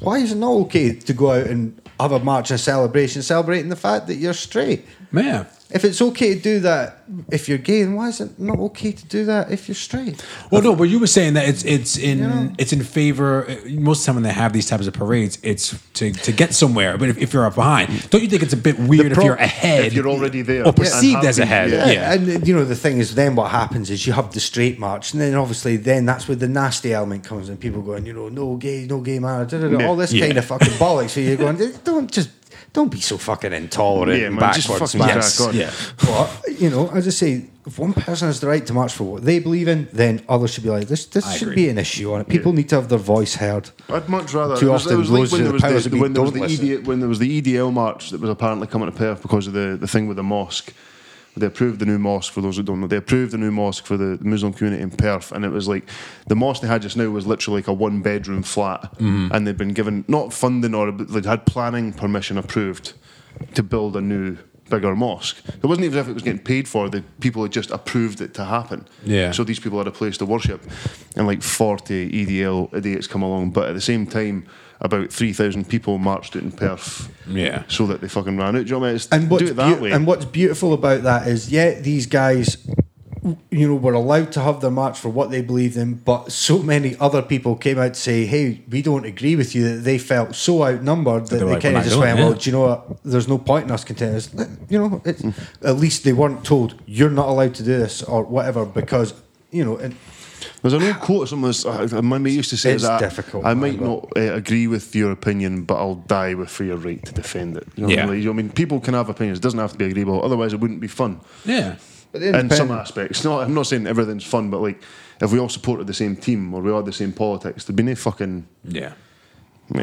Speaker 2: why is it not okay to go out and have a march and celebration celebrating the fact that you're straight?
Speaker 5: Man.
Speaker 2: If it's okay to do that if you're gay, then why is it not okay to do that if you're straight?
Speaker 5: Well, no, but you were saying that it's it's in it's in favor. uh, Most of the time when they have these types of parades, it's to, to get somewhere. But if, if you're behind, don't you think it's a bit weird if
Speaker 2: pro-
Speaker 5: you're ahead,
Speaker 3: If you're already there
Speaker 5: or
Speaker 3: and
Speaker 5: perceived
Speaker 3: happy,
Speaker 5: as ahead?
Speaker 3: yeah.
Speaker 5: Yeah, yeah.
Speaker 2: And uh, you know the thing is, then what happens is you have the straight march, and then obviously then that's where the nasty element comes in. People going, you know, no gay, no gay marriage, da, da, da,
Speaker 3: Yeah.
Speaker 2: all this
Speaker 5: Yeah.
Speaker 2: kind of fucking bollocks. So you're going, don't just, don't be so fucking intolerant
Speaker 3: Yeah,
Speaker 2: and
Speaker 3: man, just
Speaker 2: backwards,
Speaker 3: fucking
Speaker 2: man.
Speaker 3: crack on.
Speaker 5: Yeah.
Speaker 2: But you know, as I say, if one person has the right to march for what they believe in, then others should be like this. This
Speaker 5: I
Speaker 2: should
Speaker 5: agree.
Speaker 2: be an issue on it. People need to have their voice heard.
Speaker 3: I'd much rather.
Speaker 2: Too
Speaker 3: it was,
Speaker 2: often
Speaker 3: it was like
Speaker 2: roses
Speaker 3: when
Speaker 2: are
Speaker 3: there was
Speaker 2: powers
Speaker 3: the,
Speaker 2: that be,
Speaker 3: when there was the
Speaker 2: don't
Speaker 3: ED, when there was the EDL march that was apparently coming to Perth because of the, the thing with the mosque. They approved the new mosque for those who don't know. They approved the new mosque for the Muslim community in Perth, and it was like the mosque they had just now was literally like a one bedroom flat,
Speaker 2: Mm-hmm.
Speaker 3: and they'd been given not funding or but they'd had planning permission approved to build a new bigger mosque. It wasn't even as if it was getting paid for. The people had just approved it to happen.
Speaker 5: Yeah.
Speaker 3: So these people had a place to worship, and like 40 EDL idiots come along. But at the same time, about 3,000 people marched it in Perth.
Speaker 5: Yeah.
Speaker 3: So that they fucking ran out. Do you know what I mean? It's-
Speaker 2: And what's
Speaker 3: do it that
Speaker 2: beau-
Speaker 3: way.
Speaker 2: And what's beautiful about that is, yeah, these guys, you know, were allowed to have their march for what they believed in, but so many other people came out to say, "Hey, we don't agree with you." That they felt so outnumbered that
Speaker 5: they
Speaker 2: they,
Speaker 5: were like,
Speaker 2: kind
Speaker 5: "We're
Speaker 2: of
Speaker 5: not
Speaker 2: just
Speaker 5: doing
Speaker 2: went,
Speaker 5: it."
Speaker 2: "Well, do you know what? There's no point in us contending." It's, You know, it's, at least they weren't told you're not allowed to do this or whatever because you know. And,
Speaker 3: There's an old quote. Someone was, uh, my mate used to say
Speaker 2: It's
Speaker 3: that.
Speaker 2: difficult,
Speaker 3: I
Speaker 2: man,
Speaker 3: might
Speaker 2: but-
Speaker 3: not uh, agree with your opinion, but I'll die with for your right to defend it. You know
Speaker 5: Yeah.
Speaker 3: What I mean? You know what I mean, people can have opinions. It doesn't have to be agreeable. Otherwise, it wouldn't be fun.
Speaker 5: yeah.
Speaker 2: but
Speaker 3: in some
Speaker 2: independent-
Speaker 3: aspects. No, I'm not saying everything's fun, but like if we all supported the same team or we all had the same politics, there'd be no fucking.
Speaker 5: I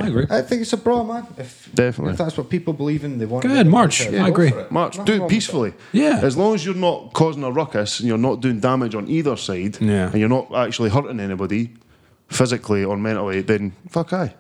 Speaker 5: agree.
Speaker 2: I think it's a bra, man. If,
Speaker 3: Definitely.
Speaker 2: If that's what people believe in, they want.
Speaker 5: Go
Speaker 2: it,
Speaker 5: ahead,
Speaker 2: they want
Speaker 5: march.
Speaker 2: it,
Speaker 5: Yeah, I
Speaker 2: go
Speaker 5: agree.
Speaker 2: for it.
Speaker 3: March,
Speaker 2: Nothing
Speaker 3: do
Speaker 2: wrong
Speaker 3: it
Speaker 2: with
Speaker 3: peacefully.
Speaker 5: Yeah.
Speaker 3: As long as you're not causing a ruckus and you're not doing damage on either side
Speaker 5: Yeah.
Speaker 3: and you're not actually hurting anybody, physically or mentally, then fuck aye.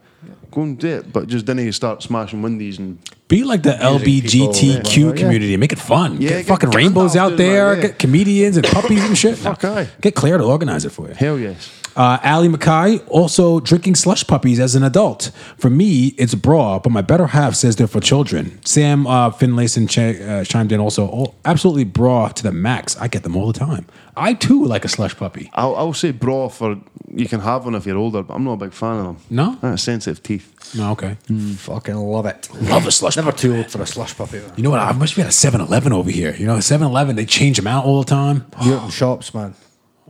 Speaker 3: Go and do it. But just didn't start smashing windies and
Speaker 5: Be like the LBGTQ
Speaker 3: people, yeah.
Speaker 5: community. Make it fun.
Speaker 3: Yeah,
Speaker 5: get,
Speaker 3: get
Speaker 5: fucking
Speaker 3: Gandalf
Speaker 5: rainbows
Speaker 3: doing
Speaker 5: out
Speaker 3: that,
Speaker 5: there.
Speaker 3: yeah.
Speaker 5: Get comedians and puppies and shit.
Speaker 3: Fuck aye.
Speaker 5: Get Claire to organize it for you.
Speaker 3: hell yes.
Speaker 5: Uh, Ali Mackay also drinking slush puppies as an adult. For me, it's bra, but my better half says they're for children. Sam uh, Finlayson ch- uh, chimed in also. Oh, absolutely bra to the max. I get them all the time. I too like a slush puppy.
Speaker 3: I'll, I'll say bra for you can have one if you're older, but I'm not a big fan of them.
Speaker 5: No?
Speaker 3: That's sensitive teeth.
Speaker 5: No, okay.
Speaker 2: Fucking love it.
Speaker 5: Love a slush
Speaker 2: Never
Speaker 5: puppy.
Speaker 2: too old for a slush puppy. man.
Speaker 5: You know what? I must be at a 7 Eleven over here. You know, 7 Eleven, they change them out all the time.
Speaker 2: You're in shops, man.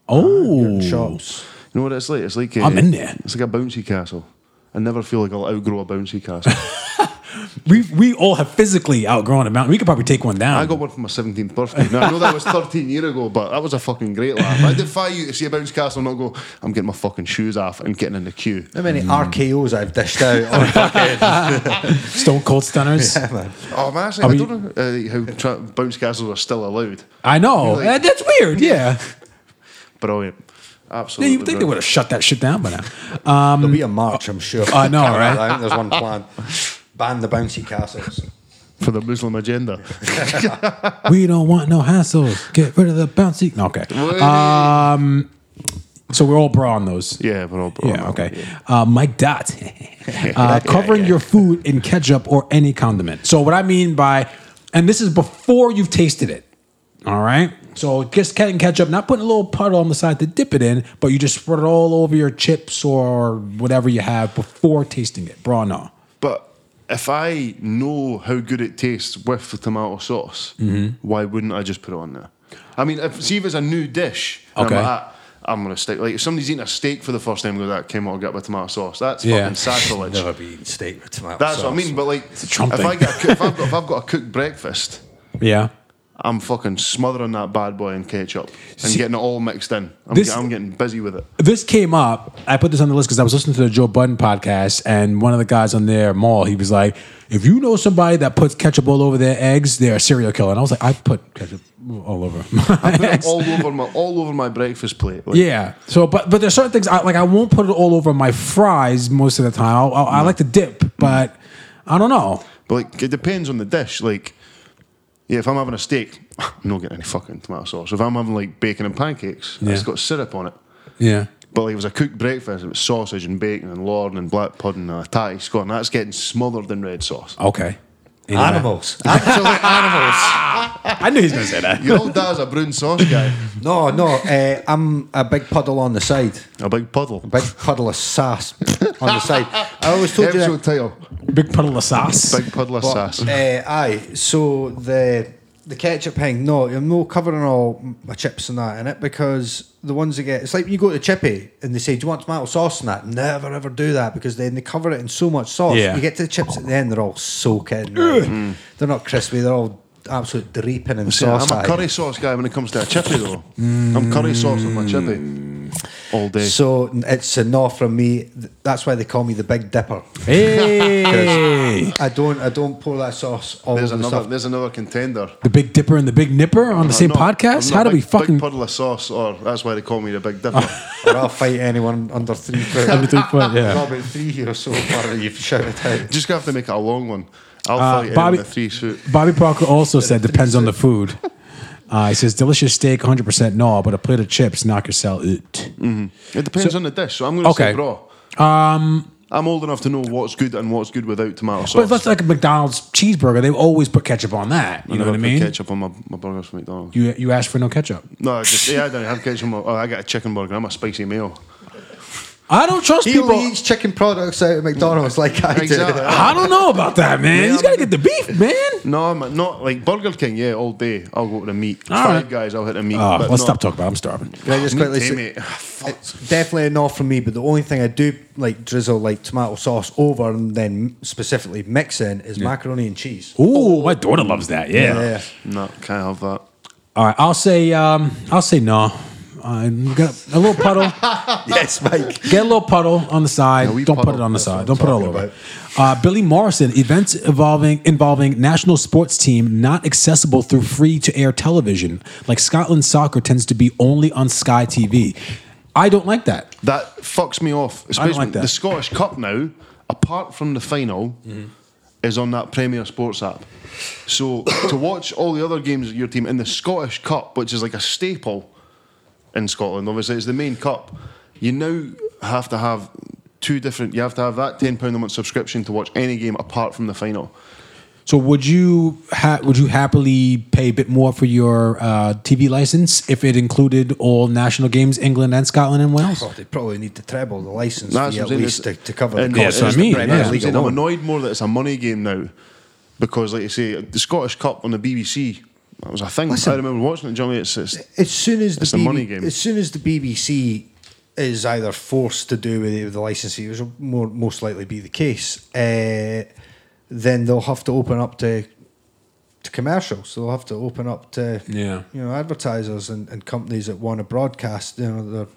Speaker 2: You're
Speaker 5: Oh.
Speaker 2: in shops.
Speaker 3: You know what it's like? It's like a,
Speaker 5: I'm in there.
Speaker 3: It's like a bouncy castle. I never feel like I'll outgrow a bouncy castle.
Speaker 5: We, we all have physically outgrown a mountain. We could probably take one down.
Speaker 3: I got one for my 17th birthday. Now, I know that was 13 year ago, but that was a fucking great laugh. I defy you to see a bounce castle and not go, I'm getting my fucking shoes off and getting in the queue.
Speaker 2: How many
Speaker 5: Mm.
Speaker 2: RKOs I've dished out on fucking.
Speaker 5: Stone Cold Stunners.
Speaker 2: Yeah, man.
Speaker 3: Oh, man, actually,
Speaker 5: Are
Speaker 3: I
Speaker 5: we-
Speaker 3: don't know uh, how tra- bounce castles are still allowed.
Speaker 5: I know.
Speaker 3: Really?
Speaker 5: Uh, That's weird. Yeah.
Speaker 3: Brilliant.
Speaker 5: yeah
Speaker 3: Absolutely.
Speaker 5: you would think they would have shut that shit down by now.
Speaker 2: There'll be a march, I'm sure.
Speaker 5: Um, I know, right?
Speaker 2: I think there's one plan. Ban the bouncy castles.
Speaker 3: For the Muslim agenda.
Speaker 5: we don't want no hassles. Get rid of the bouncy. No, okay. Um, So we're all bra on those.
Speaker 3: yeah, but all,
Speaker 5: Yeah, okay. Uh, Mike Dot. uh, covering
Speaker 3: yeah.
Speaker 5: your food in ketchup or any condiment. So what I mean by, and this is before you've tasted it. All right. So just getting ketchup, not putting a little puddle on the side to dip it in, but you just spread it all over your chips or whatever you have before tasting it. Bra no.
Speaker 3: But if I know how good it tastes with the tomato sauce,
Speaker 5: Mm-hmm.
Speaker 3: why wouldn't I just put it on there? I mean, if, see if it's a new dish. and
Speaker 5: Okay.
Speaker 3: I'm, like, "Ah, I'm gonna stick. Like if somebody's eating a steak for the first time, go that came out and got with tomato sauce. That's
Speaker 5: Yeah.
Speaker 3: fucking sacrilege.
Speaker 2: Never be eating steak with tomato
Speaker 3: That's what I
Speaker 2: sauce.
Speaker 3: mean. But like,
Speaker 5: a Trump
Speaker 3: if I
Speaker 5: thing.
Speaker 3: get a, cook- if, I've got, if I've got a cooked breakfast,
Speaker 5: Yeah.
Speaker 3: I'm fucking smothering that bad boy in ketchup and getting it all mixed in. I'm,
Speaker 5: this-
Speaker 3: get- I'm getting busy with it.
Speaker 5: this came up. I put this on the list because I was listening to the Joe Budden podcast, and one of the guys on there, Maul, he was like, "If you know somebody that puts ketchup all over their eggs, they're a serial killer." And I was like, "I put ketchup all over my
Speaker 3: Put it
Speaker 5: eggs."
Speaker 3: all over my all over my breakfast plate. Like,
Speaker 5: Yeah. So, but but there's certain things I like. I won't put it all over my fries most of the time. I'll, I'll, I like to dip, but I don't know.
Speaker 3: But like, it depends on the dish. Like, yeah, if I'm having a steak, I'm not getting any fucking tomato sauce. If I'm having like bacon and pancakes, it's
Speaker 5: Yeah.
Speaker 3: got syrup on it.
Speaker 5: Yeah.
Speaker 3: But like, it was a cooked breakfast. It was sausage and bacon and lorn and black pudding and a tatty scone. That's getting smothered in red sauce.
Speaker 5: Okay. Anyway.
Speaker 2: Animals.
Speaker 3: Actually, animals.
Speaker 5: I knew he was gonna say that.
Speaker 3: Your old dad's a brown sauce guy.
Speaker 2: No, no. Uh, I'm a big puddle on the side.
Speaker 3: A big puddle.
Speaker 2: Big puddle of sass on the side. I always told you that.
Speaker 3: Episode title:
Speaker 5: Big puddle of sauce.
Speaker 3: Big puddle of
Speaker 2: But,
Speaker 3: sass.
Speaker 2: eh, aye, so the the ketchup thing, no, I'm not covering all my chips and that in it because the ones that get it's like you go to Chippy and they say, Do you want tomato sauce in that? Never ever do that because then they cover it in so much sauce.
Speaker 5: Yeah.
Speaker 2: You get to the chips at the end, they're all soaking. like,
Speaker 3: Mm.
Speaker 2: They're not crispy, they're all absolute dripping in
Speaker 3: See,
Speaker 2: sauce.
Speaker 3: I'm a
Speaker 2: aye.
Speaker 3: curry sauce guy when it comes to a chippy though. I'm curry sauce on my chippy all day.
Speaker 2: Mm. So it's a no from me. Th- That's why they call me the Big Dipper.
Speaker 5: Hey.
Speaker 2: I don't I don't pour that sauce all
Speaker 3: there's
Speaker 2: over the
Speaker 3: another.
Speaker 2: stuff.
Speaker 3: There's another contender.
Speaker 5: the Big Dipper and the Big Nipper on the same
Speaker 3: I'm not-
Speaker 5: podcast.
Speaker 3: I'm not
Speaker 5: How do
Speaker 3: big,
Speaker 5: we fucking Oh.
Speaker 3: big puddle of sauce? Or that's why they call me the Big Dipper.
Speaker 2: or I'll fight anyone under three foot.
Speaker 5: Under three foot, yeah.
Speaker 2: Got about three here so far that you've shouted out.
Speaker 3: Just gonna have to make it a long one. I'll fight
Speaker 5: Uh, Bobby-
Speaker 3: Bobby, in a three suit.
Speaker 5: Bobby Parker also said depends on the food. Uh, he says delicious steak, 100% no, but a plate of chips, knock yourself out.
Speaker 3: Mm. It depends on the dish, so I'm gonna
Speaker 5: Okay.
Speaker 3: say bra. Um, I'm old enough to know what's good and what's good without tomato sauce.
Speaker 5: But that's like a McDonald's cheeseburger. They always put ketchup on that. You know
Speaker 3: never
Speaker 5: what I
Speaker 3: put
Speaker 5: mean?
Speaker 3: Ketchup on my, my burgers from McDonald's.
Speaker 5: You you asked for no ketchup.
Speaker 3: No, I just yeah, I don't have ketchup. on my- Oh, I got a chicken burger. I'm a spicy meal.
Speaker 5: I don't trust
Speaker 2: He
Speaker 5: people.
Speaker 2: only eats chicken products out of McDonald's like I
Speaker 3: Exactly.
Speaker 5: I don't know about that, man.
Speaker 3: Yeah,
Speaker 5: He's got to
Speaker 3: I mean-
Speaker 5: get the beef, man.
Speaker 3: No, I'm not like Burger King. Yeah, all day. I'll go to the meat.
Speaker 5: All
Speaker 3: Five
Speaker 5: right.
Speaker 3: guys, I'll hit the meat.
Speaker 5: Oh,
Speaker 3: but
Speaker 5: let's stop
Speaker 3: not-
Speaker 5: talking about it. I'm starving.
Speaker 2: do. Can I just
Speaker 3: Meat
Speaker 2: quickly
Speaker 3: day,
Speaker 2: say,
Speaker 3: mate. Fuck.
Speaker 2: it's definitely a no from me, but the only thing I do like drizzle like tomato sauce over and then specifically mix in is macaroni and cheese.
Speaker 5: Ooh, my daughter loves that. Yeah.
Speaker 2: Yeah.
Speaker 3: No, can't have that.
Speaker 5: All right, I'll say um, I'll say no. Uh, I'm gonna, a little puddle.
Speaker 2: yes, Mike.
Speaker 5: Get a little puddle on the side.
Speaker 3: we
Speaker 5: Don't put
Speaker 3: puddle.
Speaker 5: it on the
Speaker 3: That's what
Speaker 5: side.
Speaker 3: I'm
Speaker 5: Don't put it all
Speaker 3: talking
Speaker 5: over. Uh, Billy Morrison events involving involving national sports team not accessible through free to air television. Like Scotland soccer tends to be only on Sky TV. I don't like that.
Speaker 3: That fucks me off. Especially
Speaker 5: like that.
Speaker 3: the Scottish Cup now, apart from the final,
Speaker 5: Mm-hmm.
Speaker 3: is on that Premier Sports app. So to watch all the other games of your team in the Scottish Cup, which is like a staple in Scotland, obviously it's the main cup. You now have to have two different. You have to have that ten pound a month subscription to watch any game apart from the final.
Speaker 5: So would you ha- would you happily pay a bit more for your uh, TV license if it included all national games, England and Scotland and Wales?
Speaker 2: Oh, they probably need to treble the license
Speaker 3: That's
Speaker 2: fee
Speaker 3: what
Speaker 2: at
Speaker 3: I'm saying,
Speaker 2: least to,
Speaker 3: it's-
Speaker 2: to cover the
Speaker 3: and
Speaker 2: cost
Speaker 5: that's
Speaker 2: of
Speaker 5: what I
Speaker 2: the
Speaker 5: mean,
Speaker 2: Premier
Speaker 5: yeah.
Speaker 2: League
Speaker 3: I'm
Speaker 2: alone.
Speaker 3: annoyed more that it's a money game now because, like you say, the Scottish Cup on the BBC. That was a thing. I remember watching it, Johnny. It's, it's
Speaker 2: as soon as the,
Speaker 3: It's a
Speaker 2: BB
Speaker 3: money game.
Speaker 2: As soon as the BBC is either forced to do with it with the licensee, which will more most likely be the case, uh, then they'll have to open up to to commercials. They'll have to open up to
Speaker 5: Yeah.
Speaker 2: you know advertisers and, and companies that want to broadcast you know their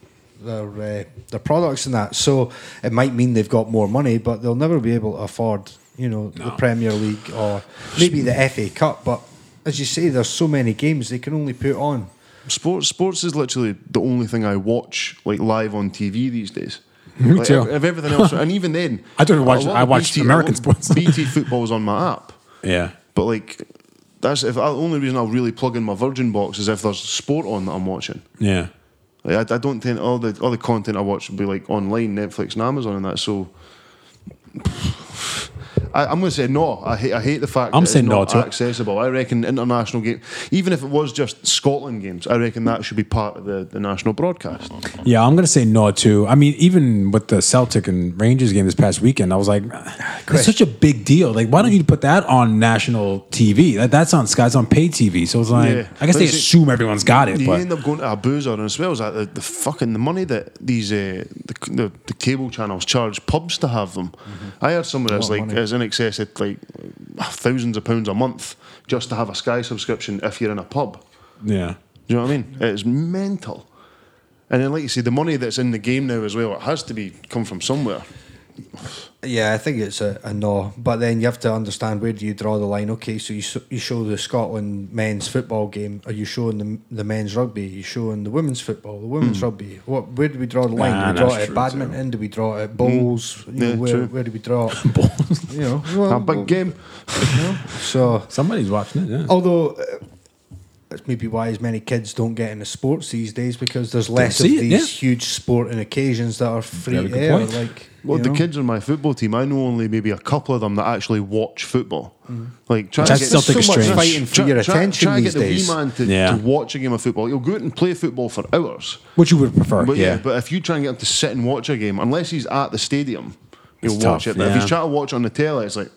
Speaker 2: their uh, their products and that. So it might mean they've got more money, but they'll never be able to afford you know the Premier League or maybe the FA Cup. But as you say, there's so many games they can only put on.
Speaker 3: Sports, sports is literally the only thing I watch like live on TV these days.
Speaker 5: Me
Speaker 3: Like,
Speaker 5: too.
Speaker 3: If, if everything else, and even then,
Speaker 5: I don't
Speaker 3: a
Speaker 5: watch-
Speaker 3: lot
Speaker 5: I
Speaker 3: of
Speaker 5: watch
Speaker 3: BT
Speaker 5: American
Speaker 3: a lot-
Speaker 5: sports.
Speaker 3: BT football's on my app,
Speaker 5: Yeah.
Speaker 3: but like that's if the only reason I'll really plug in my Virgin box is if there's sport on that I'm watching.
Speaker 5: Yeah.
Speaker 3: Like, I, I don't think all the all the content I watch would be like online, Netflix and Amazon and that. So I, I'm going to say no. I hate I hate the fact
Speaker 5: I'm
Speaker 3: that
Speaker 5: saying
Speaker 3: it's
Speaker 5: no
Speaker 3: not
Speaker 5: to it.
Speaker 3: accessible. I reckon international game, even if it was just Scotland games, I reckon that should be part of the, the national broadcast.
Speaker 5: Yeah, I'm gonna say no too. I mean, even with the Celtic and Rangers game this past weekend, I was like, it's such a big deal. Like, why don't you put that on national TV? That, that's on Sky's on pay TV. So it's like,
Speaker 3: Yeah.
Speaker 5: I guess
Speaker 3: But
Speaker 5: they
Speaker 3: it's-
Speaker 5: assume everyone's got it.
Speaker 3: You
Speaker 5: But
Speaker 3: end up going to a boozer, and as well as that, the, the fucking the money that these uh, the, the the cable channels charge pubs to have them.
Speaker 5: Mm-hmm.
Speaker 3: I heard somewhere that's
Speaker 2: lot of
Speaker 3: like
Speaker 2: money.
Speaker 3: is in excess of like thousands of pounds a month just to have a Sky subscription if you're in a pub.
Speaker 5: yeah,
Speaker 3: Do you know what I mean? It's mental. And then, like you say, the money that's in the game now as well, it has to be come from somewhere.
Speaker 2: Yeah, I think it's a, a no. But then you have to understand where do you draw the line? Okay, so you s you show the Scotland men's football game. Are you showing the the men's rugby? Are you showing the women's football? The women's rugby? What? Where do we draw the line?
Speaker 5: Hmm. Nah,
Speaker 2: do we draw
Speaker 5: that's
Speaker 2: it at
Speaker 5: true, Hmm.
Speaker 2: badminton? Do we draw it at bowls? You know,
Speaker 3: Yeah,
Speaker 2: where,
Speaker 3: true.
Speaker 2: where do we draw? bowls. You know, well,
Speaker 3: a big game.
Speaker 2: you know, so
Speaker 5: somebody's watching it. Yeah.
Speaker 3: Oh.
Speaker 2: although. Uh, that's maybe why as many kids don't get into sports these days because there's less of
Speaker 5: see it,
Speaker 2: these
Speaker 5: yeah.
Speaker 2: huge sporting occasions that are free
Speaker 5: Very
Speaker 2: to
Speaker 5: good
Speaker 2: air.
Speaker 5: point.
Speaker 2: Like,
Speaker 3: Well,
Speaker 2: you
Speaker 3: the
Speaker 2: know.
Speaker 3: kids on my football team, I know only maybe a couple of them that actually watch football. Like, try
Speaker 5: That's
Speaker 3: to get
Speaker 5: Celtic
Speaker 2: There's so much
Speaker 5: strange.
Speaker 2: fighting for
Speaker 3: try,
Speaker 2: your
Speaker 3: try-
Speaker 2: attention
Speaker 3: try to
Speaker 2: these
Speaker 3: get
Speaker 2: days.
Speaker 3: the wee man to,
Speaker 5: Yeah.
Speaker 3: to watch a game of football. He'll go out and play football for hours.
Speaker 5: Which you would prefer.
Speaker 3: But
Speaker 5: yeah.
Speaker 3: but if you try and get him to sit and watch a game, unless he's at the stadium, he'll
Speaker 5: It's
Speaker 3: watch
Speaker 5: tough,
Speaker 3: it. But if
Speaker 5: yeah.
Speaker 3: he's trying to watch on the telly, it's like,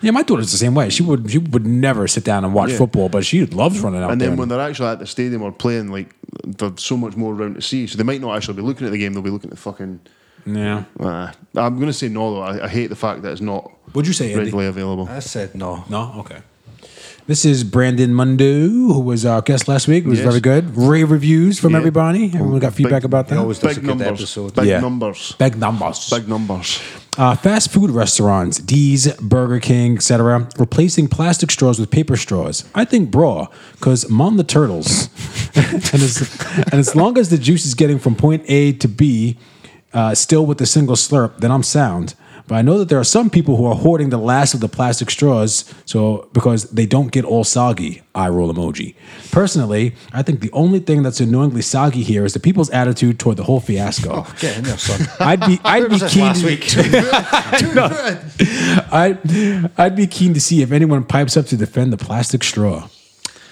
Speaker 5: yeah, my daughter's the same way. She would she would never sit down and watch
Speaker 3: Yeah.
Speaker 5: football, but she loves running out
Speaker 3: And
Speaker 5: there.
Speaker 3: then when they're actually at the stadium or playing, like they're so much more around to see, so they might not actually be looking at the game. They'll be looking at fucking.
Speaker 5: yeah.
Speaker 3: Uh, I'm going to say no though. I, I hate the fact that it's not
Speaker 5: What'd you say, Andy? Uh,
Speaker 3: readily available.
Speaker 2: I said no.
Speaker 5: No? Okay. This is Brandon Mundu, who was our guest last week. It was
Speaker 3: Yes.
Speaker 5: very good. Rave reviews from
Speaker 3: Yeah.
Speaker 5: everybody. Everyone got feedback about
Speaker 2: He
Speaker 5: that.
Speaker 2: always does a
Speaker 3: Big
Speaker 2: good
Speaker 3: numbers,
Speaker 2: episode.
Speaker 3: big
Speaker 5: Yeah.
Speaker 3: numbers,
Speaker 5: Big numbers.
Speaker 3: big numbers.
Speaker 5: Uh, fast food restaurants, D's, Burger King, etc., replacing plastic straws with paper straws. I think bra, because mom the turtles. and, as, and as long as the juice is getting from point A to B, uh, still with a single slurp, then I'm sound. But I know that there are some people who are hoarding the last of the plastic straws, so because they don't get all soggy. Eye roll emoji. Personally, I think the only thing that's annoyingly soggy here is the people's attitude toward the whole fiasco.
Speaker 2: Oh, get in there, son.
Speaker 5: I'd be, I'd
Speaker 2: Where
Speaker 5: be
Speaker 2: was this
Speaker 5: keen
Speaker 2: last
Speaker 5: to-
Speaker 2: week?
Speaker 5: I'd, I'd be keen to see if anyone pipes up to defend the plastic straw.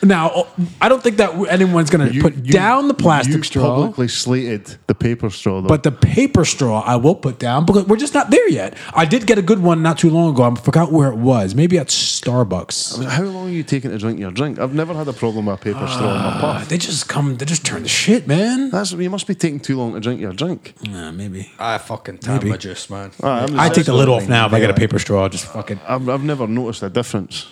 Speaker 5: Now, I don't think that anyone's going to
Speaker 3: You-
Speaker 5: put
Speaker 3: you-
Speaker 5: down the plastic
Speaker 3: you
Speaker 5: straw,
Speaker 3: Publicly slated the paper straw though.
Speaker 5: but the paper straw I will put down because we're just not there yet. I did get a good one not too long ago. I forgot where it was. Maybe at Starbucks.
Speaker 3: how long are you taking to drink your drink? I've never had a problem with a paper straw in my
Speaker 5: Uh,
Speaker 3: puff.
Speaker 5: They just come, they just turn to shit, man.
Speaker 3: That's you must be taking too long to drink your drink.
Speaker 5: Nah, maybe.
Speaker 2: I fucking tap
Speaker 5: Maybe.
Speaker 2: my juice, man.
Speaker 3: Aye, I'm the
Speaker 5: I take the
Speaker 3: same.
Speaker 5: lid off now if I get a paper straw. Just fucking.
Speaker 3: I've, I've never noticed a difference.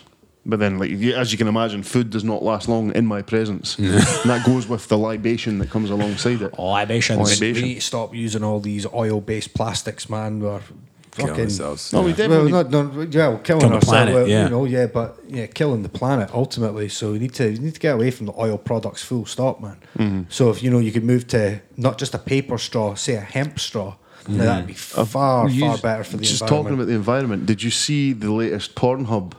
Speaker 3: But then, like you- as you can imagine, food does not last long in my presence, and that goes with the libation that comes alongside it.
Speaker 5: Libations.
Speaker 3: Libation.
Speaker 2: We need to stop using all these oil-based plastics, man. We're
Speaker 1: killing
Speaker 2: Fucking-
Speaker 1: ourselves.
Speaker 3: No, we
Speaker 1: Yeah.
Speaker 3: did.
Speaker 2: Well,
Speaker 3: Definitely-
Speaker 2: not, not yeah, well, killing
Speaker 5: Kill the
Speaker 2: ourselves.
Speaker 5: planet,
Speaker 2: well,
Speaker 5: yeah.
Speaker 2: You know, yeah, but yeah, killing the planet ultimately. So we need to we need to get away from the oil products, full stop, man.
Speaker 3: Mm-hmm.
Speaker 2: So if you know you could move to not just a paper straw, say a hemp straw, now that'd be far far
Speaker 3: You just-
Speaker 2: better for the
Speaker 3: Mm-hmm. Oh. Just talking
Speaker 2: environment.
Speaker 3: about the environment, did you see the latest Pornhub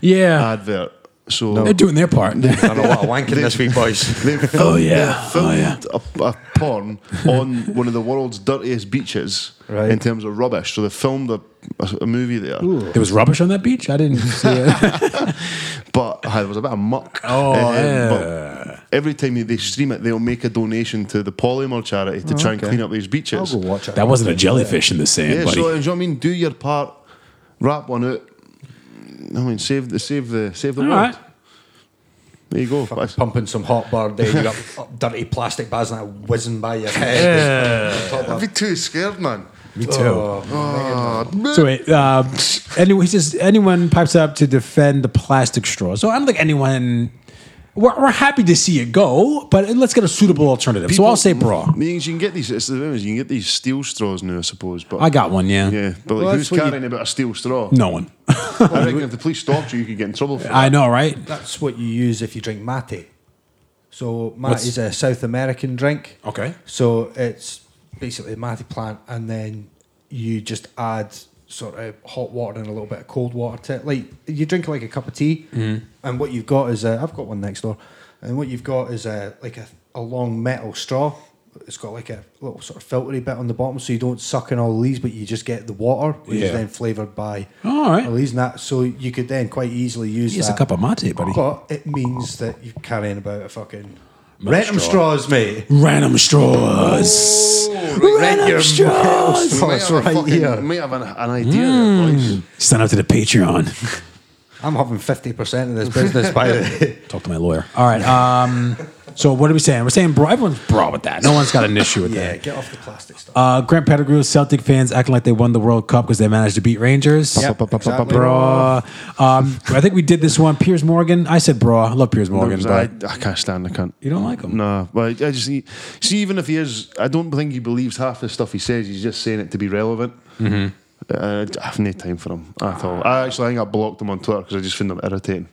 Speaker 5: Yeah.
Speaker 3: advert? So
Speaker 5: They're doing their part.
Speaker 2: Done a lot of wanking this week, boys.
Speaker 3: They filmed,
Speaker 5: Oh, yeah.
Speaker 3: they
Speaker 5: Oh, yeah.
Speaker 3: filmed A, a porn on one of the world's dirtiest beaches
Speaker 2: Right.
Speaker 3: in terms of rubbish. So they filmed a, a, a movie there,
Speaker 5: there was rubbish on that beach. I didn't see it.
Speaker 3: but uh, there was a bit of muck. Um,
Speaker 5: Oh,
Speaker 3: but every time they- they stream it, they'll make a donation to the Polymer charity to try and clean up these beaches.
Speaker 2: I'll go watch it.
Speaker 5: that wasn't a jellyfish in the sand,
Speaker 3: Yeah,
Speaker 5: buddy.
Speaker 3: so you know what I mean. Do your part. Wrap one out. I mean, save the save the save the
Speaker 5: All
Speaker 3: world.
Speaker 5: right.
Speaker 3: There you go.
Speaker 2: Fucking
Speaker 3: That's-
Speaker 2: pumping some hot bar there. You got dirty plastic bags and that whizzing by your head.
Speaker 3: I'd be too scared, man.
Speaker 5: Me too.
Speaker 2: Oh.
Speaker 3: Ah,
Speaker 5: Oh. So wait, uh, anyway, he says anyone pipes up to defend the plastic straw. So I don't think anyone. We're, we're happy to see it go, but let's get a suitable alternative. so I'll say bra.
Speaker 3: I mean, you can get these. It's the thing is, you can get these steel straws now, I suppose. But
Speaker 5: I got one, yeah.
Speaker 3: yeah, but like,
Speaker 2: Well,
Speaker 3: who's
Speaker 2: that's what you-
Speaker 3: carrying about a steel straw?
Speaker 5: No one.
Speaker 3: I reckon if the police stopped you, you could get in trouble. For
Speaker 5: I know, right?
Speaker 2: That's what you use if you drink mate. So mate
Speaker 5: What's-
Speaker 2: is a South American drink.
Speaker 5: Okay.
Speaker 2: So it's basically a mate plant, and then you just add sort of hot water and a little bit of cold water to it. Like you drink like a cup of tea,
Speaker 5: Mm-hmm.
Speaker 2: and what you've got is a, I've got one next door, and what you've got is a like a, a long metal straw. It's got like a little sort of filtery bit on the bottom, so you don't suck in all these, but you just get the water, which
Speaker 5: Yeah. Oh,
Speaker 2: is then flavored by
Speaker 5: All right.
Speaker 2: all these and that. So you could then quite easily use
Speaker 5: Here's a
Speaker 2: that.
Speaker 5: cup of mate, buddy.
Speaker 2: But it means that you're carrying about a fucking
Speaker 5: Metal
Speaker 2: random
Speaker 5: straw.
Speaker 2: straws, mate.
Speaker 5: Random straws. Random straws.
Speaker 2: Oh, it's
Speaker 3: have a
Speaker 2: right
Speaker 3: fucking-
Speaker 2: here.
Speaker 3: might have an, an idea.
Speaker 5: Hmm.
Speaker 3: there, boys.
Speaker 5: Sign up to the Patreon.
Speaker 2: I'm having fifty percent of this business by the
Speaker 5: Talk to my lawyer. All right. Um, so what are we saying? We're saying bra. Everyone's bra with that. No one's got an issue with that.
Speaker 2: yeah. Get off the plastic stuff.
Speaker 5: Uh, Grant Pettigrew, Celtic fans acting like they won the World Cup because they managed to beat Rangers.
Speaker 2: Yep, exactly.
Speaker 5: Bra. Um, I think we did this one. Piers Morgan. I said bra. I love Piers Morgan,
Speaker 3: I,
Speaker 5: but
Speaker 3: I can't stand the cunt.
Speaker 5: you don't like him.
Speaker 3: Nah, but I just see, see, even if he is, I don't think he believes half the stuff he says. He's just saying it to be relevant. Mm-hmm. Uh, I have no time for him at all. I actually think I blocked him on Twitter because I just found him irritating.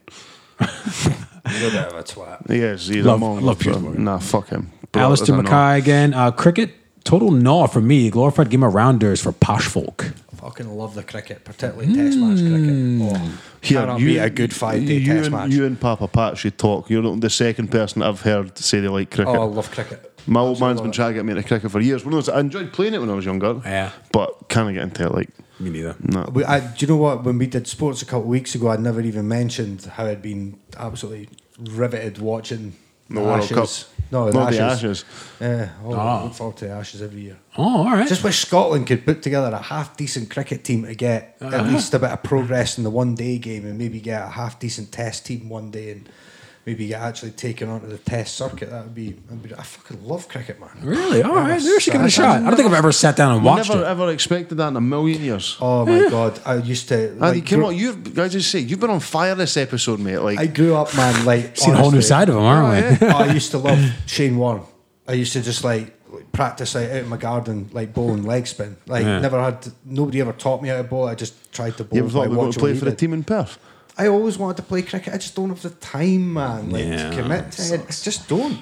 Speaker 2: You're a bit of a twat.
Speaker 3: He is. He's
Speaker 5: Love-
Speaker 3: a mongrel,
Speaker 5: love
Speaker 3: but-
Speaker 5: Piers Morgan.
Speaker 3: Nah, fuck him. Bro,
Speaker 5: Alistair
Speaker 3: that's a no.
Speaker 5: Mackay again. Uh, cricket. Total gnaw for me. Glorified game of rounders for posh folk.
Speaker 2: Fucking love the cricket, particularly
Speaker 5: Mm.
Speaker 2: Test match cricket. Oh,
Speaker 3: Here,
Speaker 2: cannot be a good five day
Speaker 3: you
Speaker 2: Test
Speaker 3: and,
Speaker 2: match.
Speaker 3: You and Papa Pat should talk. You're not the second person I've heard say they like cricket.
Speaker 2: oh, I love cricket.
Speaker 3: My old man's
Speaker 2: Absolutely
Speaker 3: been
Speaker 2: love
Speaker 3: trying to get me into cricket for years. Well, no, I enjoyed playing it when I was younger.
Speaker 5: Yeah.
Speaker 3: But can I get into it? Like,
Speaker 5: Me neither.
Speaker 2: it. We, I, do you know what? When we did sports a couple of weeks ago, I'd never even mentioned how I'd been absolutely riveted watching
Speaker 3: The World
Speaker 2: Ashes.
Speaker 3: Cup.
Speaker 2: No, the
Speaker 3: Not the Ashes.
Speaker 2: Ashes. Yeah, oh,
Speaker 5: Ah.
Speaker 2: I look forward to the Ashes every year.
Speaker 5: Oh, all right.
Speaker 2: Just wish Scotland could put together a half decent cricket team to get
Speaker 5: Uh-huh.
Speaker 2: at least a bit of progress in the one day game and maybe get a half decent test team one day and maybe get actually taken onto the test circuit. That would be, that'd be I fucking love cricket, man.
Speaker 5: really? All right. Maybe I should give it
Speaker 2: I-
Speaker 5: a shot. I don't think I've ever sat down and watched
Speaker 3: never
Speaker 5: it.
Speaker 3: ever expected that in a million years.
Speaker 2: Oh my god, I used to.
Speaker 3: Andy,
Speaker 2: Like,
Speaker 3: come
Speaker 2: gro-
Speaker 3: on, you guys just say you've been on fire this episode, mate. Like,
Speaker 2: I grew up, man. Like
Speaker 5: Seen a whole new
Speaker 2: honestly.
Speaker 5: side of him, aren't we?
Speaker 2: I used to love Shane Warne. I used to just like practice like, out in my garden, like bowling leg spin. Like
Speaker 5: Yeah.
Speaker 2: never had nobody ever taught me how to bowl. I just tried to bowl.
Speaker 3: you ever
Speaker 2: by
Speaker 3: thought we were going to
Speaker 2: watching
Speaker 3: play
Speaker 2: what
Speaker 3: for
Speaker 2: he
Speaker 3: the
Speaker 2: did.
Speaker 3: team in Perth?
Speaker 2: I always wanted to play cricket. I just don't have the time, man. Like
Speaker 5: Yeah,
Speaker 2: to commit to it. I just don't.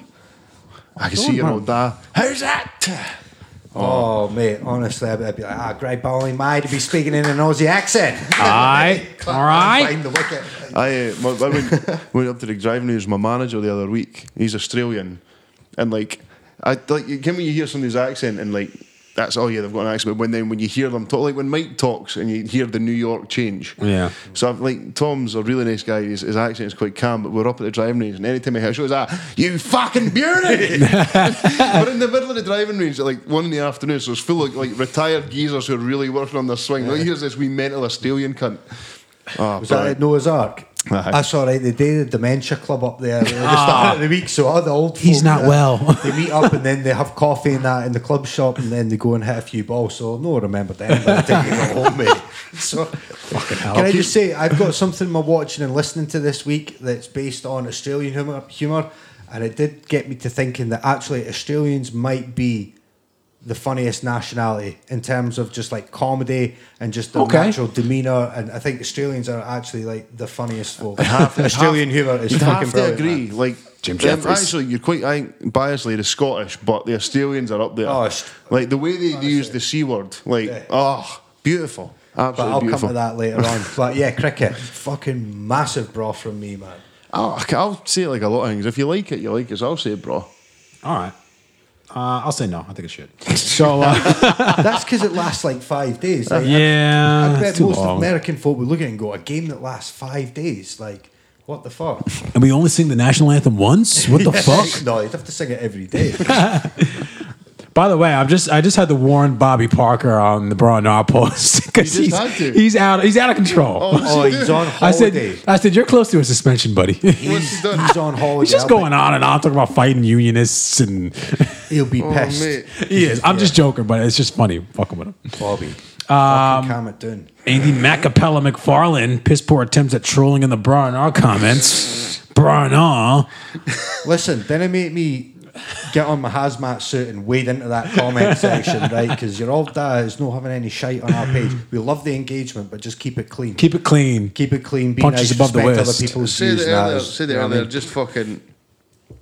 Speaker 3: I can
Speaker 2: Don't,
Speaker 3: see your
Speaker 2: man.
Speaker 3: old dad. How's that?
Speaker 2: Oh, mate, honestly, I'd, I'd be like, ah, great bowling, mate, to be speaking in an Aussie accent.
Speaker 5: Aye.
Speaker 2: Clap
Speaker 5: All
Speaker 2: and
Speaker 5: right.
Speaker 2: Find the wicket.
Speaker 3: I, uh, my- I went, went up to the driving news. My manager the other week. He's Australian, and like, I like you can when you hear somebody's accent and like. That's oh yeah, they've got an accent. But when then when you hear them talk, like when Mike talks and you hear the New York change,
Speaker 5: Yeah.
Speaker 3: So I'm like Tom's a really nice guy. His, his accent is quite calm, but we're up at the driving range, and anytime I hear, shows that ah, you fucking beauty. we're in the middle of the driving range at like one in the afternoon, so it's full of like retired geezers who are really working on their swing. Like, here's this wee mental Australian cunt. Oh,
Speaker 2: Was that at uh, Noah's Ark?
Speaker 3: Aye.
Speaker 2: That's all right. They did the dementia club up there at the start of the week, so all the old
Speaker 5: Ah. He's
Speaker 2: folk
Speaker 5: not
Speaker 2: there,
Speaker 5: well.
Speaker 2: they meet up and then they have coffee and that in the club shop, and then they go and hit a few balls. So no, one remembered them by the time you got home, mate. So can I just say I've got something I'm watching and listening to this week that's based on Australian humour, humour, and it did get me to thinking that actually Australians might be the funniest nationality in terms of just like comedy and just the
Speaker 5: Okay.
Speaker 2: natural demeanor. And I think Australians are actually like the funniest folk.
Speaker 3: have- you'd
Speaker 2: Australian
Speaker 3: have-
Speaker 2: humour is
Speaker 3: You'd
Speaker 2: fucking
Speaker 3: have to
Speaker 2: brilliant. man.
Speaker 3: agree. Like
Speaker 1: Jim
Speaker 3: them-
Speaker 1: Jeffries.
Speaker 3: Actually, you're quite I, think, biasedly the Scottish, but the Australians are up there.
Speaker 2: Oh, it's-
Speaker 3: like the way they use the c word. Like oh, beautiful, absolutely
Speaker 2: But I'll
Speaker 3: beautiful.
Speaker 2: come to that later on. But yeah, cricket, fucking massive bra from me, man.
Speaker 3: I'll, I'll say it like a lot of things. If you like it, you like it. So I'll say it, bro.
Speaker 5: All right. Uh, I'll say no. I think it should. So uh,
Speaker 2: That's because it lasts like five days. Like, I-
Speaker 5: yeah,
Speaker 2: I,
Speaker 5: it's
Speaker 2: bet
Speaker 5: too
Speaker 2: most
Speaker 5: long.
Speaker 2: American folk would look at it and go, a game that lasts five days. Like, what the fuck?
Speaker 5: and we only sing the national anthem once. What the fuck?
Speaker 2: no, you'd have to sing it every day.
Speaker 5: By the way, I'm just I just had to warn Bobby Parker on the Braun Nar post because
Speaker 3: You
Speaker 5: he's
Speaker 3: just had to.
Speaker 5: he's out he's out of control.
Speaker 2: oh, he's on holiday.
Speaker 5: I said I said you're close to a suspension, buddy. he's
Speaker 3: What's he done?
Speaker 2: He's on holiday.
Speaker 5: just
Speaker 2: I'll
Speaker 5: going on and on talking about fighting unionists and
Speaker 2: Be, he'll be pissed.
Speaker 3: Oh, mate.
Speaker 5: he is. I'm just joking, but it's just funny fucking with him.
Speaker 2: Bobby. Um, calm it down.
Speaker 5: Andy Macapella McFarlane piss poor attempts at trolling in the Bra and R comments. Bra and R.
Speaker 2: Listen, then it made me get on my hazmat suit and wade into that comment section, right? Because you're all that is not having any shite on our page. We love the engagement, but just keep it clean.
Speaker 5: Keep it clean.
Speaker 2: Keep it clean. Be
Speaker 5: Punches
Speaker 2: nice.
Speaker 5: above the
Speaker 2: respect
Speaker 5: waist.
Speaker 2: other people's
Speaker 3: Say the
Speaker 2: views. and that
Speaker 3: earlier,
Speaker 2: is-
Speaker 3: say the
Speaker 2: you know what I
Speaker 3: earlier,
Speaker 2: mean?
Speaker 3: just fucking.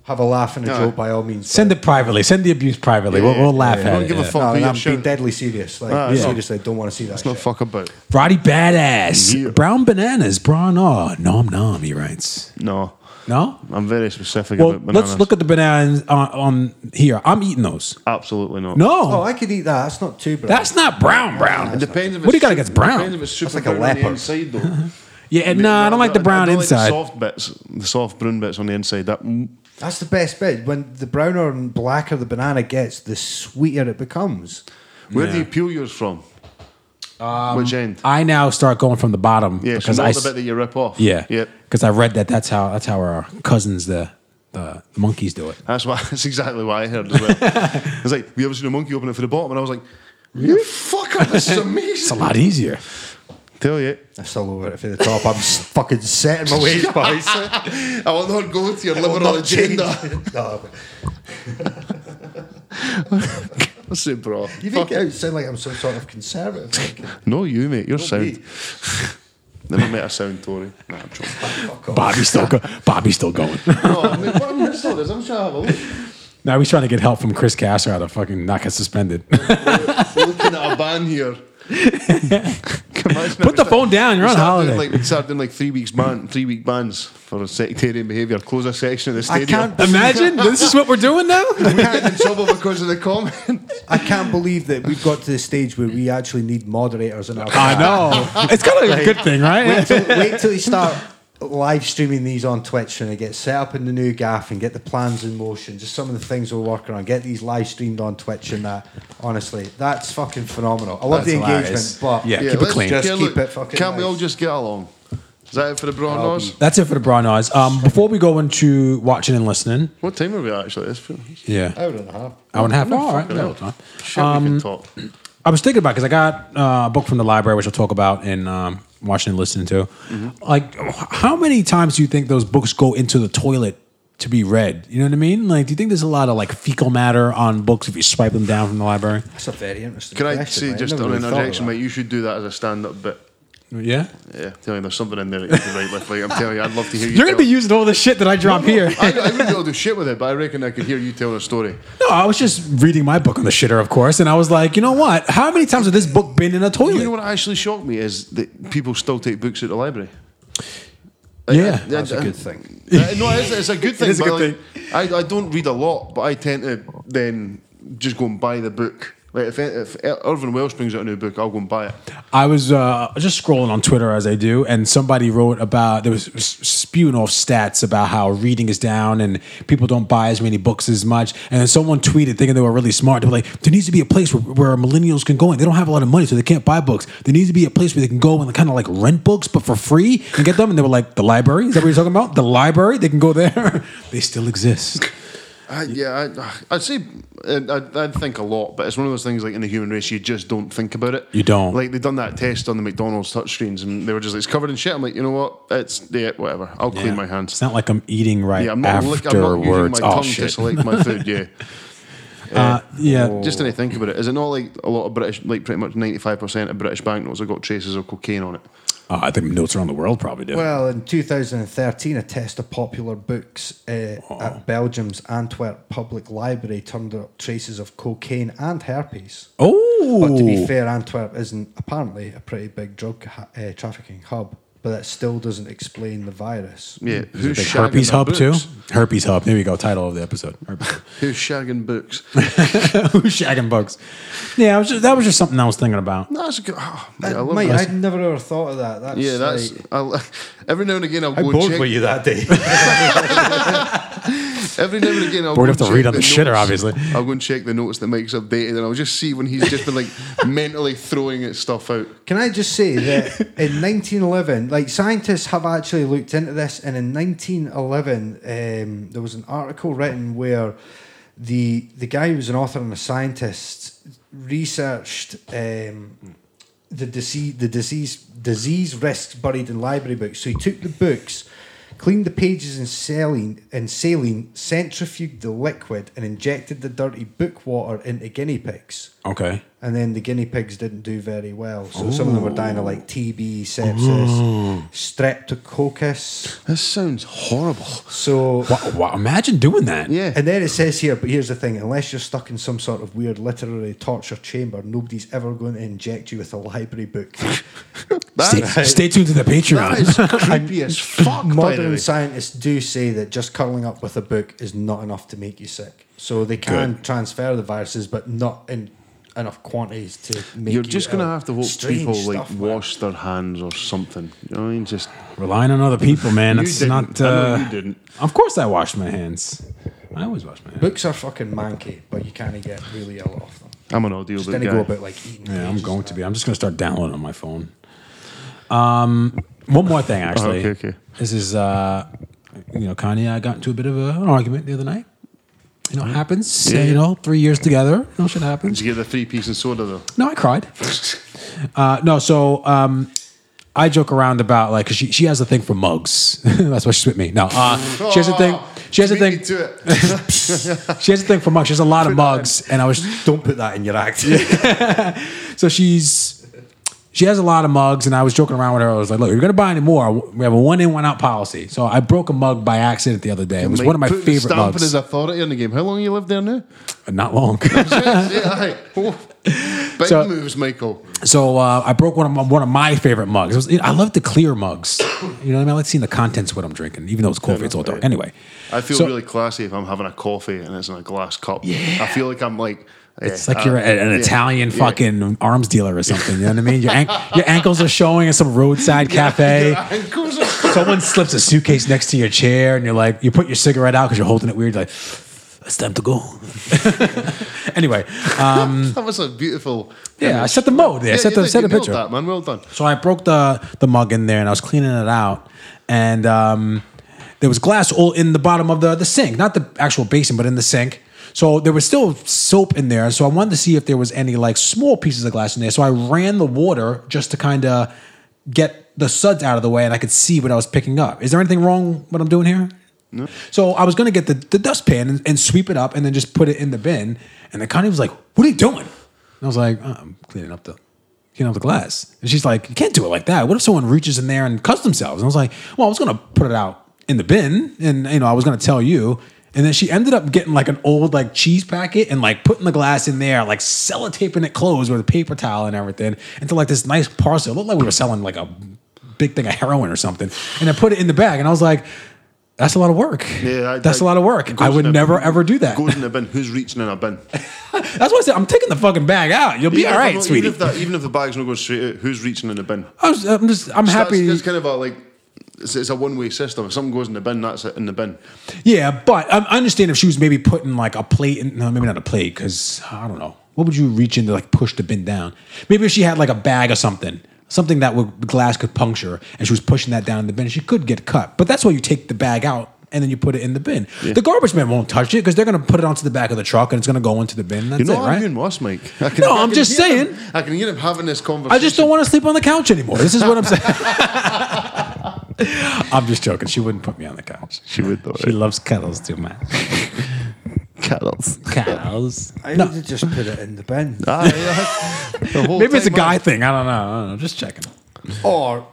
Speaker 2: Have a laugh and a
Speaker 3: No.
Speaker 2: joke by all means.
Speaker 5: Send it privately. Send the abuse privately. we'll, we'll laugh
Speaker 3: I
Speaker 5: at
Speaker 3: don't
Speaker 5: it.
Speaker 3: give a
Speaker 5: yeah.
Speaker 2: but-
Speaker 3: fuck. who
Speaker 2: No,
Speaker 3: you're
Speaker 2: I'm being
Speaker 3: shouting.
Speaker 2: deadly serious. Like
Speaker 3: Ah, it's not-
Speaker 2: seriously, don't want to see that.
Speaker 3: It's not
Speaker 2: shit.
Speaker 3: fuck about.
Speaker 5: Roddy Badass.
Speaker 3: Yeah.
Speaker 5: Brown Bananas. Bra and R. Nom nom, he writes.
Speaker 3: No,
Speaker 5: No?
Speaker 3: I'm very specific
Speaker 5: Well,
Speaker 3: about bananas.
Speaker 5: let's look at the bananas on, on here. I'm eating those.
Speaker 3: Absolutely not.
Speaker 5: No.
Speaker 2: Oh, I could eat that. That's not too bad.
Speaker 5: that's not brown,
Speaker 3: It
Speaker 5: brown.
Speaker 3: depends. If
Speaker 5: What do you
Speaker 3: it's
Speaker 5: got
Speaker 3: su-
Speaker 5: against brown?
Speaker 3: Depends if it's super
Speaker 2: like
Speaker 3: brown
Speaker 2: a
Speaker 3: on the
Speaker 2: leopard.
Speaker 3: inside, though.
Speaker 5: Yeah,
Speaker 3: Mate,
Speaker 5: no, I don't like the brown
Speaker 3: I don't
Speaker 5: inside.
Speaker 3: the soft bits, the soft brown bits on the inside. That mm,
Speaker 2: That's the best bit. When the browner and blacker the banana gets, the sweeter it becomes.
Speaker 3: where do you peel yours from? Which end?
Speaker 5: I now start going from the bottom
Speaker 3: yeah,
Speaker 5: because
Speaker 3: because
Speaker 5: I
Speaker 3: the
Speaker 5: s-
Speaker 3: bit that you rip off.
Speaker 5: yeah
Speaker 3: yep.
Speaker 5: because I read that that's how that's how our cousins the the monkeys do it.
Speaker 3: That's why. That's exactly what I heard as well. it's like we ever seen a monkey open it for the bottom, and I was like, "You fucker, this
Speaker 5: It's
Speaker 3: is
Speaker 5: a
Speaker 3: amazing."
Speaker 5: lot easier.
Speaker 3: Tell you,
Speaker 2: I still over it for the top. I'm s- fucking setting my ways, boys.
Speaker 3: I will not go to your
Speaker 2: Will
Speaker 3: liberal
Speaker 2: not change.
Speaker 3: agenda.
Speaker 2: no, but
Speaker 3: I said, bro.
Speaker 2: you
Speaker 3: fuck
Speaker 2: make it out sound like I'm some sort of conservative. Like,
Speaker 3: No, you mate, you're
Speaker 2: me.
Speaker 3: sound. Never met a sound Tory. Nah, I'm joking.
Speaker 2: fuck off.
Speaker 5: Bobby's still go- Bobby's still going.
Speaker 3: no, I mean, what I'm missing is I'm trying to have a look.
Speaker 5: now he's trying to get help from Chris Casser how to fucking not get suspended.
Speaker 3: looking at a ban here.
Speaker 5: Put the phone down. You're on holiday.
Speaker 3: Like, we started doing like three weeks ban, three week bans for sectarian behaviour. Close a section of the
Speaker 2: I
Speaker 3: stadium.
Speaker 2: can't.
Speaker 5: Imagine this is what we're doing now.
Speaker 3: We can't get in trouble because of the comment.
Speaker 2: I can't believe that we've got to the stage where we actually need moderators in our.
Speaker 5: I know. It's kind of a good thing,
Speaker 2: Wait
Speaker 5: right?
Speaker 2: till, wait till you start live streaming these on Twitch and I get set up in the new gaff and get the plans in motion. Just some of the things we're working on. Get these live streamed on Twitch and that. Honestly, that's fucking phenomenal. I love
Speaker 5: That's
Speaker 2: the engagement,
Speaker 5: hilarious.
Speaker 2: but
Speaker 5: Yeah, keep it
Speaker 3: let's
Speaker 5: clean.
Speaker 2: Just
Speaker 3: get-
Speaker 2: keep it fucking
Speaker 3: Can't we
Speaker 2: nice.
Speaker 3: all just get along? Is that it for the broad nose?
Speaker 5: That's it for the brown eyes. Um, before we go into watching and listening,
Speaker 3: What time are we at, actually? It's
Speaker 5: yeah,
Speaker 2: hour and a half.
Speaker 5: hour and a half. Oh, all right,
Speaker 3: fucking
Speaker 5: that
Speaker 3: hell.
Speaker 5: was fine. Um,
Speaker 3: Shit, we can talk.
Speaker 5: I was thinking about because I got uh, a book from the library, which I'll talk about in um, watching and listening to. Like, h- how many times do you think those books go into the toilet to be read? You know what I mean? Like, do you think there's a lot of like fecal matter on books if you swipe them down from the library?
Speaker 2: That's a very interesting.
Speaker 3: Can I
Speaker 2: question,
Speaker 3: say
Speaker 2: mate.
Speaker 3: just
Speaker 2: never
Speaker 3: on an
Speaker 2: really thought of
Speaker 3: objection,
Speaker 2: that.
Speaker 3: mate? You should do that as a stand up bit.
Speaker 5: Yeah,
Speaker 3: Yeah, telling you there's something in there that you can write with. Like, I'm telling you, I'd love to hear you.
Speaker 5: you're gonna
Speaker 3: tell-
Speaker 5: be using all the shit that I drop here.
Speaker 3: I, I wouldn't be able to do shit with it, but I reckon I could hear you telling a story.
Speaker 5: No, I was just reading my book on the shitter, of course, and I was like, you know what? How many times has this book been in a toilet?
Speaker 3: You know what actually shocked me is that people still take books out the library.
Speaker 5: yeah,
Speaker 2: That's a good thing.
Speaker 3: Uh, no, it's, it's a good thing.
Speaker 5: is a
Speaker 3: but,
Speaker 5: good
Speaker 3: like, I, I don't read a lot, but I tend to then just go and buy the book. Like if, if Irvin Welsh brings out a new book, I'll go and buy it.
Speaker 5: I was uh, just scrolling on Twitter as I do, and somebody wrote about there was spewing off stats about how reading is down and people don't buy as many books as much. And then someone tweeted thinking they were really smart. They were like, "There needs to be a place where, where millennials can go in. They don't have a lot of money, so they can't buy books. There needs to be a place where they can go and kind of like rent books, but for free and get them." And they were like, "The library? Is that what you're talking about? The library? They can go there. they still exist."
Speaker 3: I, yeah, I, I'd say I, I'd think a lot, but it's one of those things like in the human race, you just don't think about it.
Speaker 5: You don't.
Speaker 3: Like they've done that test on the McDonald's touchscreens, and they were just like, it's covered in shit. I'm like, you know what? It's yeah, whatever. I'll clean my hands.
Speaker 5: It's not like I'm eating right
Speaker 3: Yeah, I'm not, lick- I'm not
Speaker 5: afterwards.
Speaker 3: using my
Speaker 5: oh
Speaker 3: tongue to
Speaker 5: shit!
Speaker 3: select my food. Yeah.
Speaker 5: Uh, yeah.
Speaker 3: Just when I think about it, is it not like a lot of British, like pretty much 95% of British banknotes have got traces of cocaine on it?
Speaker 5: Uh, I think notes around the world probably do.
Speaker 2: Well, in 2013, a test of popular books uh,
Speaker 5: Oh.
Speaker 2: at Belgium's Antwerp Public Library turned up traces of cocaine and herpes.
Speaker 5: oh,
Speaker 2: But to be fair, Antwerp isn't apparently a pretty big drug ha- uh, trafficking hub, but that still doesn't explain the virus.
Speaker 3: Yeah. Who's
Speaker 5: Big
Speaker 3: shagging
Speaker 5: herpes
Speaker 3: their
Speaker 5: hub too.
Speaker 3: books?
Speaker 5: Herpes hub. There we go. Title of the episode. Herpes hub.
Speaker 3: Who's shagging books?
Speaker 5: Who's shagging bugs? Yeah, I was just, that was just something I was thinking about.
Speaker 3: No, that's a good. oh, mate, I
Speaker 2: Uh,
Speaker 3: love
Speaker 2: Mate,
Speaker 3: that.
Speaker 2: I'd never ever thought of that. That's
Speaker 3: Yeah, that's.
Speaker 2: like-
Speaker 3: I'll, every now and again, I'll
Speaker 2: how
Speaker 3: go
Speaker 2: bored
Speaker 3: check.
Speaker 2: were you that day?
Speaker 3: Every now and again, I'll
Speaker 5: Bored
Speaker 3: go
Speaker 5: enough to
Speaker 3: check
Speaker 5: read on
Speaker 3: the
Speaker 5: the shitter,
Speaker 3: notes.
Speaker 5: obviously.
Speaker 3: I'll go and check the notes that Mike's updated, and I'll just see when he's just been like mentally throwing at stuff out.
Speaker 2: Can I just say that in 1911, like scientists have actually looked into this, and in 1911, um, there was an article written where the the guy who was an author and a scientist researched um, the disease the disease disease risks buried in library books. So he took the books, cleaned the pages in saline in saline, centrifuged the liquid, and injected the dirty book water into guinea pigs
Speaker 5: Okay.
Speaker 2: and then the guinea pigs didn't do very well. So some of them were
Speaker 3: Oh.
Speaker 2: dying of like TB, sepsis, streptococcus.
Speaker 3: This sounds horrible.
Speaker 2: So,
Speaker 5: Wow, wow, imagine doing that.
Speaker 3: Yeah.
Speaker 2: and then it says here, but here's the thing: unless you're stuck in some sort of weird literary torture chamber, nobody's ever going to inject you with a library book.
Speaker 3: that,
Speaker 5: Stay, stay tuned to the
Speaker 3: that is
Speaker 5: Patreon.
Speaker 3: creepy as fuck. by the
Speaker 2: Modern
Speaker 3: way.
Speaker 2: scientists do say that just curling up with a book is not enough to make you sick. So they can transfer the viruses, but not in enough quantities to make
Speaker 3: You're
Speaker 2: you
Speaker 3: just gonna
Speaker 2: ill.
Speaker 3: have to hope
Speaker 2: Strange
Speaker 3: people like
Speaker 2: stuff, man.
Speaker 3: wash their hands or something. You know what I mean? Just
Speaker 5: Relying on other people, man.
Speaker 3: You
Speaker 5: It's
Speaker 3: didn't.
Speaker 5: not.
Speaker 3: I
Speaker 5: Uh,
Speaker 3: know you didn't.
Speaker 5: Of course, I washed my hands. I always wash my hands.
Speaker 2: Books are fucking manky, but you can't get really ill off them.
Speaker 3: I'm an audio
Speaker 2: Just
Speaker 3: book
Speaker 2: didn't go
Speaker 3: guy.
Speaker 2: about like eating.
Speaker 5: Yeah, I'm
Speaker 2: pages
Speaker 5: going
Speaker 2: and
Speaker 5: to
Speaker 2: that.
Speaker 5: be. I'm just going to start downloading on my phone. Um, one more thing, actually.
Speaker 3: okay, okay.
Speaker 5: This is, uh, you know, Kanye. I got into a bit of a, an argument the other night. You know, it happens.
Speaker 3: Yeah.
Speaker 5: You know, three years together, you know, shit happens.
Speaker 3: Did you get the three piece and soda though?
Speaker 5: No, I cried. Uh, no, so um, I joke around about like 'cause she she has a thing for mugs. That's why she's with me. No, uh, she has a thing. She has a
Speaker 3: Beat me
Speaker 5: thing.
Speaker 3: to it.
Speaker 5: She has a thing for mugs. She has a lot of mugs, and I was
Speaker 2: Don't put that in your act.
Speaker 5: so she's she has a lot of mugs, and I was joking around with her. I was like, "Look, if you're gonna buy any more, we have a one in, one out policy." So I broke a mug by accident the other day. It was
Speaker 3: Mike
Speaker 5: one of my
Speaker 3: put
Speaker 5: favorite
Speaker 3: Stamping his
Speaker 5: mugs. Uh,
Speaker 3: authority on the game. How long you lived there now?
Speaker 5: Not long.
Speaker 3: yeah, aye. Oh, Big
Speaker 5: So-
Speaker 3: moves, Michael.
Speaker 5: So uh, I broke one of my, one of my favorite mugs. It was- I love the clear mugs. You know what I mean? I like seeing the contents of what I'm drinking, even though it's coffee. It's all dark. Anyway,
Speaker 3: I feel
Speaker 5: So-
Speaker 3: really classy if I'm having a coffee and it's in a glass cup. I feel like I'm like. eh, uh,
Speaker 5: It's like you're a- an Italian fucking arms dealer or something. You know what I mean? Your, an- your ankles are showing at some roadside cafe. Someone slips a suitcase next to your chair, and you're like, you put your cigarette out because you're holding it weird. Like, it's time to go. anyway, um,
Speaker 3: That was a beautiful.
Speaker 5: yeah, I set the mode there. I
Speaker 3: Yeah,
Speaker 5: set
Speaker 3: you
Speaker 5: the
Speaker 3: did,
Speaker 5: set
Speaker 3: you
Speaker 5: the
Speaker 3: nailed
Speaker 5: picture.
Speaker 3: That man, well done.
Speaker 5: So I broke the the mug in there, and I was cleaning it out, and um, there was glass all in the bottom of the the sink, not the actual basin, but in the sink. So there was still soap in there. So I wanted to see if there was any like small pieces of glass in there. So I ran the water just to kind of get the suds out of the way, and I could see what I was picking up. Is there anything wrong with what I'm doing here? No. So I was gonna get the, the dustpan and, and sweep it up, and then just put it in the bin. And the Connie was like, "What are you doing?" And I was like, "Uh, "I'm cleaning up the you know, the glass. And she's like, you can't do it like that. What if someone reaches in there and cuts themselves? And I was like, well, I was going to put it out in the bin and, you know, I was going to tell you. And then she ended up getting like an old like cheese packet and like putting the glass in there, like sellotaping it closed with a paper towel and everything into like this nice parcel. It looked like we were selling like a big thing of heroin or something. And I put it in the bag and I was like, that's a lot of work.
Speaker 3: Yeah, I-
Speaker 5: that's
Speaker 3: I-
Speaker 5: a lot of work. I
Speaker 3: goes
Speaker 5: would
Speaker 3: in a-
Speaker 5: never ever do that.
Speaker 3: Goes in a bin. Who's reaching in a bin?
Speaker 5: That's why I said I'm taking the fucking bag out. You'll be
Speaker 3: Even if
Speaker 5: all
Speaker 3: I'm
Speaker 5: right,
Speaker 3: not-
Speaker 5: sweetie.
Speaker 3: Even if, that, even if the bag's not going straight out, who's reaching in the bin?
Speaker 5: I was, I'm just I'm
Speaker 3: That's-
Speaker 5: happy.
Speaker 3: That's, kind of a like. It's, it's a one-way system. If something goes in the bin, that's it in the bin.
Speaker 5: Yeah, but I I understand if she was maybe putting like a plate in, no, maybe not a plate, because I don't know. What would you reach in to like push the bin down? Maybe if she had like a bag or something, something that would glass could puncture, and she was pushing that down in the bin, she could get cut. But that's why you take the bag out and then you put it in the bin. The garbage man won't touch it because they're gonna put it onto the back of the truck and it's gonna go into the bin. That's
Speaker 3: You're
Speaker 5: it,
Speaker 3: not
Speaker 5: right?
Speaker 3: arguing with us, Mike. I can,
Speaker 5: No,
Speaker 3: I
Speaker 5: I'm
Speaker 3: can
Speaker 5: just
Speaker 3: hear him-
Speaker 5: saying.
Speaker 3: I can hear him having this conversation.
Speaker 5: I just don't want to sleep on the couch anymore. This is what I'm saying. I'm just joking. She wouldn't put me on the couch.
Speaker 3: She would though.
Speaker 5: She loves cuddles too much.
Speaker 3: Carols.
Speaker 5: Cows.
Speaker 2: I
Speaker 5: No.
Speaker 2: would have just put it in the bin.
Speaker 5: Maybe it's a guy thing. I don't know. I don't know. Just checking.
Speaker 2: or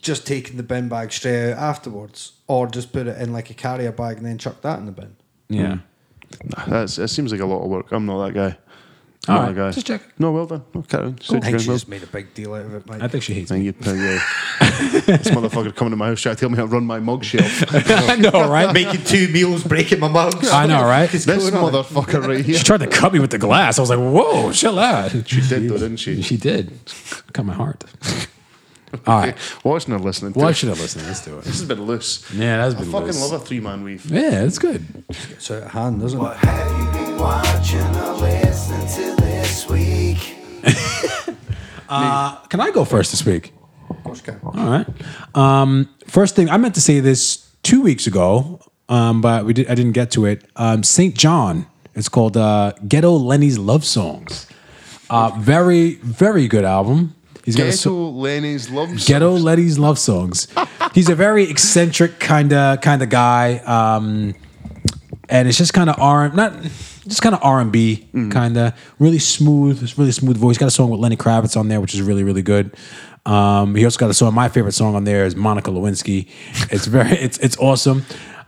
Speaker 2: just taking the bin bag straight out afterwards. Or just put it in like a carrier bag and then chuck that in the bin.
Speaker 5: Yeah.
Speaker 3: That's, that seems like a lot of work. I'm not that guy.
Speaker 5: All
Speaker 3: I'm not
Speaker 5: right,
Speaker 3: that guy.
Speaker 5: just check.
Speaker 3: No, well done. Oh, No, carry on. Sit
Speaker 2: I
Speaker 3: your
Speaker 2: think
Speaker 3: ground,
Speaker 2: she
Speaker 3: well
Speaker 2: just made a big deal out of it. Mike.
Speaker 5: I think she hates
Speaker 3: Thank
Speaker 5: me.
Speaker 3: you. Thank you. this motherfucker coming to my house trying to tell me how to run my mug shelf.
Speaker 5: I know, right?
Speaker 2: Making two meals, breaking my mugs.
Speaker 5: I know, right?
Speaker 2: It's
Speaker 3: this
Speaker 2: going on.
Speaker 3: motherfucker right here.
Speaker 5: She tried to cut me with the glass. I was like, whoa, chill out.
Speaker 3: She did though, didn't she?
Speaker 5: She did. Cut my heart. All right.
Speaker 3: Watching or listening. to
Speaker 5: Why
Speaker 3: it.
Speaker 5: should I listen? Let's do it.
Speaker 3: This has been loose.
Speaker 5: Yeah, that's
Speaker 3: I
Speaker 5: been
Speaker 3: fucking
Speaker 5: loose.
Speaker 3: love a three man weave.
Speaker 5: Yeah, it's good.
Speaker 2: It's out of hand, doesn't it?
Speaker 1: What have you been watching or listening to this week?
Speaker 5: Uh, can I go first this week?
Speaker 2: Of course, can.
Speaker 5: All right. Um, first thing, I meant to say this two weeks ago, um, but we did, I didn't get to it. Um, St. John. It's called uh, Ghetto Lenny's Love Songs. Uh, very, very good album. He's got a so-
Speaker 3: Ghetto Lenny's Love Songs.
Speaker 5: Ghetto Letty's love songs. He's a very eccentric kind of kind of guy, um, and it's just kind of R not just kind of R and B kind of really smooth. It's really smooth voice. He's got a song with Lenny Kravitz on there, which is really really good. Um, he also got a song. My favorite song on there is Monica Lewinsky. It's very it's it's awesome.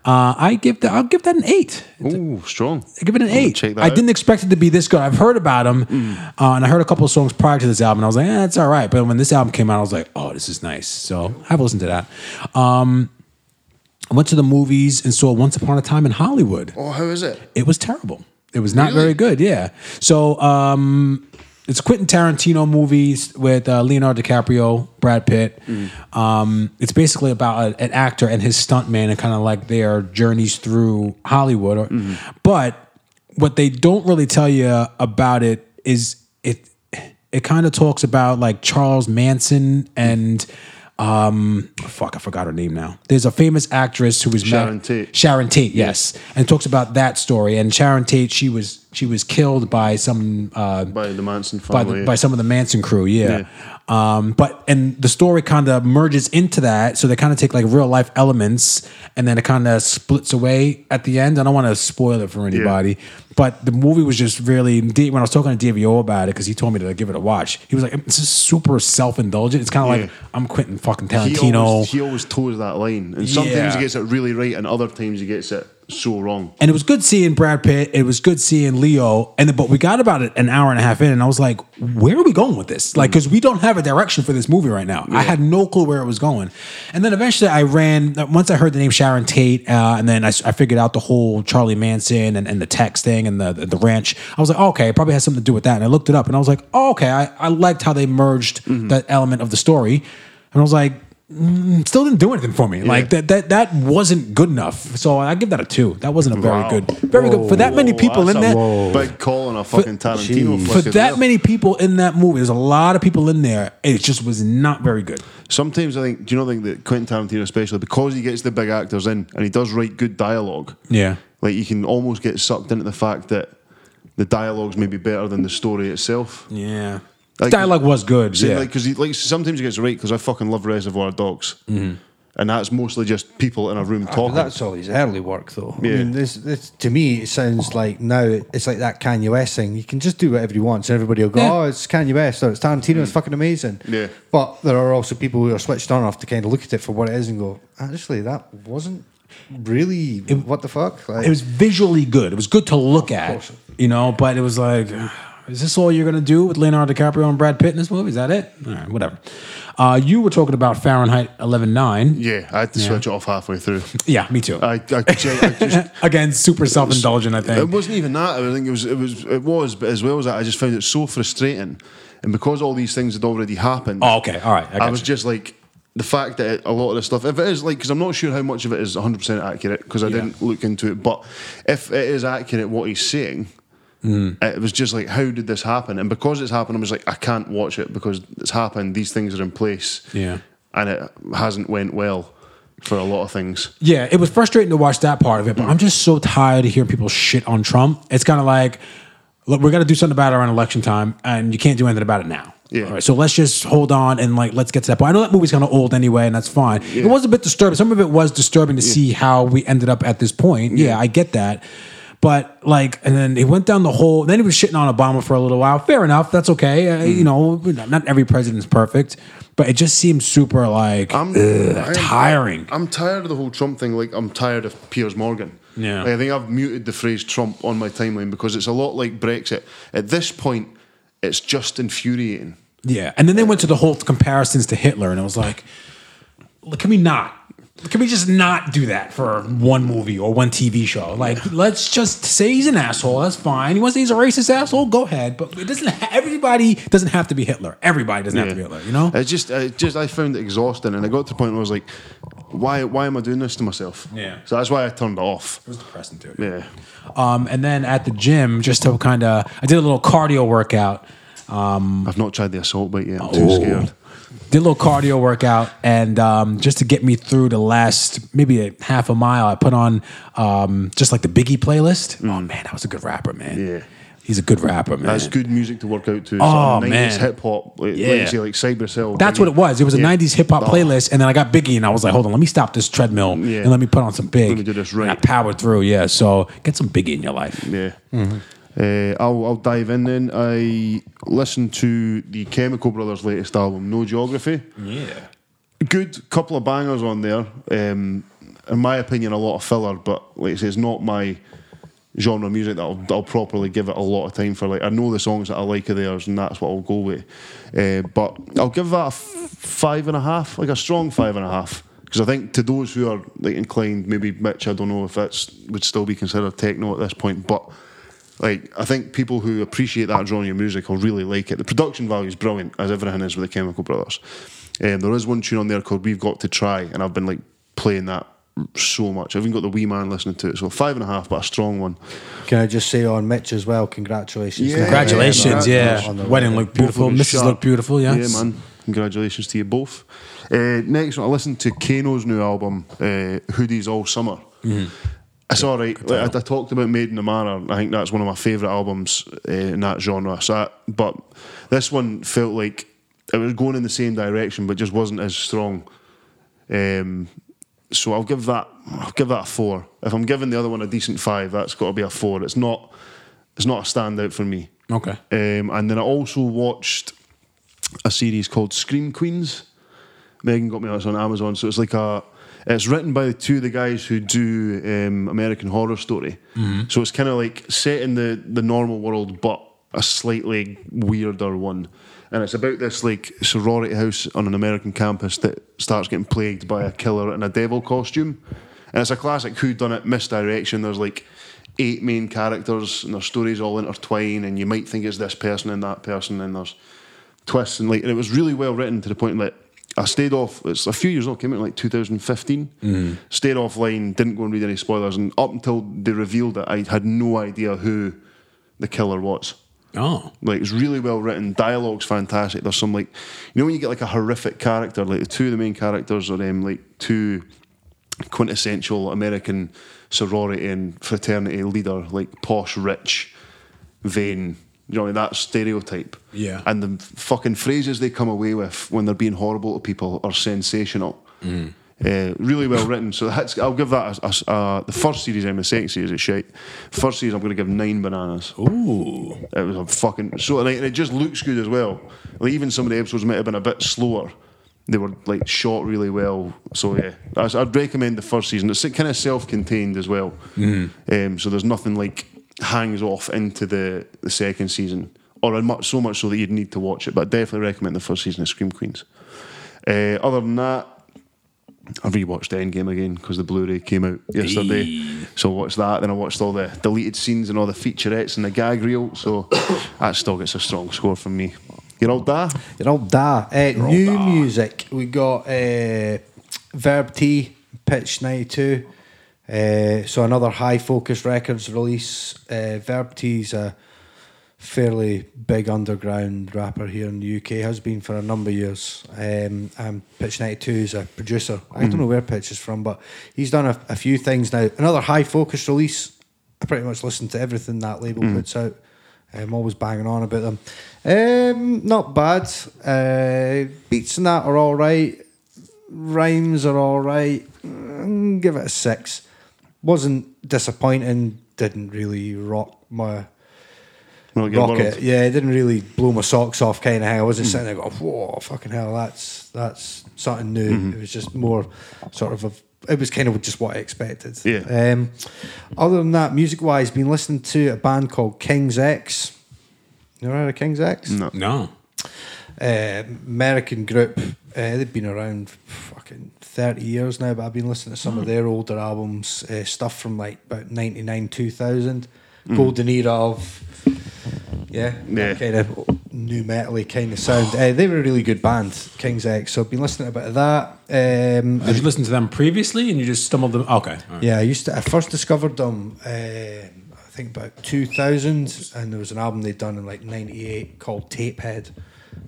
Speaker 5: Uh, I give that I'll give that an eight.
Speaker 3: Ooh, strong.
Speaker 5: I give it an
Speaker 3: gonna
Speaker 5: eight.
Speaker 3: check that
Speaker 5: I
Speaker 3: out. Hmm.
Speaker 5: didn't expect it to be this good. I've heard about him, uh, and I heard a couple of songs prior to this album, and I was like, eh, it's all right. But when this album came out, I was like, oh, this is nice. So have a listen to that. Um, I went to the movies and saw Once Upon a Time in Hollywood.
Speaker 3: Oh, how is it?
Speaker 5: It was terrible. It was not
Speaker 3: Really?
Speaker 5: very good. Yeah. So um, it's a Quentin Tarantino movies with uh, Leonardo DiCaprio, Brad Pitt.
Speaker 3: Mm.
Speaker 5: Um, it's basically about a- an actor and his stuntman and kind of like their journeys through Hollywood. Or,
Speaker 3: Mm-hmm.
Speaker 5: But what they don't really tell you about it is it it kind of talks about like Charles Manson and. Um, fuck, I forgot her name now. There's a famous actress who was
Speaker 3: Sharon Tate.
Speaker 5: Sharon Tate, yes, and talks about that story. And Sharon Tate, she was she was killed by some uh,
Speaker 3: By the Manson
Speaker 5: by,
Speaker 3: family.
Speaker 5: the, by some of the Manson crew, yeah. Um, but and the story kind of merges into that, so they kind of take like real life elements, and then it kind of splits away at the end. I don't want to spoil it for anybody, but the movie was just really. D- When I was talking to DVO about it, because he told me to like, give it a watch, he was like, "It's just super self indulgent. It's kind of
Speaker 3: Yeah.
Speaker 5: like I'm Quentin fucking
Speaker 3: he,
Speaker 5: Tarantino."
Speaker 3: always, he always toes that line. And sometimes
Speaker 5: Uh, Yeah.
Speaker 3: he gets it really right, and other times he gets it so wrong.
Speaker 5: and it was good seeing Brad Pitt. It was good seeing Leo. And then, but we got about it an hour and a half in, and I was like, "Where are we going with this?" Like, because we don't have a direction for this movie right now. I had no clue where it was going. And then eventually, I ran. Once I heard the name Sharon Tate, uh, and then I, s- I figured out the whole Charlie Manson and, and the tax thing and the, the the ranch. I was like, oh, "Okay, it probably has something to do with that." And I looked it up, and I was like, oh, "Okay, I, I liked how they merged that element of the story." And I was like, mm, still didn't do anything for me. Like that, that that wasn't good enough. So I give that a two. That wasn't a very
Speaker 3: Wow.
Speaker 5: good, very good for that many
Speaker 3: Whoa,
Speaker 5: people in
Speaker 3: that's
Speaker 5: that.
Speaker 3: a Big call on a fucking Tarantino
Speaker 2: Jeez.
Speaker 3: flick
Speaker 5: For
Speaker 3: as
Speaker 5: that
Speaker 3: well.
Speaker 5: many people in that movie, there's a lot of people in there. It just was not very good.
Speaker 3: Sometimes I think, do you not think that Quentin Tarantino, especially because he gets the big actors in and he does write good dialogue,
Speaker 5: Yeah.
Speaker 3: like you can almost get sucked into the fact that the dialogue's maybe better than the story itself.
Speaker 5: Yeah.
Speaker 3: Like-
Speaker 5: dialogue was good.
Speaker 3: See,
Speaker 5: yeah.
Speaker 3: like because like sometimes he gets it right because I fucking love Reservoir Dogs,
Speaker 5: Mm-hmm.
Speaker 3: and that's mostly just people in a room
Speaker 2: Well,
Speaker 3: talking.
Speaker 2: Ah, that's all his early work, though.
Speaker 3: Yeah.
Speaker 2: I mean, this, this to me it sounds like now it's like that Kanye West thing. You can just do whatever you want, and everybody will go,
Speaker 5: Yeah.
Speaker 2: "Oh, it's Kanye West or it's Tarantino. It's fucking amazing."
Speaker 3: Mm. Yeah.
Speaker 2: But there are also people who are switched on off to kind of look at it for what it is and go, "Actually, that wasn't really what the fuck." Like,
Speaker 5: it was visually good. It was good to look at,
Speaker 2: course.
Speaker 5: you know. But it was like, is this all you're gonna do with Leonardo DiCaprio and Brad Pitt in this movie? Is that it? All right, whatever. Uh, you were talking about Fahrenheit 11.9.
Speaker 3: yeah, I had to switch it off halfway through.
Speaker 5: Yeah, me too.
Speaker 3: I, I, ju- I just,
Speaker 5: Again, super self-indulgent. I think
Speaker 3: it wasn't even that. I think it was, it was, it was. But as well as that, I just found it so frustrating, and because all these things had already happened.
Speaker 5: Oh, okay. All right. I,
Speaker 3: I,
Speaker 5: got
Speaker 3: was
Speaker 5: you.
Speaker 3: just like the fact that a lot of this stuff, if it is like, because I'm not sure how much of it is 100 percent accurate because I didn't look into it, but if it is accurate what he's saying,
Speaker 5: Mm.
Speaker 3: it was just like, how did this happen? And because it's happened, I was like, I can't watch it because it's happened. These things are in place,
Speaker 5: Yeah.
Speaker 3: and it hasn't went well for a lot of things.
Speaker 5: yeah, it was frustrating to watch that part of it, but I'm just so tired of hearing people shit on Trump. It's kind of like, look, we're gonna do something about it around election time, and you can't do anything about it now.
Speaker 3: Yeah.
Speaker 5: All right, so let's just hold on and like let's get to that point. I know that movie's kind of old anyway, and that's fine. It was a bit disturbing. Some of it was disturbing to see how we ended up at this point. Yeah, I get that, But like, and then he went down the whole. Then he was shitting on Obama for a little while. Fair enough. That's okay. Uh, You know,
Speaker 3: Mm.
Speaker 5: not not every president's perfect, but it just seems super like
Speaker 3: I'm
Speaker 5: ugh,
Speaker 3: I am-
Speaker 5: tiring.
Speaker 3: I'm tired of the whole Trump thing. Like I'm tired of Piers Morgan.
Speaker 5: Yeah.
Speaker 3: Like, I think I've muted the phrase Trump on my timeline because it's a lot like Brexit. At this point, it's just infuriating.
Speaker 5: Yeah, and then they went to the whole comparisons to Hitler, and I was like, "Look, can we not? Can we just not do that for one movie or one TV show? Like, let's just say he's an asshole. That's fine. He wants to he's a racist asshole. Go ahead, but it doesn't. Ha- everybody doesn't have to be Hitler. Everybody doesn't have to be Hitler. You know?
Speaker 3: I just, I just, I found it exhausting, and I got to the point where I was like, why, why am I doing this to myself?
Speaker 5: Yeah.
Speaker 3: So that's why I turned it off.
Speaker 5: It was depressing too.
Speaker 3: Yeah.
Speaker 5: Um, and then at the gym, just to kind of, I did a little cardio workout.
Speaker 3: I've not tried the assault bite yet. I'm too
Speaker 5: Oh,
Speaker 3: scared.
Speaker 5: Did a little cardio workout, and um, just to get me through the last maybe a half a mile, I put on um, just like the Biggie playlist. Oh man, that was a good rapper, man.
Speaker 3: Mm. Yeah.
Speaker 5: he's a good rapper, man.
Speaker 3: That's good music to work out to. It's
Speaker 5: Oh,
Speaker 3: like
Speaker 5: man.
Speaker 3: hip hop. Like,
Speaker 5: Yeah.
Speaker 3: like you say, like Cyber Cell.
Speaker 5: That's what
Speaker 3: Biggie.
Speaker 5: it was. It was a
Speaker 3: Yeah.
Speaker 5: '90s hip hop
Speaker 3: Oh.
Speaker 5: playlist, and then I got Biggie, and I was like, "Hold on, let me stop this treadmill
Speaker 3: Yeah.
Speaker 5: and let me put on some Big."
Speaker 3: Let me do this
Speaker 5: And I
Speaker 3: right.
Speaker 5: powered through. Yeah, so get some Biggie in your life.
Speaker 3: Yeah. Uh, I'll, I'll dive in then. I listened to the Chemical Brothers' latest album, No Geography.
Speaker 5: Yeah.
Speaker 3: Good couple of bangers on there. Um, in my opinion, a lot of filler, but like I say, it's not my genre of music that I'll, that I'll properly give it a lot of time for. Like I know the songs that I like of theirs, and that's what I'll go with. Uh, but I'll give that a f- five and a half, like a strong five and a half. Because I think to those who are like inclined, maybe Mitch, I don't know if that's would still be considered techno at this point, but like I think people who appreciate that genre of music will really like it. The production value is brilliant, as everything is with the Chemical Brothers. Um, there is one tune on there called "We've Got to Try," and I've been like playing that so much. I've even got the wee man listening to it. So five and a half, but a strong one.
Speaker 2: Can I just say on Mitch as well? Congratulations.
Speaker 3: Yeah.
Speaker 5: Congratulations. Yeah.
Speaker 2: On the
Speaker 5: Wedding looked beautiful.
Speaker 3: Both of them
Speaker 5: Mrs.
Speaker 3: sharp.
Speaker 5: looked beautiful. Yeah.
Speaker 3: Yeah, man. Congratulations to you both. Uh, next one, I listened to Kano's new album, uh, Hoodies All Summer.
Speaker 5: Mm-hmm.
Speaker 3: It's all right. Like, I, I talked about Made in the Manor. I think that's one of my favourite albums uh, in that genre. So, I- but this one felt like it was going in the same direction, but just wasn't as strong. Um, so I'll give that. I'll give that a four. If I'm giving the other one a decent five, that's got to be a four. It's not. It's not a standout for me.
Speaker 5: Okay.
Speaker 3: Um, and then I also watched a series called Scream Queens. Megan got me that. It's on Amazon. So it's like a. It's written by two of the guys who do um, American Horror Story. So it's kind of like set in the, the normal world, but a slightly weirder one. And it's about this like sorority house on an American campus that starts getting plagued by a killer in a devil costume. And it's a classic who done it misdirection. There's like eight main characters and their stories all intertwine, and you might think it's this person and that person, and there's twists and like and it was really well written to the point that I stayed off it's a few years old, came out in like 2015. Stayed offline, didn't go and read any spoilers, and up until they revealed it, I had no idea who the killer was.
Speaker 5: Oh.
Speaker 3: Like it's really well written. Dialogue's fantastic. There's some like you know when you get like a horrific character, like the two of the main characters are um, like two quintessential American sorority and fraternity leader, like posh, rich, vain. You know that stereotype.
Speaker 5: Yeah.
Speaker 3: And the fucking phrases they come away with when they're being horrible to people are sensational. Uh, really well written. So that's I'll give that a, a- a- the first series and the second series is shite. First series I'm going to give nine bananas.
Speaker 5: Ooh.
Speaker 3: It was a fucking so, and it, and it just looks good as well. Like even some of the episodes might have been a bit slower. They were like shot really well. So yeah, I, would recommend the first season. It's kind of self-contained as well. Um, so there's nothing like hangs off into the, the second season, or a much so much so that you'd need to watch it. But I definitely recommend the first season of Scream Queens. Uh, other than that, I rewatched Endgame again because the Blu-ray came out yesterday. So I watched that, then I watched all the deleted scenes and all the featurettes and the gag reel. So that still gets a strong score from me. You're all da?
Speaker 2: You're all da. Uh, new music. We got uh, Verb T, Pitch 92. Uh, so another High Focus Records release. Uh, Verb T's a fairly big underground rapper here in the UK, has been for a number of years. Um, and Pitch 92 is a producer. I don't know where Pitch is from, but he's done a, a few things now. Another High Focus release. I pretty much listen to everything that label puts out. I'm always banging on about them. Um, not bad. Uh, beats and that are all right. Rhymes are all right. Mm, Give it a six. Wasn't disappointing. didn't really rock my
Speaker 3: Well, get
Speaker 2: rocket.
Speaker 3: world.
Speaker 2: Yeah, it didn't really blow my socks off kind of thing. I
Speaker 3: Mm.
Speaker 2: wasn't sitting there going, whoa, fucking hell, that's that's something new.
Speaker 3: Mm-hmm.
Speaker 2: It was just more sort of a, it was kind of just what I expected.
Speaker 3: Yeah.
Speaker 2: Um, other than that, music wise, been listening to a band called King's X. You ever heard of King's X?
Speaker 3: No.
Speaker 5: No.
Speaker 2: uh, American group. Uh, they've been around fucking 30 years now, but I've been listening to some of their older albums, uh, stuff from like about 99, 2000, golden era of, yeah,
Speaker 3: Yeah.
Speaker 2: kind of new metal kind of sound. uh, they were a really good band, King's X, so I've been listening to a bit of that. Um,
Speaker 5: Did you listen to them previously and you just stumbled them? Okay. all right.
Speaker 2: yeah, I used to. I first discovered them, um I think about 2000, and there was an album they'd done in like '98 called Tapehead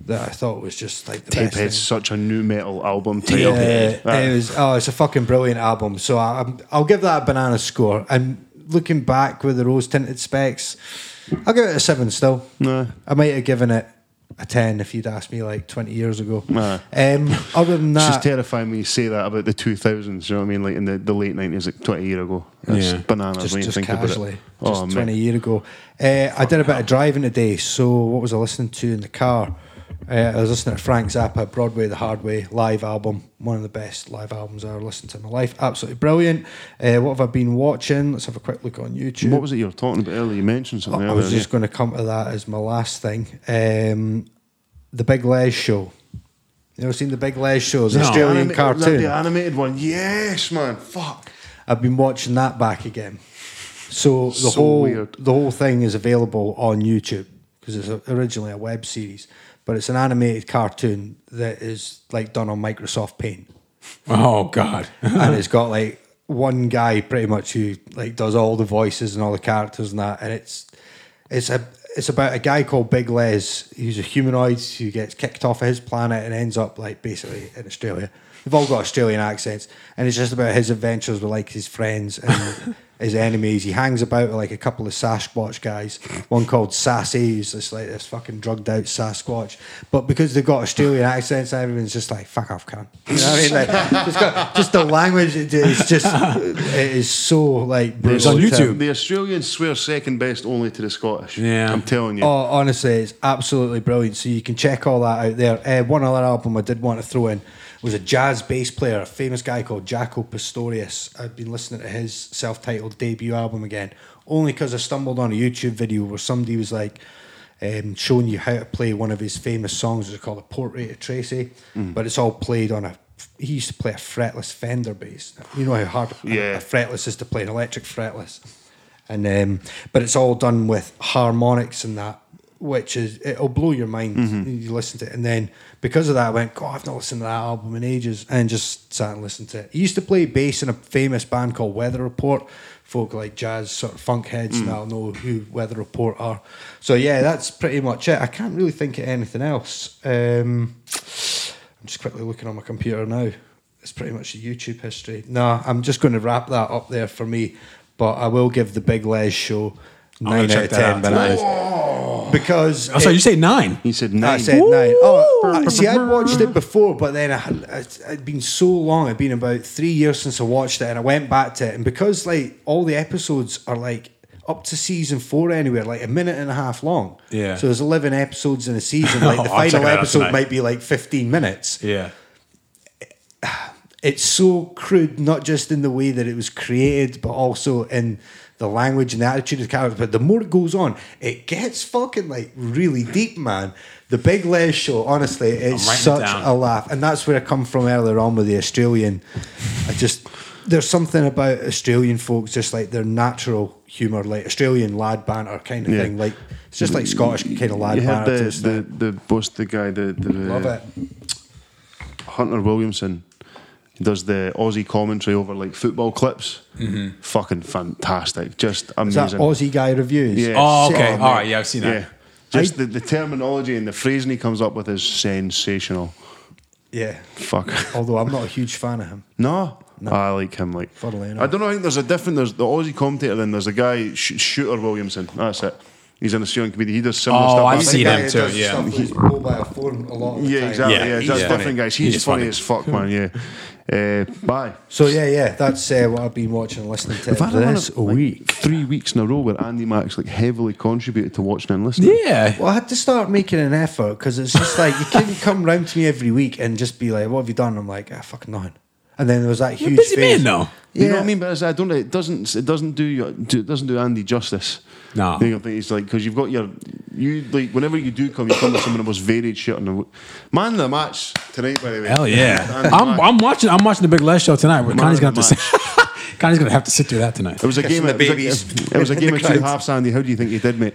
Speaker 2: that I thought was just like the best thing.
Speaker 3: Tapehead's such a new metal album title.
Speaker 2: Yeah,
Speaker 3: That-
Speaker 2: it was. Oh, it's a fucking brilliant album. So I, I'm- I'll give that a banana score. And looking back with the rose tinted specs, I'll give it a seven. Still,
Speaker 3: Nah.
Speaker 2: I might have given it a ten if you'd asked me like twenty years ago.
Speaker 3: Nah.
Speaker 2: Um, other than
Speaker 3: It's just
Speaker 2: that,
Speaker 3: terrifying when you say that about the 2000s, you know what I mean? Like in the, the late 90s, like 20 year ago. That's
Speaker 5: Yeah.
Speaker 3: bananas
Speaker 2: just,
Speaker 3: when you
Speaker 2: just
Speaker 3: think
Speaker 2: casually,
Speaker 3: about it.
Speaker 2: just
Speaker 3: oh,
Speaker 2: twenty
Speaker 3: man.
Speaker 2: year ago, uh, I did a bit of driving today. So what was I listening to in the car? Uh, I was listening to Frank Zappa, Broadway the Hard Way live album, one of the best live albums I ever listened to in my life. Absolutely brilliant. Uh, what have I been watching? Let's have a quick look on YouTube.
Speaker 3: What was it you were talking about earlier? You mentioned something
Speaker 2: I
Speaker 3: earlier.
Speaker 2: was just
Speaker 3: yeah.
Speaker 2: going to come to that as my last thing. Um, the Big Les Show. You ever seen the Big Les Show? The
Speaker 5: No.
Speaker 2: Australian
Speaker 3: Anima- was that
Speaker 2: cartoon.
Speaker 3: the animated one. Yes, man. Fuck.
Speaker 2: I've been watching that back again. So the
Speaker 3: So
Speaker 2: whole
Speaker 3: weird.
Speaker 2: the whole thing is available on YouTube because it's a- originally a web series, but it's an animated cartoon that is like done on Microsoft Paint,
Speaker 5: Oh God.
Speaker 2: and it's got like one guy pretty much who like does all the voices and all the characters and that, and it's it's a it's about a guy called Big Les who's a humanoid who gets kicked off of his planet and ends up like basically in Australia. They've all got Australian accents, and it's just about his adventures with like his friends and his enemies. He hangs about with like a couple of Sasquatch guys, one called Sassy, who's just like this fucking drugged out Sasquatch. But because they've got Australian accents, everyone's just like fuck off, can you know what I mean? Like, just, got, just the language, it- it's just it is so like brutal.
Speaker 5: It's on
Speaker 2: to-
Speaker 5: YouTube.
Speaker 3: The Australians swear second best only to the Scottish.
Speaker 5: Yeah.
Speaker 3: I'm telling you.
Speaker 2: Oh, honestly, it's absolutely brilliant. So you can check all that out there. Uh, one other album I did want to throw in was a jazz bass player, a famous guy called Jaco Pastorius. I've been listening to his self-titled debut album again, only because I stumbled on a YouTube video where somebody was like um, showing you how to play one of his famous songs. It's called "A Portrait of Tracy,"
Speaker 3: Mm.
Speaker 2: but it's all played on a. He used to play a fretless Fender bass. You know how hard a-
Speaker 3: Yeah.
Speaker 2: a fretless is to play an electric fretless, and um, but it's all done with harmonics and that, which is it'll blow your mind. You listen to it, and then because of that, I went, God, I've not listened to that album in ages, and just sat and listened to it. He used to play bass in a famous band called Weather Report. Folk like jazz, sort of funk heads, and I'll know who Weather Report are. So yeah, that's pretty much it. I can't really think of anything else. Um, I'm just quickly looking on my computer now. It's pretty much the YouTube history. No, I'm just going to wrap that up there for me, but I will give the Big Les show
Speaker 5: gonna
Speaker 2: nine out
Speaker 5: check
Speaker 2: of
Speaker 5: that
Speaker 2: ten
Speaker 5: out
Speaker 2: bananas because
Speaker 5: I'm sorry. Oh,
Speaker 2: it-
Speaker 5: You say nine.
Speaker 3: he said
Speaker 2: I
Speaker 3: nine.
Speaker 2: said nine. Oh, I- see, I'd watched it before, but then I had, it had been so long. It'd been about three years since I watched it, and I went back to it. And because like all the episodes are like up to season four anywhere, like a minute and a half long.
Speaker 5: Yeah.
Speaker 2: So there's eleven episodes in a season. Like the
Speaker 5: Oh, I'll check
Speaker 2: final
Speaker 5: it out
Speaker 2: episode
Speaker 5: tonight.
Speaker 2: might be like fifteen minutes
Speaker 5: Yeah.
Speaker 2: it's so crude, not just in the way that it was created, but also in the language and the attitude of the characters. But the more it goes on, it gets fucking like really deep, man. The Big Les Show, honestly, it's
Speaker 5: writing it
Speaker 2: such
Speaker 5: down.
Speaker 2: a laugh, and that's where I come from earlier on with the Australian. I just there's something about Australian folks, just like their natural humour, like Australian lad banter kind of
Speaker 3: Yeah.
Speaker 2: thing. Like it's just like Scottish kind of lad
Speaker 3: You had the,
Speaker 2: banter. to a
Speaker 3: the,
Speaker 2: extent.
Speaker 3: the, what's the guy, the, the
Speaker 2: Love
Speaker 3: uh,
Speaker 2: it.
Speaker 3: Hunter Williamson does the Aussie commentary over like football clips. Fucking fantastic. Just
Speaker 2: Mm-hmm. Is that
Speaker 3: amazing.
Speaker 2: Aussie guy reviews?
Speaker 3: Yeah.
Speaker 5: Oh, okay.
Speaker 2: Shit.
Speaker 5: All right. Yeah, I've seen that.
Speaker 3: Yeah. Just
Speaker 2: I-
Speaker 3: the, the terminology and the phrasing he comes up with is sensational.
Speaker 2: yeah.
Speaker 3: Fuck.
Speaker 2: Although I'm not a huge fan of him.
Speaker 3: No. Ah, I like him. Like
Speaker 2: Funnily enough.
Speaker 3: I don't know. I think there's a different. There's the Aussie commentator. Then there's a guy Sh- Shooter Williamson. That's it. He's an Australian comedian. He does similar
Speaker 5: Oh,
Speaker 3: stuff.
Speaker 5: I've
Speaker 3: I
Speaker 5: seen
Speaker 3: think
Speaker 5: him
Speaker 3: I-
Speaker 2: guy that
Speaker 5: too,
Speaker 2: does
Speaker 5: yeah.
Speaker 2: Stuff with his mobile phone a lot. Of the
Speaker 3: Yeah,
Speaker 2: time.
Speaker 3: exactly.
Speaker 5: Yeah,
Speaker 3: Yeah,
Speaker 5: he's
Speaker 3: that's
Speaker 5: funny.
Speaker 3: different guys.
Speaker 5: He's
Speaker 3: He's, funny
Speaker 5: funny.
Speaker 3: as fuck, man. Yeah, Uh, bye.
Speaker 2: So yeah, yeah, that's uh, what I've been watching and listening to
Speaker 3: We've had a run
Speaker 2: this
Speaker 3: of, like,
Speaker 2: week.
Speaker 3: three weeks in a row where Andy Max like heavily contributed to watching and listening.
Speaker 5: Yeah.
Speaker 2: Well, I had to start making an effort because it's just like you couldn't come round to me every week and just be like, "What have you done?" I'm like, "Ah, fucking nothing." And then there was that
Speaker 5: You're a
Speaker 2: huge
Speaker 5: busy man,
Speaker 2: phase.
Speaker 5: though.
Speaker 3: You know
Speaker 2: Yeah.
Speaker 3: what I mean? But it's- I don't. It doesn't. It doesn't do. your- do- It doesn't do Andy justice.
Speaker 5: No.
Speaker 3: I think I think it's like because you've got your. You like whenever you do come, you come with some of the most varied shit on the w- man of the match tonight. By the way,
Speaker 5: Hell yeah.
Speaker 3: Andy
Speaker 5: I'm,
Speaker 3: Mack.
Speaker 5: I'm watching I'm watching the Big Les show tonight. Where
Speaker 3: Man
Speaker 5: Connie's gonna
Speaker 3: of
Speaker 5: have to
Speaker 3: the
Speaker 5: sit, Connie's gonna have to sit through that tonight.
Speaker 3: It was a game.
Speaker 2: the
Speaker 3: Of, it, was
Speaker 2: babies.
Speaker 3: a, it was a game of two halves, Andy. How do you think you did, mate?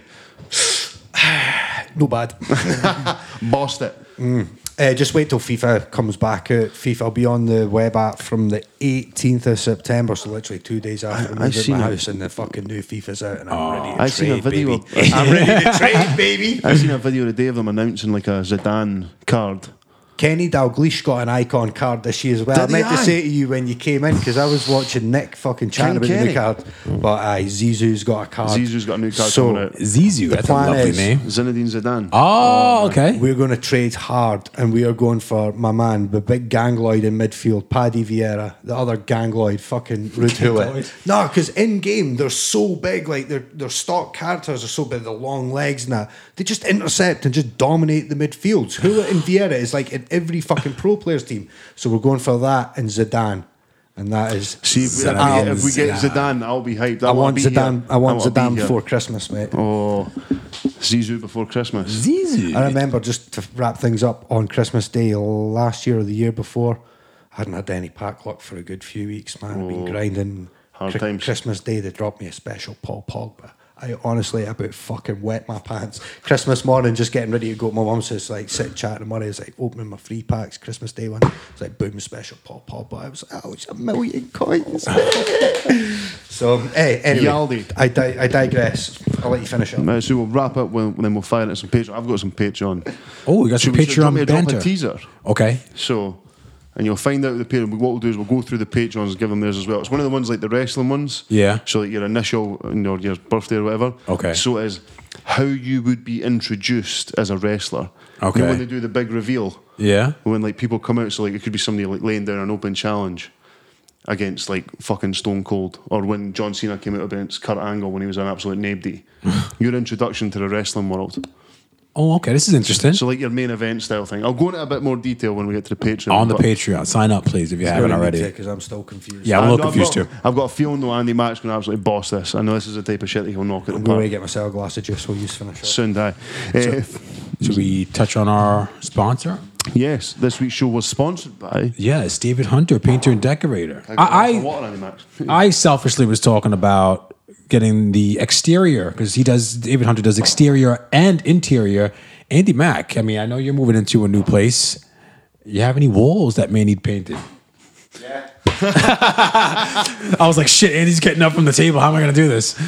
Speaker 2: No bad.
Speaker 3: Bossed it.
Speaker 2: Uh, just wait till FIFA comes back out. FIFA will be on the web app from the 18th of September, so literally two days after I, moved out
Speaker 3: seen
Speaker 2: my
Speaker 3: it.
Speaker 2: house, and the fucking new FIFA's out, and I'm ready to
Speaker 3: I
Speaker 2: trade,
Speaker 3: seen a video.
Speaker 2: baby.
Speaker 3: Of,
Speaker 2: I'm ready to trade, baby.
Speaker 3: I seen a video today of them announcing like a Zidane card.
Speaker 2: Kenny Dalglish got an icon card this year as well.
Speaker 3: Did
Speaker 2: I meant
Speaker 3: he?
Speaker 2: to say to you when you came in because I was watching Nick fucking chatting about
Speaker 3: King
Speaker 2: the new
Speaker 3: Kenny.
Speaker 2: card, but aye, Zizou's got a card.
Speaker 3: Zizou's got a new card
Speaker 2: Ah, So Ah,
Speaker 3: coming out.
Speaker 5: Zizu, that's a
Speaker 2: plan
Speaker 5: lovely
Speaker 2: is-
Speaker 5: name.
Speaker 3: Zinedine Zidane. Uh,
Speaker 5: Oh, okay.
Speaker 2: we're going to trade hard, and we are going for my man, the big gangloid in midfield, Paddy Vieira, the other gangloid, fucking Rude
Speaker 5: Gangloid.
Speaker 2: Hullett. No, because in game they're so big, like their their stock characters are so big, the long legs and that. They just intercept and just dominate the midfields. Hullett and Vieira is like in every fucking pro players team. So we're going for that and Zidane, and that is.
Speaker 3: See, if, we- if
Speaker 2: Zidane.
Speaker 3: we, if we get
Speaker 5: Zidane.
Speaker 3: Zidane, I'll be hyped.
Speaker 2: I want
Speaker 3: be
Speaker 2: Zidane.
Speaker 3: here.
Speaker 2: I want
Speaker 3: wanna be
Speaker 2: Zidane
Speaker 3: here.
Speaker 2: before Christmas, mate.
Speaker 3: Oh, Zizou before Christmas.
Speaker 5: Zizu.
Speaker 2: I remember just to wrap things up on Christmas Day last year or the year before, I hadn't had any pack luck for a good few weeks, man. I've been
Speaker 3: Oh,
Speaker 2: grinding.
Speaker 3: hard
Speaker 2: Chri-
Speaker 3: times.
Speaker 2: Christmas Day, they dropped me a special Paul Pogba. I honestly about fucking wet my pants. Christmas morning, just getting ready to go. My mum says, like, sit chatting money. It's like, opening my free packs, Christmas Day one. It's like, boom, special Paul Pogba. I was like, oh, it's a million coins. so, hey, anyway,
Speaker 3: Yaldi.
Speaker 2: I, di- I digress. I'll let you finish up.
Speaker 3: Right, so we'll wrap up when then we'll fire at some Patreon. I've got some Patreon.
Speaker 5: Oh, you got
Speaker 3: Should
Speaker 5: some
Speaker 3: we- should- do you
Speaker 5: Patreon
Speaker 3: want me to drop
Speaker 5: banter.
Speaker 3: a teaser.
Speaker 5: Okay.
Speaker 3: So, and you'll find out the Patreon. What we'll do is we'll go through the Patreons and give them theirs as well. It's one of the ones like the wrestling ones.
Speaker 5: Yeah.
Speaker 3: So like your initial you know, your birthday or whatever.
Speaker 5: Okay.
Speaker 3: So it is how you would be introduced as a wrestler.
Speaker 5: Okay.
Speaker 3: You know when they do the big reveal.
Speaker 5: Yeah.
Speaker 3: When like people come out, so like it could be somebody like laying down an open challenge against like fucking Stone Cold, or when John Cena came out against Kurt Angle when he was an absolute nabdy. your introduction to the wrestling world.
Speaker 5: Oh, okay. This is interesting.
Speaker 3: So like your main event style thing. I'll go into a bit more detail when we get to the Patreon.
Speaker 5: On the
Speaker 3: but-
Speaker 5: Patreon. Sign up, please, if you haven't already.
Speaker 2: Because I'm still confused.
Speaker 5: Yeah, I'm a
Speaker 3: I
Speaker 5: little
Speaker 3: know, I've
Speaker 5: confused too.
Speaker 3: got- I've got a feeling though Andy Matt's going to absolutely boss this. I know this is the type of shit that he'll knock it
Speaker 2: I'm going to
Speaker 3: apart.
Speaker 2: get myself a glass of juice while you finish up.
Speaker 3: Soon die. Uh,
Speaker 5: Should we touch on our sponsor?
Speaker 3: yes, this week's show was sponsored by.
Speaker 5: Yes, David Hunter, painter and decorator. I, I,
Speaker 3: What, Andy Max?
Speaker 5: I selfishly was talking about getting the exterior because he does David Hunter does exterior and interior. Andy Mack, I mean, I know you're moving into a new place. You have any walls that may need painted? Yeah. I was like, shit, Andy's getting up from the table. How am I going to do this?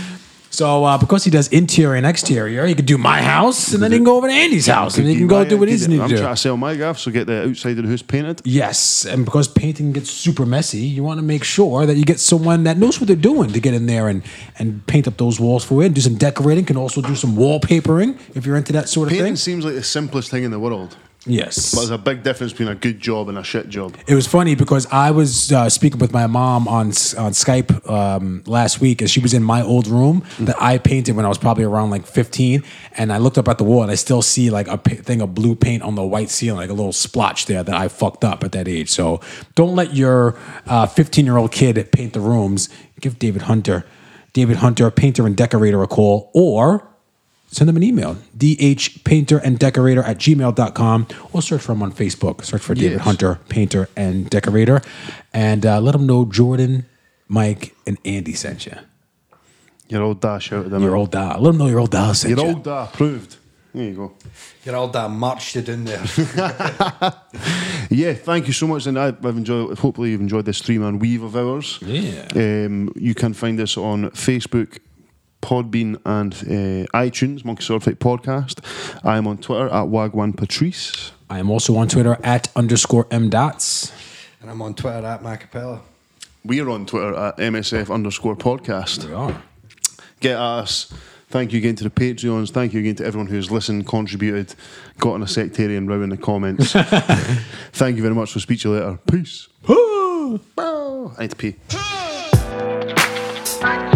Speaker 5: So, uh, because he does interior and exterior, he could do my house and then he can go over to Andy's house and he can go do what he's need to
Speaker 3: I'm
Speaker 5: do.
Speaker 3: trying to sell my gaff, so get the outside of the house painted.
Speaker 5: Yes, and because painting gets super messy, you want to make sure that you get someone that knows what they're doing to get in there and and paint up those walls for you and do some decorating. Can also do some wallpapering if you're into that sort of
Speaker 3: Painting
Speaker 5: thing.
Speaker 3: seems like the simplest thing in the world, but
Speaker 5: Yes.
Speaker 3: there's a big difference between a good job and a shit job.
Speaker 5: It was funny because I was uh, speaking with my mom on s- on Skype um, last week, and she was in my old room that I painted when I was probably around like 15. And I looked up at the wall, and I still see like a pa- thing of blue paint on the white ceiling, like a little splotch there that I fucked up at that age. So don't let your 15 year old kid paint the rooms. Give David Hunter, David Hunter, painter and decorator, a call, or send them an email dhpainter and decorator at gmail.com or search for them on facebook search for david
Speaker 3: Yes.
Speaker 5: hunter painter and decorator and uh, let them know jordan mike and andy sent you
Speaker 3: Your old dash out of them.
Speaker 5: your old dial let them know your old dial sent
Speaker 3: Your
Speaker 5: you
Speaker 3: old da approved. There you go.
Speaker 2: You're all that marched it in there.
Speaker 3: Yeah, thank you so much, and I- I've enjoyed. Hopefully, you've enjoyed this three-man weave of ours.
Speaker 5: Yeah.
Speaker 3: Um, you can find us on Facebook, Podbean, and uh, iTunes. Monkey Sword Fight Podcast. I am on Twitter at Wagwan Patrice.
Speaker 5: i am also on twitter at underscore m dots
Speaker 2: and I'm on Twitter at Macapella.
Speaker 3: We are on Twitter at MSF underscore podcast.
Speaker 5: we are
Speaker 3: Get at us. Thank you again to the Patreons. Thank you again to everyone who's listened, contributed, got on a sectarian row in the comments. thank you very much. We'll speak to you later. Peace.
Speaker 6: Bow. I need to pee.
Speaker 3: Thank you.